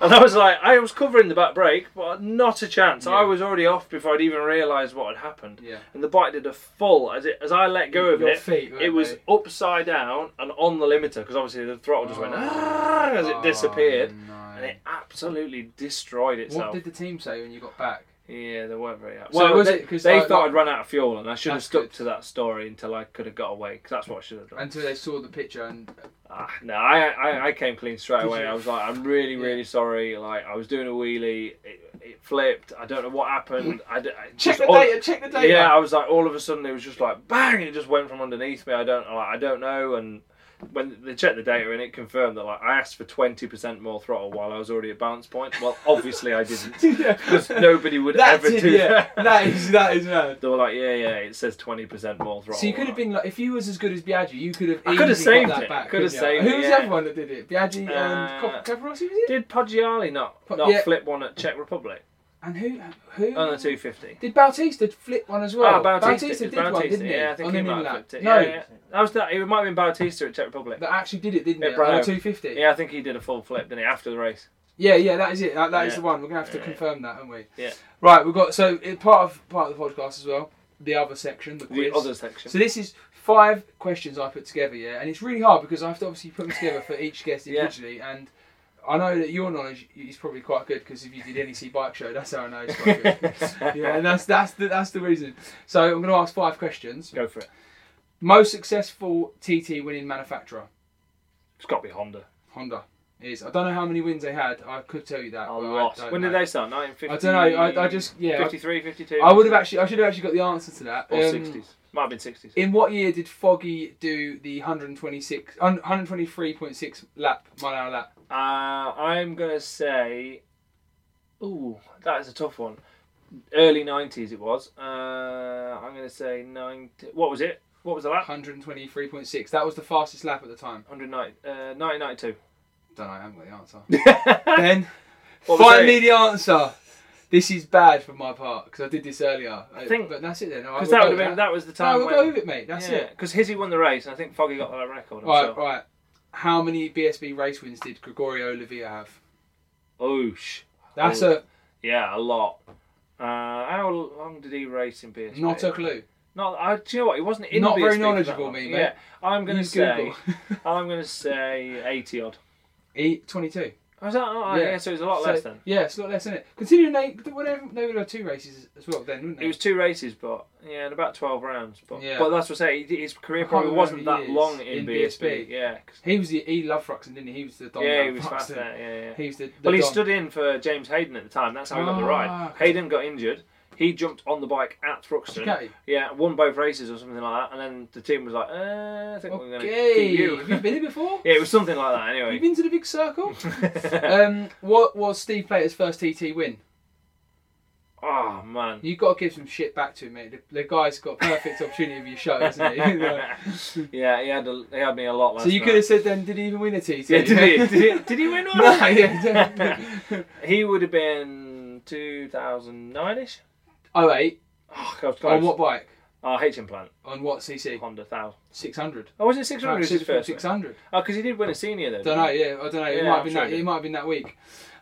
Speaker 5: And I was like, I was covering the back brake, but not a chance. I was already off before I'd even realised what had happened.
Speaker 4: Yeah.
Speaker 5: And the bike did a full as it as I let go of
Speaker 4: Your
Speaker 5: it.
Speaker 4: feet, weren't
Speaker 5: it was
Speaker 4: they?
Speaker 5: upside down and on the limiter because obviously the throttle just
Speaker 4: Oh.
Speaker 5: went "Ah," as it disappeared, and it absolutely destroyed
Speaker 4: What
Speaker 5: itself.
Speaker 4: did the team say when you got back?
Speaker 5: Yeah, they weren't very happy.
Speaker 4: So
Speaker 5: Well,
Speaker 4: was
Speaker 5: they,
Speaker 4: it 'cause,
Speaker 5: they
Speaker 4: like,
Speaker 5: thought
Speaker 4: like-
Speaker 5: I'd run out of fuel, and I should have
Speaker 4: That's
Speaker 5: stuck
Speaker 4: good.
Speaker 5: to that story until I could have got away. Because that's what I should have done.
Speaker 4: Until they saw the picture and
Speaker 5: Ah, no, I, I I came clean straight
Speaker 4: Did
Speaker 5: away.
Speaker 4: you?
Speaker 5: I was like, I'm really really sorry. Like I was doing a wheelie, it, it flipped. I don't know what happened. I, d- I just
Speaker 4: the
Speaker 5: all-
Speaker 4: data, Mm. check the data.
Speaker 5: Yeah, I was like, all of a sudden it was just like bang, it just went from underneath me. I don't like, I don't know, and when they checked the data and it confirmed that like I asked for twenty percent more throttle while I was already at balance point. Well, obviously I didn't because nobody would
Speaker 4: That's
Speaker 5: ever
Speaker 4: it,
Speaker 5: do
Speaker 4: yeah.
Speaker 5: that.
Speaker 4: that is that is mad.
Speaker 5: They were like, yeah, yeah, it says twenty percent more throttle.
Speaker 4: So you could have been like, if you was as good as Biaggi, you could have.
Speaker 5: I could have
Speaker 4: easily got
Speaker 5: saved
Speaker 4: that
Speaker 5: it.
Speaker 4: Back,
Speaker 5: Could have
Speaker 4: couldn't you?
Speaker 5: saved it,
Speaker 4: Who was
Speaker 5: yeah.
Speaker 4: the other one that did it? Biaggi and
Speaker 5: Uh,
Speaker 4: Cap- Caparossi, was it?
Speaker 5: Did Poggiali not
Speaker 4: Po-
Speaker 5: not
Speaker 4: yeah. Mm.
Speaker 5: flip one at Czech Republic
Speaker 4: And who? Who?
Speaker 5: on the two fifty?
Speaker 4: Did Bautista flip one as well?
Speaker 5: Ah, Bautista,
Speaker 4: did
Speaker 5: it's Bautista,
Speaker 4: one, didn't he?
Speaker 5: Yeah, I think
Speaker 4: on
Speaker 5: he
Speaker 4: the
Speaker 5: might
Speaker 4: new lap.
Speaker 5: have flipped it.
Speaker 4: No,
Speaker 5: Yeah, yeah. That was that. It might have been Bautista at Czech Republic.
Speaker 4: that actually did it, didn't
Speaker 5: Yeah,
Speaker 4: he?
Speaker 5: Brando.
Speaker 4: On the 250.
Speaker 5: Yeah, I think he did a full flip, didn't he, after the race?
Speaker 4: yeah, yeah, that is it. That, that is
Speaker 5: Yeah.
Speaker 4: the one. We're gonna have to confirm that, aren't we?
Speaker 5: Yeah.
Speaker 4: Right, we've got so it, part of part of the podcast as well. The other section, the
Speaker 5: The
Speaker 4: quiz.
Speaker 5: other section.
Speaker 4: So this is five questions I put together, yeah, and it's really hard because I have to obviously put them together for each guest
Speaker 5: Yeah.
Speaker 4: individually, and I know that your knowledge is probably quite good because if you did NEC bike show, that's how I know it's quite good. yeah, and that's that's the that's the reason. So I'm going to ask five questions.
Speaker 5: Go for it.
Speaker 4: Most successful TT winning manufacturer
Speaker 5: It's got to be Honda.
Speaker 4: Honda is. I don't know how many wins they had. I could tell you that.
Speaker 5: A
Speaker 4: but I
Speaker 5: lot.
Speaker 4: don't
Speaker 5: When
Speaker 4: know.
Speaker 5: did they start? 1950.
Speaker 4: I don't know, I- I just- yeah.
Speaker 5: 53, 52.
Speaker 4: I would have actually. I should have actually got the answer to that.
Speaker 5: Or
Speaker 4: Um,
Speaker 5: 60s. Might have been 60s.
Speaker 4: In what year did Foggy do the 126, 123.6 lap mile an hour lap?
Speaker 5: Uh, I'm gonna say. Ooh, that is a tough one. Early 90s it was. Uh, I'm gonna say 90. What was it? What was the lap?
Speaker 4: 123.6. That was the fastest lap at the time.
Speaker 5: 190. Uh, 1992.
Speaker 4: Don't know. I haven't got the answer. ben,
Speaker 5: What was
Speaker 4: find
Speaker 5: it?
Speaker 4: me the answer. This is bad for my part because I did this earlier. I
Speaker 5: think-
Speaker 4: but that's it then.
Speaker 5: Because that would have been that was the time.
Speaker 4: No, we'll
Speaker 5: when,
Speaker 4: go with it, mate. That's
Speaker 5: yeah,
Speaker 4: it.
Speaker 5: Because Hizzy won the race, and I think Foggy got that record. I'm
Speaker 4: Right,
Speaker 5: sure.
Speaker 4: right. How many BSB race wins did Gregorio Olivia have?
Speaker 5: Oh, sh-
Speaker 4: That's
Speaker 5: Oh.
Speaker 4: a
Speaker 5: yeah, a lot. Uh, how long did he race in BSB?
Speaker 4: not a clue.
Speaker 5: Not, I, do you know what? He wasn't in
Speaker 4: Not
Speaker 5: BSB
Speaker 4: very
Speaker 5: for that
Speaker 4: knowledgeable,
Speaker 5: long.
Speaker 4: me, mate.
Speaker 5: Yeah, I'm gonna
Speaker 4: Use
Speaker 5: say,
Speaker 4: Google.
Speaker 5: I'm gonna say 80 odd.
Speaker 4: Eight twenty-two.
Speaker 5: Was that? Oh, yeah. so it was a lot
Speaker 4: So-
Speaker 5: less then.
Speaker 4: Yeah, it's a lot less, isn't it? Considering they, they would have, they would have two races as well then, wouldn't they?
Speaker 5: It was two races, but yeah, and about 12 rounds. But
Speaker 4: Yeah.
Speaker 5: but that's what I say. he- His career
Speaker 4: can't
Speaker 5: probably
Speaker 4: remember
Speaker 5: wasn't
Speaker 4: the
Speaker 5: that
Speaker 4: years
Speaker 5: long in,
Speaker 4: in BSB.
Speaker 5: BSB. Yeah, 'cause-
Speaker 4: He was the he loved Fruxton, didn't he? He was the Don.
Speaker 5: yeah, he
Speaker 4: of
Speaker 5: was
Speaker 4: Thruxton.
Speaker 5: fast there. Yeah, yeah.
Speaker 4: Oh, He was the, the
Speaker 5: Well, he
Speaker 4: Don.
Speaker 5: stood in for James Hayden at the time. That's how he got the
Speaker 4: Ah,
Speaker 5: ride.
Speaker 4: okay.
Speaker 5: Hayden got injured. He jumped on the bike at Thruxton.
Speaker 4: Okay.
Speaker 5: Yeah, won both races or something like that. And then the team was like, uh, I think we're going to
Speaker 4: Okay,
Speaker 5: keep you.
Speaker 4: have you been here before?
Speaker 5: yeah, it was something like that anyway.
Speaker 4: Have you been to the big circle? um, what was Steve Plater's first TT win?
Speaker 5: Oh, man.
Speaker 4: You've got to give some shit back to him, mate. The, the guy's got perfect opportunity of your show, hasn't he?
Speaker 5: yeah, he had, a, he had me a lot last
Speaker 4: so you
Speaker 5: night.
Speaker 4: could have said then, did he even win a TT?
Speaker 5: Yeah, did he? Did he, did he win one?
Speaker 4: no, yeah, definitely.
Speaker 5: He would have been 2009 ish.
Speaker 4: Oh eight.
Speaker 5: Oh, I was close.
Speaker 4: On what bike?
Speaker 5: Oh, H implant.
Speaker 4: On what CC?
Speaker 5: Honda 1000.
Speaker 4: Six hundred.
Speaker 5: Oh, was it 600? was his first
Speaker 4: Six
Speaker 5: one?
Speaker 4: hundred.
Speaker 5: Oh, because he did win a senior though.
Speaker 4: Don't know. Yeah, I don't know. it
Speaker 5: Yeah,
Speaker 4: might
Speaker 5: I'm
Speaker 4: have been
Speaker 5: sure
Speaker 4: that.
Speaker 5: it did.
Speaker 4: It might have been that week.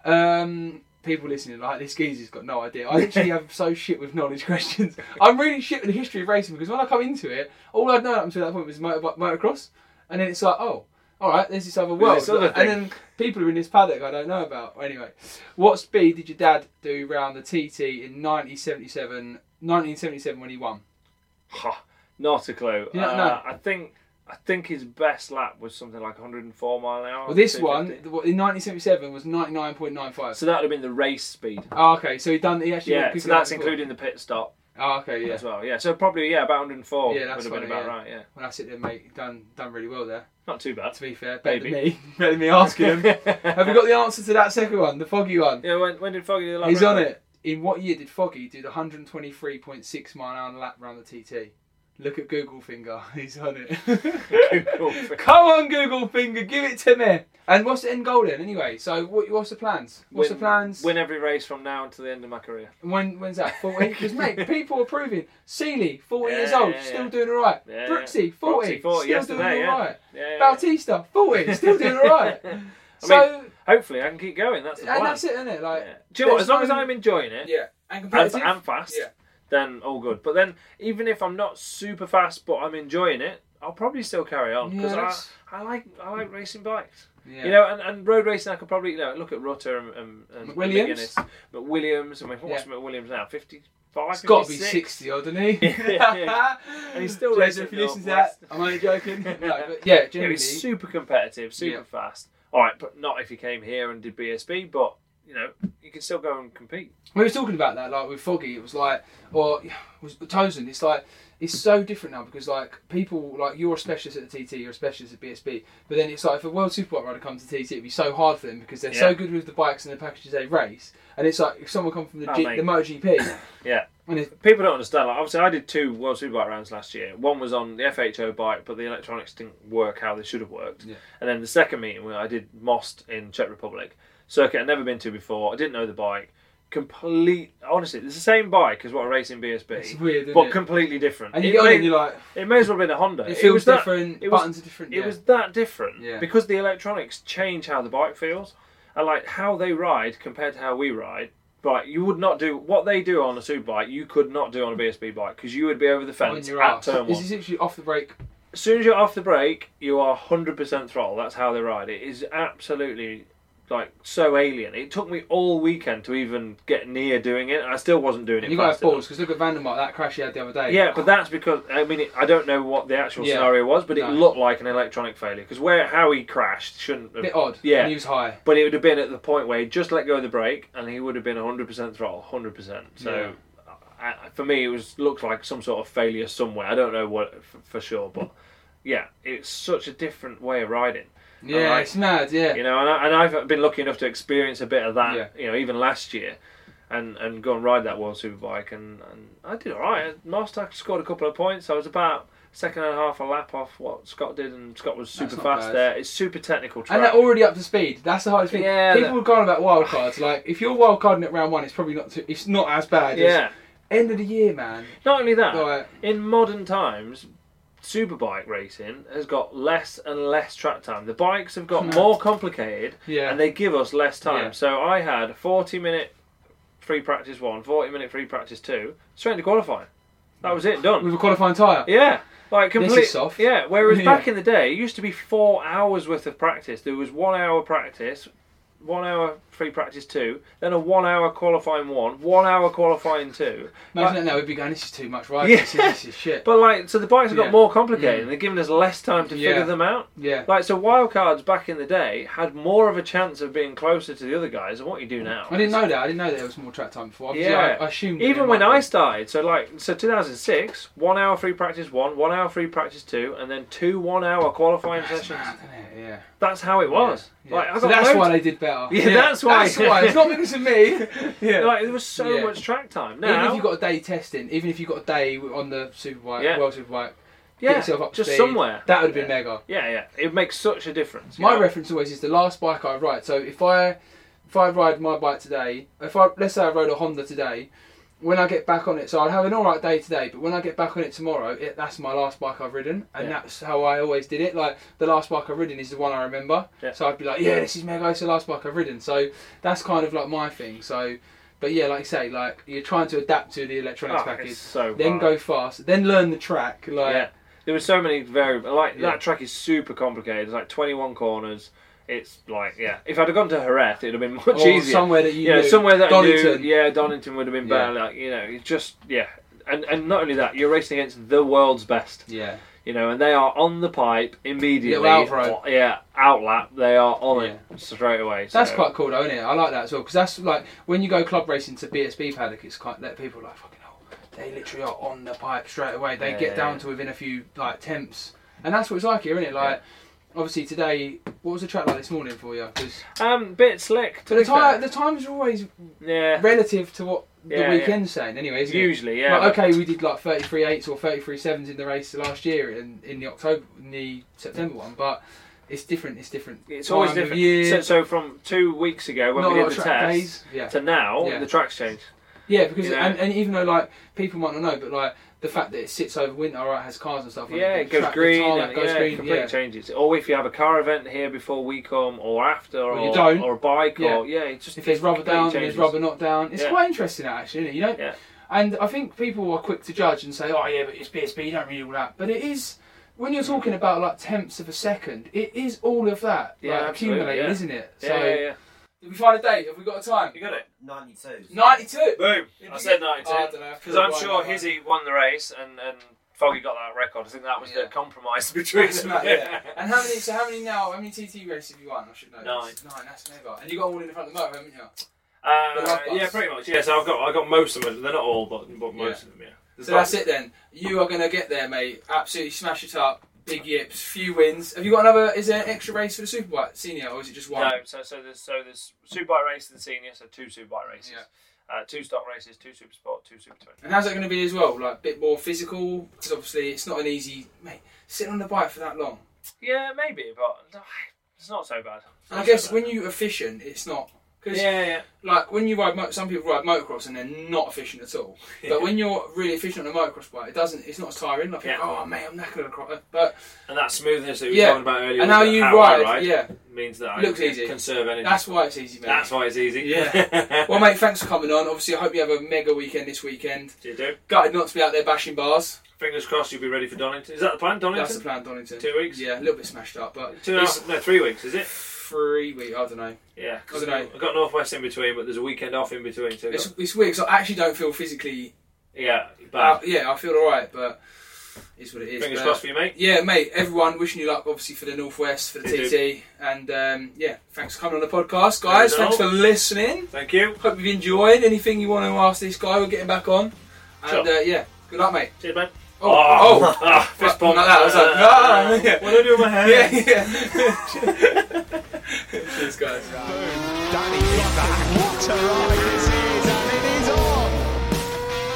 Speaker 4: Um, people listening like this geezer's got no idea. I literally have so shit with knowledge questions. I'm really shit with the history of racing because when I come into it, all I'd known up until that point was motor, motocross, and then it's like, oh, all right, there's this other world,
Speaker 5: this other
Speaker 4: and
Speaker 5: thing.
Speaker 4: then people are in this paddock I don't know about. Anyway, what speed did your dad do round the TT in 1977? 1977 when he won.
Speaker 5: Ha, Oh, not a clue.
Speaker 4: You don't
Speaker 5: Uh,
Speaker 4: know?
Speaker 5: I think I think his best lap was something like 104 mile an hour.
Speaker 4: Well, this one
Speaker 5: 250.
Speaker 4: the one in 1977 was 99.95.
Speaker 5: So that would have been the race speed.
Speaker 4: oh, okay, so he done. He actually went
Speaker 5: Yeah,
Speaker 4: quicker
Speaker 5: so
Speaker 4: than
Speaker 5: that's
Speaker 4: before.
Speaker 5: including the pit stop
Speaker 4: Oh, okay, yeah.
Speaker 5: as well. Yeah, so probably yeah about 104
Speaker 4: Yeah, that's
Speaker 5: would have been
Speaker 4: funny,
Speaker 5: about
Speaker 4: yeah.
Speaker 5: right. Yeah,
Speaker 4: Well, that's it then, mate. You've Done, done really well there.
Speaker 5: not too bad.
Speaker 4: To be fair, better than
Speaker 5: Maybe.
Speaker 4: me. better than me asking him. Have you got the answer to that second one, the foggy one?
Speaker 5: Yeah, when, when did Foggy do the lap
Speaker 4: He's
Speaker 5: round?
Speaker 4: on it. In what year did Foggy do the 123.6 mile an hour lap round the TT? Look at Google Finger. He's on it.
Speaker 5: Cool. We're
Speaker 4: Come on, Google Finger, give it to me. And what's the end goal then, anyway? So what, what's the plans? What's
Speaker 5: Win-
Speaker 4: the plans?
Speaker 5: Win every race from now until the end of my career.
Speaker 4: When when's that? Forty. Because mate, people are proving. Seeley, forty
Speaker 5: Yeah,
Speaker 4: years old,
Speaker 5: yeah,
Speaker 4: still
Speaker 5: yeah.
Speaker 4: doing all right.
Speaker 5: Yeah,
Speaker 4: Brooksy,
Speaker 5: yeah.
Speaker 4: forty,
Speaker 5: Brooksy, 40,
Speaker 4: still
Speaker 5: yesterday,
Speaker 4: doing
Speaker 5: yeah.
Speaker 4: all right.
Speaker 5: Yeah, yeah,
Speaker 4: Bautista, forty, still doing all right. so
Speaker 5: I mean, hopefully I can keep going. That's the
Speaker 4: and
Speaker 5: plan.
Speaker 4: that's it, isn't it? Like,
Speaker 5: Yeah. Do you know what,
Speaker 4: there's
Speaker 5: As long as
Speaker 4: no-
Speaker 5: I'm enjoying it,
Speaker 4: yeah, and
Speaker 5: and,
Speaker 4: competitive
Speaker 5: and fast,
Speaker 4: Yeah.
Speaker 5: then all good. But then, even if I'm not super fast, but I'm enjoying it, I'll probably still carry on
Speaker 4: Yeah,
Speaker 5: because
Speaker 4: that's-
Speaker 5: I, I like I like racing bikes.
Speaker 4: Yeah.
Speaker 5: You know, and, and road racing, I could probably you know look at Rutter and, and, and
Speaker 4: McWilliams?
Speaker 5: McGuinness, McWilliams. I mean, what's
Speaker 4: Yeah.
Speaker 5: McWilliams now? Fifty-five.
Speaker 4: It's got to be
Speaker 5: 56?
Speaker 4: 60 odd, isn't he?
Speaker 5: Yeah. And he's still
Speaker 4: Jason,
Speaker 5: racing
Speaker 4: if
Speaker 5: for
Speaker 4: you listen to that,
Speaker 5: Northwest.
Speaker 4: I'm only joking. no, but yeah,
Speaker 5: Yeah,
Speaker 4: generally.
Speaker 5: it's super competitive, super
Speaker 4: Yeah.
Speaker 5: fast. All right, but not if you came here and did BSB, but you know you can still go and compete.
Speaker 4: we were talking about that, like with Foggy, it was like, or was Tozen, it's like, it's so different now because like people like you're a specialist at the TT, you're a specialist at BSB, but then it's like if a world superbike rider comes to TT, it'd be so hard for them because they're so
Speaker 5: Yeah.
Speaker 4: good with the bikes and the packages they race, and it's like if someone come from the,
Speaker 5: Oh,
Speaker 4: G-
Speaker 5: mate.
Speaker 4: the MotoGP,
Speaker 5: Yeah.
Speaker 4: and it's
Speaker 5: People don't understand. Like, obviously, I did two World Superbike rounds last year. One was on the FHO bike, but the electronics didn't work how they should have worked. And then the second meeting, where I did Most in Czech Republic, circuit I'd never been to before. I didn't know the bike. Complete, honestly, it's the same bike as what I race in BSB,
Speaker 4: It's weird, isn't
Speaker 5: but
Speaker 4: it?
Speaker 5: completely different.
Speaker 4: and you
Speaker 5: It
Speaker 4: get on
Speaker 5: may-
Speaker 4: and you're like,
Speaker 5: It may as well have been a Honda.
Speaker 4: It feels
Speaker 5: was
Speaker 4: different,
Speaker 5: it was-
Speaker 4: buttons are different,
Speaker 5: It
Speaker 4: yeah.
Speaker 5: was that different
Speaker 4: Yeah.
Speaker 5: because the electronics change how the bike feels and like how they ride compared to how we ride. Like you would not do what they do on a super bike. You could not do on a BSB bike because you would be over the
Speaker 4: on
Speaker 5: fence
Speaker 4: your
Speaker 5: at
Speaker 4: ass.
Speaker 5: turn
Speaker 4: Is
Speaker 5: one.
Speaker 4: this literally off the brake?
Speaker 5: As soon as you're off the brake, you are hundred percent throttle. That's how they ride. It is absolutely like so alien. It took me all weekend to even get near doing it. and I still wasn't doing it.
Speaker 4: And you got to have
Speaker 5: fast enough.
Speaker 4: balls because look at Vandermark that crash he had the other day.
Speaker 5: Yeah, but that's because I mean it, I don't know what the actual
Speaker 4: Yeah.
Speaker 5: scenario was, but
Speaker 4: No.
Speaker 5: it looked like an electronic failure because where how he crashed shouldn't have,
Speaker 4: bit odd.
Speaker 5: Yeah,
Speaker 4: and he was high.
Speaker 5: but it would have been at the point where he just let go of the brake and he would have been hundred percent throttle, hundred percent. So I, I- for me, it was looked like some sort of failure somewhere. I don't know what f- for sure, but yeah, it's such a different way of riding. And
Speaker 4: Yeah,
Speaker 5: I-
Speaker 4: it's mad. Yeah,
Speaker 5: you know, and, I, and I've been lucky enough to experience a bit of that,
Speaker 4: Yeah.
Speaker 5: you know, even last year, and, and go and ride that World Superbike, and, and I did all right. Master scored a couple of points. I was about second and a half a lap off what Scott did, and Scott was super
Speaker 4: not
Speaker 5: fast
Speaker 4: bad.
Speaker 5: there. It's super technical track.
Speaker 4: And they're already up to speed. That's the hardest thing.
Speaker 5: Yeah,
Speaker 4: People
Speaker 5: that-
Speaker 4: have gone about wild cards. Like if you're wild carding at round one, it's probably not. Too, it's not as bad.
Speaker 5: yeah.
Speaker 4: As end of the year, man.
Speaker 5: Not only that,
Speaker 4: Right.
Speaker 5: in modern times, superbike racing has got less and less track time. The bikes have got more complicated,
Speaker 4: Yeah.
Speaker 5: and they give us less time.
Speaker 4: Yeah.
Speaker 5: So I had a 40 minute free practice one, 40 minute free practice two, straight into qualifying. That was it, done.
Speaker 4: With a qualifying tyre.
Speaker 5: Yeah. Like
Speaker 4: This is
Speaker 5: complete,
Speaker 4: soft.
Speaker 5: Yeah. Whereas
Speaker 4: Yeah.
Speaker 5: back in the day, it used to be four hours worth of practice. There was one hour practice, one hour free practice two, then a one hour qualifying one, one hour qualifying two.
Speaker 4: Imagine
Speaker 5: Like-
Speaker 4: that now. We'd be going. This is too much, right?
Speaker 5: Yeah.
Speaker 4: This, is, this is shit.
Speaker 5: but like, so the bikes have got
Speaker 4: Yeah. Mm.
Speaker 5: more complicated, and they're giving us less time to
Speaker 4: Yeah.
Speaker 5: figure them out.
Speaker 4: Yeah.
Speaker 5: Like, so wildcards back in the day had more of a chance of being closer to the other guys than what you do now.
Speaker 4: Mm. I didn't know that. I didn't know that there was more track time before. Obviously,
Speaker 5: Yeah,
Speaker 4: I, I assumed. that there
Speaker 5: even when
Speaker 4: might
Speaker 5: I
Speaker 4: be.
Speaker 5: started, so like so 2006, one hour free practice one, one hour free practice two, and then two one hour qualifying sessions.
Speaker 4: Mad, innit? Yeah.
Speaker 5: That's how it was.
Speaker 4: Yeah.
Speaker 5: Like I got
Speaker 4: so that's
Speaker 5: loads-
Speaker 4: why they did better.
Speaker 5: Yeah, that's why.
Speaker 4: That's why. It's not because of me. yeah.
Speaker 5: like there was so
Speaker 4: Yeah.
Speaker 5: much track time. Now,
Speaker 4: even if you got a day testing, even if you got a day on the superbike,
Speaker 5: Yeah.
Speaker 4: world superbike,
Speaker 5: yeah,
Speaker 4: get yourself up to
Speaker 5: just
Speaker 4: speed,
Speaker 5: somewhere.
Speaker 4: That would have been mega.
Speaker 5: yeah, yeah, it makes such a difference.
Speaker 4: My
Speaker 5: yeah.
Speaker 4: reference always is the last bike I ride. So if I if I ride my bike today, if I let's say I rode a Honda today, when I get back on it, so I'll have an alright day today, but when I get back on it tomorrow, it, that's my last bike I've ridden, and that's how I always did it. Like the last bike I've ridden is the one I remember.
Speaker 5: Yeah.
Speaker 4: So I'd be like, yeah, this is mega. It's the last bike I've ridden. So that's kind of like my thing. So. But yeah, like you say, like you're trying to adapt to the electronics
Speaker 5: Oh,
Speaker 4: package,
Speaker 5: it's so
Speaker 4: then
Speaker 5: hard.
Speaker 4: go fast, then learn the track. Like
Speaker 5: yeah, there were so many variables. Like
Speaker 4: Yeah.
Speaker 5: that track is super complicated. It's like 21 corners. It's like yeah. If I'd have gone to Jerez, it'd have been much
Speaker 4: Or
Speaker 5: easier.
Speaker 4: somewhere that you
Speaker 5: know,
Speaker 4: knew.
Speaker 5: somewhere that I
Speaker 4: Donington.
Speaker 5: knew. Yeah, Donington would have been better.
Speaker 4: Yeah.
Speaker 5: Like you know, it's just yeah. And and not only that, you're racing against the world's best.
Speaker 4: yeah.
Speaker 5: You know, and they are on the pipe immediately. Oh,
Speaker 4: Little Alvaro.
Speaker 5: Yeah, out lap. They are on
Speaker 4: Yeah.
Speaker 5: it straight away.
Speaker 4: That's
Speaker 5: so-
Speaker 4: quite cool, though, isn't it? I like that as well because that's like when you go club racing to BSB paddock, it's kind that people are like fucking hell. They literally are on the pipe straight away. They get down to within a few like temps, and that's what it's like here, isn't it? Like obviously today, what was the track like this morning for you? 'Cause-
Speaker 5: Um, bit slick.
Speaker 4: but
Speaker 5: To
Speaker 4: the
Speaker 5: be
Speaker 4: time
Speaker 5: fair.
Speaker 4: the times are always
Speaker 5: yeah.
Speaker 4: relative to what the
Speaker 5: Yeah, yeah.
Speaker 4: weekend's saying, anyway. Isn't it?
Speaker 5: Usually, yeah,
Speaker 4: Like,
Speaker 5: but-
Speaker 4: okay, we did like thirty three eights or thirty three sevens in the race last year in in the October, in the September one, but it's different. It's different.
Speaker 5: It's always
Speaker 4: Time of
Speaker 5: different.
Speaker 4: year.
Speaker 5: So, so from two weeks ago when
Speaker 4: Not a
Speaker 5: we
Speaker 4: lot
Speaker 5: did
Speaker 4: of
Speaker 5: the
Speaker 4: track
Speaker 5: test
Speaker 4: days. Yeah.
Speaker 5: to now,
Speaker 4: Yeah.
Speaker 5: the track's changed.
Speaker 4: Yeah, because
Speaker 5: You know?
Speaker 4: and, and even though like people might not know, but like the fact that it sits over winter, right, has cars and stuff. on
Speaker 5: Yeah,
Speaker 4: the
Speaker 5: it goes
Speaker 4: track, the
Speaker 5: green.
Speaker 4: tile,
Speaker 5: and,
Speaker 4: that goes
Speaker 5: yeah,
Speaker 4: green,
Speaker 5: Complete
Speaker 4: yeah.
Speaker 5: changes. Or if you have a car event here before we come, or after,
Speaker 4: Or
Speaker 5: or,
Speaker 4: you don't.
Speaker 5: or a bike,
Speaker 4: Yeah.
Speaker 5: or yeah, it's just
Speaker 4: If there's rubber
Speaker 5: completely
Speaker 4: down, and
Speaker 5: changes.
Speaker 4: there's rubber not down. It's
Speaker 5: Yeah.
Speaker 4: quite interesting actually, isn't it? You know.
Speaker 5: Yeah.
Speaker 4: And I think people are quick to judge and say, "Oh yeah, but it's BSB, you don't read all that." But it is when you're talking about like tenths of a second, it is all of that
Speaker 5: Yeah,
Speaker 4: like,
Speaker 5: absolutely,
Speaker 4: accumulated,
Speaker 5: yeah.
Speaker 4: isn't it?
Speaker 5: Yeah, yeah, yeah.
Speaker 4: Did we find a date? Have we got a time?
Speaker 5: You got it.
Speaker 11: 92.
Speaker 4: Ninety-two.
Speaker 5: Boom.
Speaker 4: Did
Speaker 5: I
Speaker 4: you
Speaker 5: said
Speaker 4: get- I don't
Speaker 5: 92.
Speaker 4: know, I
Speaker 5: Because
Speaker 4: feel
Speaker 5: I'm
Speaker 4: like
Speaker 5: sure
Speaker 4: that.
Speaker 5: Hizzy won the race and, and Foggy got that record. I think that was
Speaker 4: Yeah.
Speaker 5: the compromise between them.
Speaker 4: yeah. And how many? So how many now? How many TT races have you won? I should know.
Speaker 5: Nine.
Speaker 4: Nine. That's mega. And you got all in the front of the motor, haven't you?
Speaker 5: Uh,
Speaker 4: The rough bus.
Speaker 5: yeah, pretty much. Yeah, so I've got I got most of them. They're not all, but, but most
Speaker 4: Yeah.
Speaker 5: of them. Yeah.
Speaker 4: So that's it then. You are going to get there, mate. Absolutely smash it up. Big yips, few wins. Have you got another? Is there an extra race for the Superbike senior, or is it just one?
Speaker 5: No, so so there's so there's superbike race and senior, so two superbike races, uh, two stock races, two super sport, two super twin.
Speaker 4: And how's that going to be as well? Like a bit more physical, because obviously it's not an easy mate sitting on the bike for that long.
Speaker 5: Yeah, maybe, but it's not so bad. It's
Speaker 4: And I
Speaker 5: not
Speaker 4: guess
Speaker 5: so
Speaker 4: when you efficient, it's not because
Speaker 5: bad. yeah, yeah,
Speaker 4: like when you ride mo- some people ride motocross and they're not efficient at all. But when you're really efficient on a motocross bike, it doesn't. It's not as tiring. Like
Speaker 5: Yeah.
Speaker 4: oh mate, I'm knackered on a cro-" But
Speaker 5: and that smoothness that we
Speaker 4: Yeah.
Speaker 5: were talking about earlier,
Speaker 4: And
Speaker 5: with
Speaker 4: how
Speaker 5: the-
Speaker 4: you
Speaker 5: I
Speaker 4: ride,
Speaker 5: ride
Speaker 4: yeah.
Speaker 5: means that I
Speaker 4: Looks easy.
Speaker 5: conserve energy.
Speaker 4: that's why it's easy, mate.
Speaker 5: That's why it's easy.
Speaker 4: yeah. well, mate, thanks for coming on. Obviously, I hope you have a mega weekend this weekend.
Speaker 5: Do you do?
Speaker 4: Gutted not to be out there bashing bars.
Speaker 5: Fingers crossed you'll be ready for Donington. Is that the plan, Donington?
Speaker 4: That's the plan, Donington.
Speaker 5: Two weeks?
Speaker 4: Yeah, a little bit smashed up, but
Speaker 5: Two
Speaker 4: it's
Speaker 5: hours, no, three weeks, is it?
Speaker 4: three weeks. I don't know.
Speaker 5: Yeah, because
Speaker 4: I dunno.
Speaker 5: I've got Northwest in between, but there's a weekend off in between too.
Speaker 4: It's, it's weird 'cause I actually don't feel physically.
Speaker 5: yeah, but
Speaker 4: Uh, yeah, I feel alright, but it's what it is.
Speaker 5: fingers
Speaker 4: but-
Speaker 5: crossed for you, mate.
Speaker 4: Yeah, mate. Everyone, wishing you luck, obviously for the Northwest, for the
Speaker 5: You
Speaker 4: TT, and um, yeah, thanks for coming on the podcast, guys.
Speaker 5: No.
Speaker 4: Thanks for listening.
Speaker 5: Thank you.
Speaker 4: Hope you've enjoyed. Anything you want to ask this guy, we'll get him back on. And
Speaker 5: Sure.
Speaker 4: uh, yeah, good luck, mate.
Speaker 5: Cheers, man.
Speaker 4: Oh, oh,
Speaker 5: ah, fist bump.
Speaker 4: Like that, I was like, ah, yeah.
Speaker 5: What do I do with my hand?
Speaker 4: yeah, yeah. Cheers, guys.
Speaker 12: Danny Bucker, what a ride this is, and it is on!